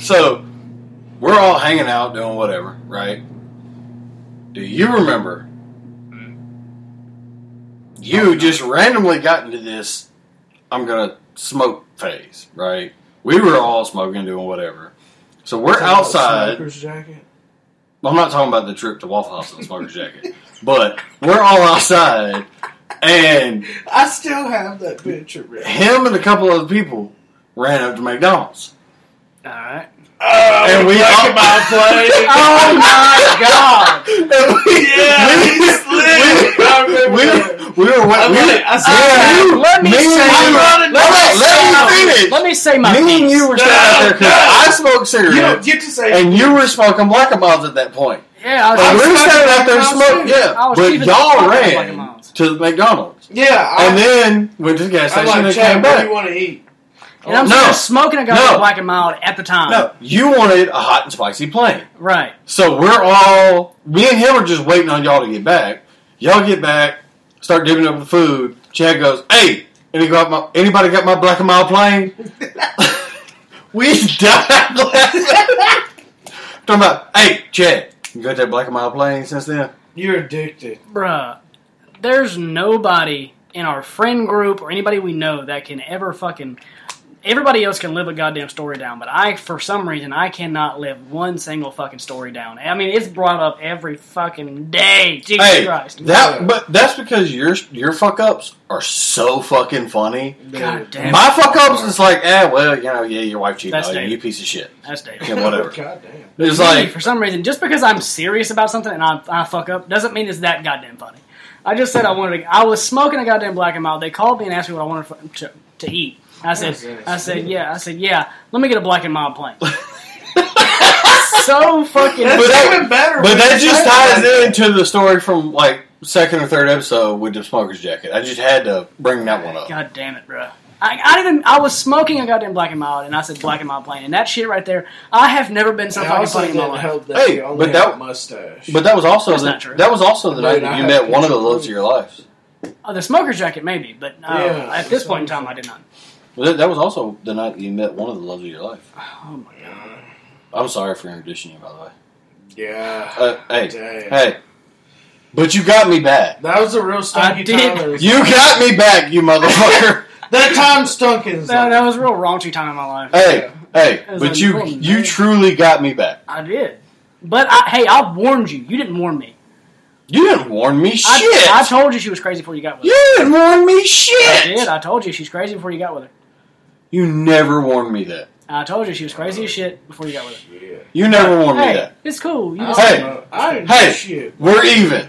so we're all hanging out doing whatever, right? Do you remember? You just randomly got into this. I'm gonna smoke phase, right? We were all smoking, doing whatever. So we're outside. Smoker's jacket. Well, I'm not talking about the trip to Waffle House in the smoker's jacket, but we're all outside, and I still have that picture, Rick. him and a couple of people ran up to McDonald's. All right. Oh, And we all- Oh my god! And we, Yeah, we- he's slick. I we, remember we, that. we were wa- we, Okay, I said- me and you- Let me me and say- you- I'm running out let me- of let me Let, finish. me say my Me and piece. you were still out there No, no. because I smoked You don't cigarettes get to say. and you were smoking black moms at that point. Yeah, I was, But I we was were smoking standing out there Black Mountain smoking, too. I yeah. was But cheaper than fuck y'all at Black ran Mounds. to the McDonald's yeah, I, and then went to the gas I'm station like, and Chad, came what do you back. want to eat? and I'm No. still smoking a goddamn No. black and mild at the time. No, you wanted a hot and spicy plain. Right. So we're all me and him are just waiting on y'all to get back. Y'all get back, start giving up the food. Chad goes, "Hey, anybody got my, anybody got my black and mild plane?" we died laughing. Talking about, hey, Chad, you got that black and mild plane since then? You're addicted. Bruh, there's nobody in our friend group or anybody we know that can ever fucking. Everybody else can live a goddamn story down, but I, for some reason, I cannot live one single fucking story down. I mean, it's brought up every fucking day. Jesus Hey, Christ. that, but that's because your your fuck ups are so fucking funny. God damn My fuck ups is like, eh, well, you know, yeah, your wife cheated That's on you, Dave. you piece of shit, That's David. yeah, whatever. God damn. It's Me, like for some reason, just because I'm serious about something and I, I fuck up doesn't mean it's that goddamn funny. I just said I wanted. To, I was smoking a goddamn black and mild. They called me and asked me what I wanted for, to, to eat. I said, Yes, I yes. said, yeah, I said, yeah. Let me get a black and mild plain. so fucking. That's But that- even better. But when that you just say it like ties that. into the story from like second or third episode with the smoker's jacket. I just had to bring that one up. God damn it, bro. I, I didn't. I was smoking a goddamn black and mild, and I said black and mild plain, and that shit right there. I have never been so I fucking also funny in my didn't life. help that Hey, you only but that- had a mustache. But that was also That's the, not true. that was also the Dude, night that I you have met one of the pictures loves of your life. Oh, the smoker's jacket, maybe, but uh, Yeah, at this that's point in what I'm time, I did not. That, that was also the night that you met one of the loves of your life. Oh my god. I'm sorry for introducing you, by the way. yeah, Uh, hey, Dang. hey, but you got me back. that was a real stunky I did- Tyler. You got me back, you motherfucker. that time stunkins. That, that was a real raunchy time in my life. hey, hey, It was but like, you boom, you man. truly got me back. I did. But I, hey, I warned you. You didn't warn me. You didn't warn me shit. I, I told you she was crazy before you got with her. you didn't warn me I shit. did. I told you she's crazy before you got with her. You never warned me that. I told you she was crazy as shit before you got with her. yeah. You never warned me Hey, that. it's cool. You I can don't say- Hey. know. I didn't Hey. do shit. We're even.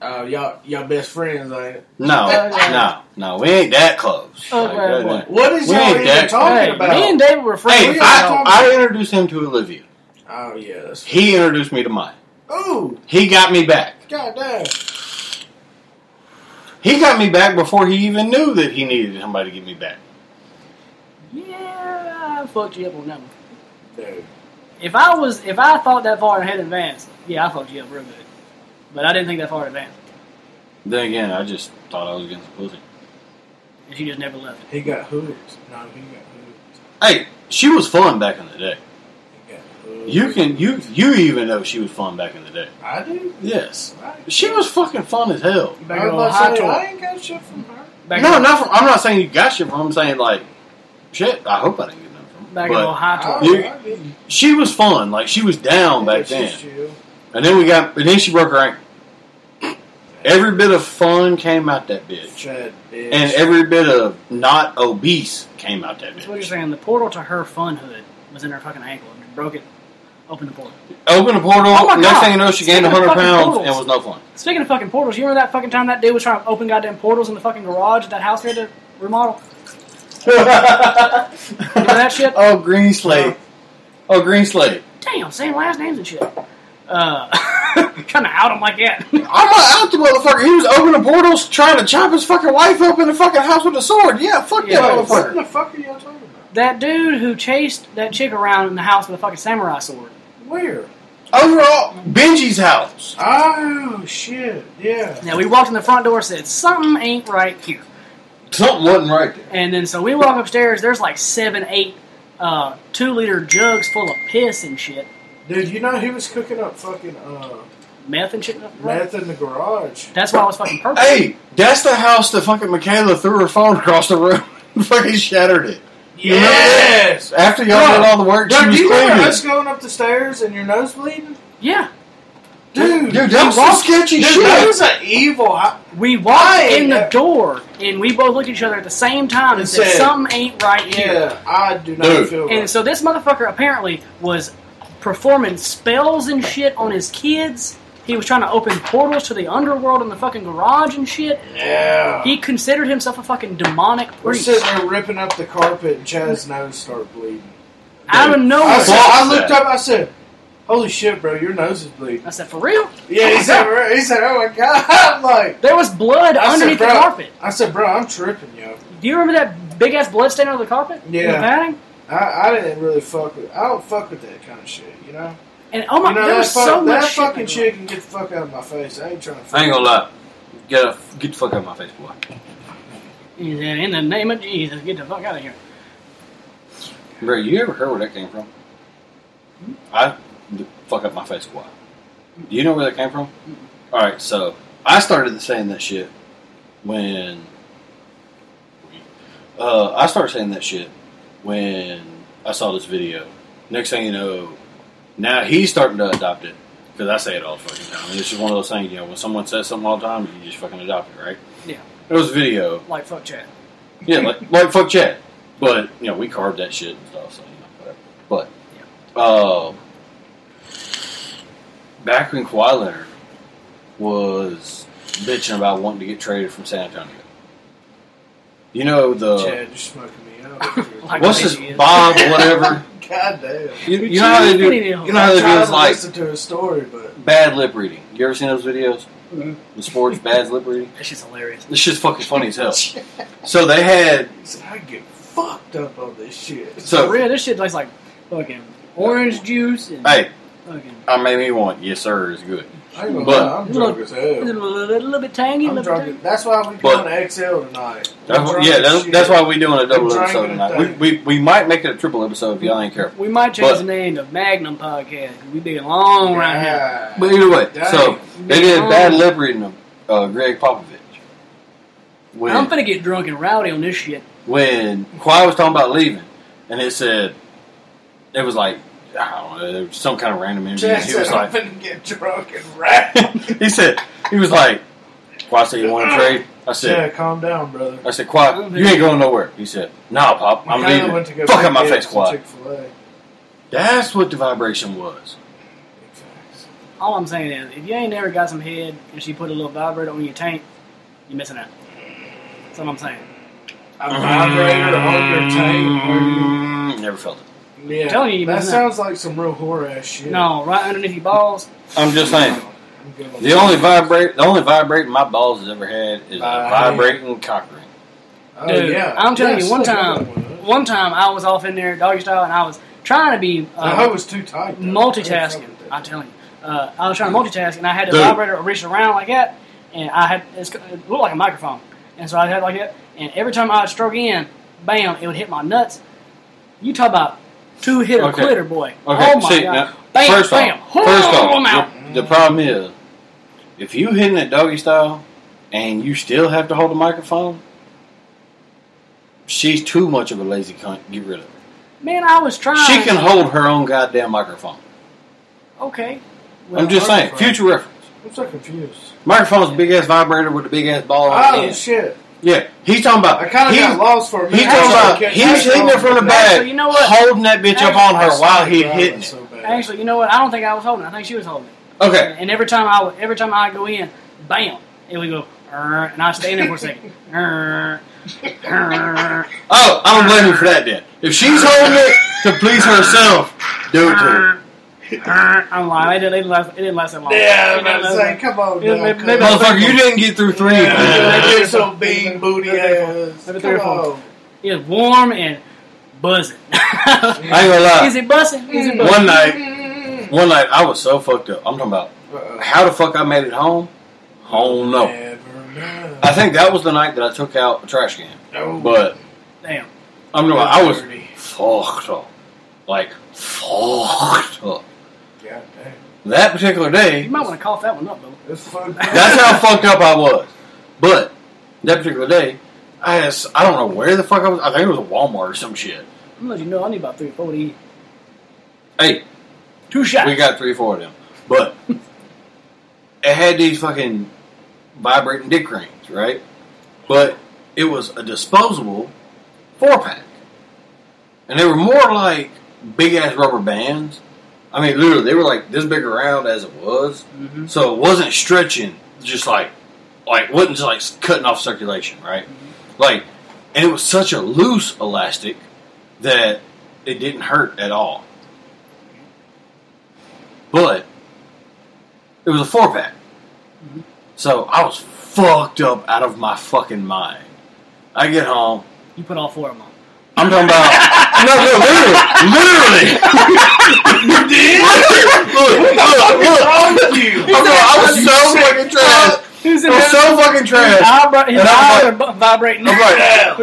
Uh, y'all, y'all best friends ain't. it? No, Okay. no, no. We ain't that close. Okay, Like, that- okay. What is We y'all ain't even that- talking hey, about? Me and David were friends. Hey, We We were I, talking- I introduced him to Olivia. oh yeah, that's. He introduced me to mine. Ooh, He got me back. goddamn. He got me back before he even knew that he needed somebody to get me back. yeah, I fucked you up on that one. Dude. If I was, if I thought that far ahead in advance, yeah, I fucked you up real good. But I didn't think that far in advance, Then again, I just thought I was against the pussy. and she just never left. He got hooked. No, he got hooked. Hey, she was fun back in the day. He got hooked. You can you you even know she was fun back in the day. I do. Yes, I- she was fucking fun as hell. Back I in the old was about high to say, tour. I ain't got shit from her. Back no, in, not from. I'm not saying you got shit from. I'm saying like, shit. I hope I didn't get nothing from. her. back in the But- old high tour. I, You- I didn't. she was fun. Like she was down Yeah, back she's then. chill. And then we got. And then she broke her ankle. Every bit of fun came out that bitch, Chad, bitch. and every bit of not obese came out that That's what you're bitch. saying. The portal to her fun hood was in her fucking ankle and broke it. Open the portal. Open the portal. Oh my next God. thing you know, she gained Speaking of 100 fucking pounds portals. and was no fun. Speaking of fucking portals, you remember that fucking time that dude was trying to open goddamn portals in the fucking garage at that house we had to remodel? Remember that shit? oh, green slate. Oh, green slate. Damn, same last names and shit. Uh, kind of out him like that. I'm not out the motherfucker. He was opening portals, trying to chop his fucking wife up in the fucking house with a sword. Yeah, fuck Yeah. that Wait, what motherfucker. the fuck are y'all talking about? that dude who chased that chick around in the house with a fucking samurai sword. Where? Overall, Benji's house. Oh shit! Yeah. Now, we walked in the front door said, something ain't right here. Something wasn't right there. And then so we walk upstairs. There's like seven, eight, uh, two liter jugs full of piss and shit, Dude, you know he was cooking up fucking uh, meth and shit. meth in the garage. That's why I was fucking purple. Hey, that's the house that fucking Michaela threw her phone across the room and fucking shattered it. Yes. After y'all Bro, did all the work, she Dude, was do you remember screaming. us going up the stairs and your nose bleeding? Yeah, Dude, Dude, that that was some was- sketchy dude, that shit. was an evil. I, we walked Why? in the Yeah. door and we both looked at each other at the same time and And said, said, "Something ain't right here." yeah, I do not Dude. feel. And good. so this motherfucker apparently was performing spells and shit on his kids. He was trying to open portals to the underworld in the fucking garage and shit. yeah. He considered himself a fucking demonic We're priest. sitting there ripping up the carpet, and Chad's nose started bleeding. Out of nowhere. I, said, I Fuck looked that. up. I said, "Holy shit, bro! Your nose is bleeding." I said, for real? Yeah, he said. right- He said, "Oh my god!" I'm like, There was blood I said, underneath the "Bro." carpet. I said, "Bro, I'm tripping, yo. Do you remember that big ass blood stain on the carpet? In The Yeah. padding? I, I didn't really fuck with. I don't fuck with that kind of shit, you know. And oh my, you know there that, was fuck- so that much shit fucking going shit can get the fuck out of my face. I ain't trying to. Fuck I ain't gonna lie. Get, a, get the fuck out of my face, boy. on. He said, In the name of Jesus, get the fuck out of here. Bro, you ever heard where that came from? I the fuck up my face, boy. Do you know where that came from? All right, so I started saying that shit when uh, I started saying that shit when I saw this video. Next thing you know, now he's starting to adopt it because I say it all the fucking time. And it's just one of those things, you know, when someone says something all the time, you just fucking adopt it, right? Yeah. There was a video Like, fuck Chad. yeah, like, like fuck Chad. But, you know, we carved that shit and stuff, so, you know, whatever. But, um, back when Kawhi Leonard was bitching about wanting to get traded from San Antonio, you know, the. Chad, you're smoking me out. Like- What's his Bob, whatever? God damn. You, you know how they do. You know how they do trying is to like listen to a story, but bad lip reading. You ever seen those videos? Mm-hmm. Mhm. The sports bad lip reading. That shit's hilarious. This shit's fucking funny as hell. So they had He said, I get fucked up on this shit. For so real, this shit tastes like fucking orange juice and hey, fucking. I made me want yes sir is good. I ain't gonna But- lie, I'm drunk as A hell. little, little, bit tangy, I'm little bit drunk. tangy. as- That's why we going But- to XL tonight. That's I'm why- drunk yeah, as that's, shit. that's why we're doing a double I'm trying episode to tonight. We, think. we, we might make it a triple episode if y'all ain't careful. We might change But- the name to Magnum Podcast. 'cause We be long right here. Yeah. But either way, Dang. so they did bad lip reading of uh, Greg Popovich. When, I'm finna get drunk and rowdy on this shit. when Kawhi was talking about leaving, and it said, it was like, I don't know, there was some kind of random interview. Chad and He said, was I'm like, finna get drunk and rap. he said, he was like, Kawhi said, you want to trade? I said, Chad, calm down, brother. I said, Kawhi, you ain't going nowhere. He said, nah, Pop, I'm My cousin went to go leaving. Fuck pick up my me face, some Kawhi. Chick-fil-A. That's what the vibration was. All I'm saying is, if you ain't never got some head and she put a little vibrator on your tank, you're missing out. That's what I'm saying. A vibrator on your tank. Mm, Never felt it. dude. Yeah, telling you, that man. sounds like some real horror ass shit. No, right underneath your balls. I'm just saying. I'm good on The that. only vibrate, the only vibrating my balls has ever had is a Uh, vibrating cock ring. Oh, Dude, yeah. I'm telling Yeah, you, one still time, good one, huh? one time I was off in there doggy style and I was trying to be The hoe uh, was too tight. though. multitasking. I'm telling you, uh, I was trying to multitask and I had the Dude. vibrator reach around like that, and I had it's, it looked like a microphone, and so I had it like that, and every time I would stroke in, bam, it would hit my nuts. You talk about two hitter Okay. quitter boy. Okay, oh my see, god! now, bam, first bam, off, first Whoo, I'm out. off, the, the problem is, if you hitting it doggy style and you still have to hold the microphone, she's too much of a lazy cunt. Get rid of her. man, I was trying. She can hold her own goddamn microphone. Okay. I'm just saying, microphone. future reference. I'm so confused. Microphone's big ass vibrator with a big ass ball on the Oh end. shit! Yeah, he's talking about. I kind of he's- got lost for a minute. He's talking about Actually, he's hitting it from the back, Actually, you know what? holding that bitch up on her Actually, while he's God, hitting that's it. so bad. Actually, you know what? I don't think I was holding. it. I think she was holding. it. Okay, And every time I would, every time I go in, bam, it would go, "Err," and I stay in there for a second. "Err, err, oh, I don't blame you for that then. If she's holding it to please herself, do it to her. err, err." I'm lying. It didn't, it didn't last. It didn't last that long. yeah, It I'm about didn't to last say, that come on, Yeah, now, maybe- come maybe- on. Motherfucker, you didn't get through three. Yeah. Yeah, you're so bean booty Maybe three or ass. Maybe three or Come four. on. It was warm and buzzing. I ain't gonna lie. Is it buzzing? Is it Mm. buzzing? One night, one night I was so fucked up. I'm talking about Uh-uh. how the fuck I made it home. Oh no. Never know. I think that was the night that I took out a trash can. No. But Damn. I'm talking about I was Dirty. fucked up, like fucked up. God damn. That particular day, You might want to cough that one up, though. It's fucked up. That's how fucked up I was. But that particular day, I just, I don't know where the fuck I was. I think it was a Walmart or some shit. I'm gonna let you know I need about three or four to eat. Hey, Two shots. we got three or four of them, but it had these fucking vibrating dick rings, right? But it was a disposable four pack, and they were more like big ass rubber bands. I mean, literally, they were like this big around as it was. hmm So it wasn't stretching, just like, like wasn't just like cutting off circulation, right? Like, and it was such a loose elastic that it didn't hurt at all. But it was a four pack, Mhm. so I was fucked up out of my fucking mind. I get home, You put all four of them on. I'm talking about no, no, literally, literally. you did? Look, look, look. you. I'm talking- I was so fucking trash. Who's It was so fucking His trash. eye, bri- his And eyes I'm are bu- vibrating. I'm like, yeah,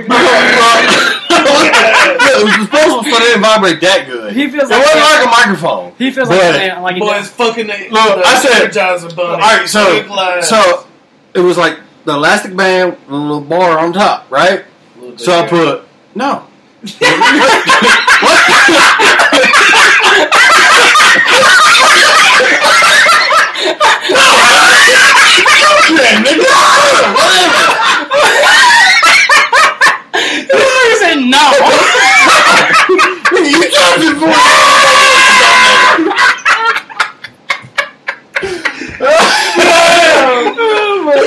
it was disposable, so they didn't vibrate that good. He feels it like wasn't that. like a microphone. he feels like But- a man. Like he Boys, does. fucking the, Look, the I said- energizer bunny. All right, Big so lies. so it was like the elastic band, with a little bar on top, right? Little So I bit. put no. He said no. You charged it for he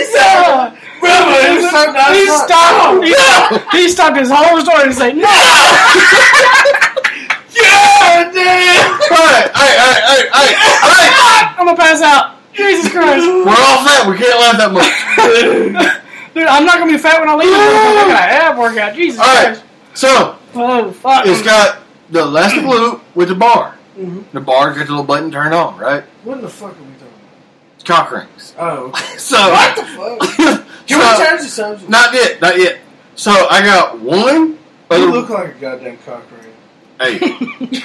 said Brother, it's so nice. he stopped. He stopped, he stopped his whole story and said no. God damn! Alright, alright, alright, alright, alright. I'm gonna pass out. Jesus Christ, We're all fat. We can't laugh that much. dude! I'm not gonna be fat when I leave. I'm gonna have workout. Jesus All right. Christ. So Oh fuck. it's got the elastic loop with the bar. Mhm. The bar got the little button turned on, right? What the fuck are we talking It's cock rings. about? Oh, okay. So what the fuck? Can So- we change the subject? not yet, not yet. So I got one. You Other, look like a goddamn cock ring. hey,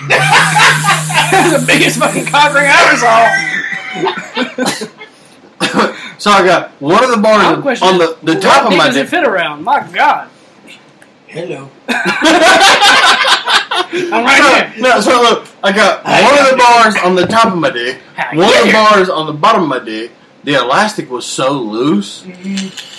That's the biggest fucking cock ring I ever saw. so I got one of the bars My on- question on is, the, the what top of dick my does it dick. fit around? My God, Hello. I'm right here. No, so look, I got one of the bars on the top of my dick, Hi, one of the yeah. bars on the bottom of my dick. The elastic was so loose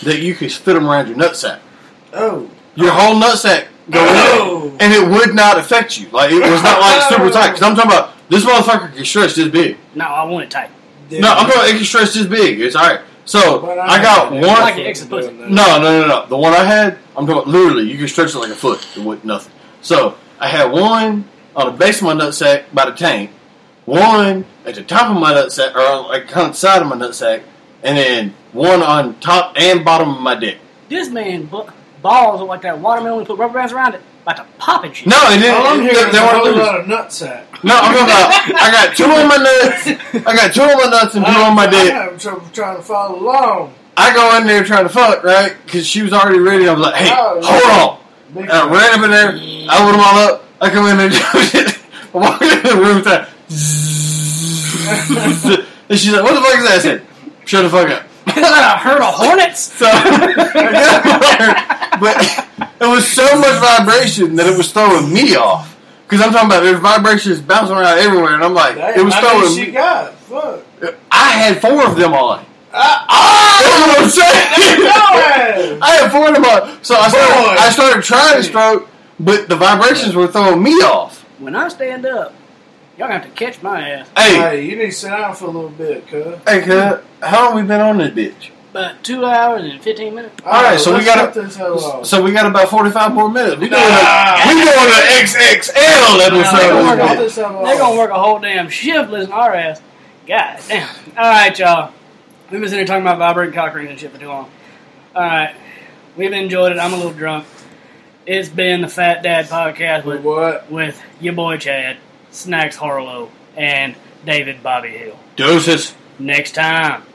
that you could fit them around your nutsack. Mm-hmm. Oh. Your whole nutsack go in Oh. it, and it would not affect you. Like it was not like super tight. Because I'm talking about this motherfucker can stretch this big. No, I want it tight. No, I'm talking about it can stretch this big. It's all right. So But I got I'm one. not Like an doing exit pussy. that. No, no, no, no. The one I had, I'm talking about literally, you can stretch it like a foot. It would nothing. So I had one on the base of my nutsack by the tank, one at the top of my nutsack, or on, like kind of the side of my nutsack, and then one on top and bottom of my dick. This man bu- balls look like that watermelon. We put rubber bands around it, about to pop and shit. No, it didn't. All I'm it- hearing is they a weren't whole loose. lot of nutsack. No, I'm talking about I got two on my nuts. I got two on my nuts and two on my I'm dick. having trouble trying to follow along. I go in there trying to fuck, right? Because she was already ready. I was like, hey, Oh, hold on. Big And I ran up in there. I put them all up. I come in there. I walk in the room. It's like, zzzz. and she's like, what the fuck is that? I said, shut the fuck up. I heard of hornets. So, but it was so much vibration that it was throwing me off. Because I'm talking about there's vibrations bouncing around everywhere, and I'm like, Damn, it was how many throwing she me. got? Fuck. I had four of them on. Ah, That's what I'm saying. ah, I had four of them on. So I started, Boy. I started trying to stroke, but the vibrations were throwing me off. When I stand up, y'all gonna have to catch my ass. Hey, Hey, you need to sit down for a little bit, cuz. hey, cuz, how long we been on this bitch? About two hours and fifteen minutes. All right, so we let's gotta- cut this hell off. So we got about 45 more minutes. We doing a, Oh. Nah. we doing an XXL They episode. gonna work all of this bitch. this stuff They're gonna off. work a whole damn shift listening to our ass. God damn. Alright, y'all. We've been sitting here talking about vibrating cock rings and shit for too long. Alright. We've enjoyed it. I'm a little drunk. It's been the Fat Dad Podcast with, What? with your boy Chad, Snacks Harlow, and David Bobby Hill. Deuces. Next time.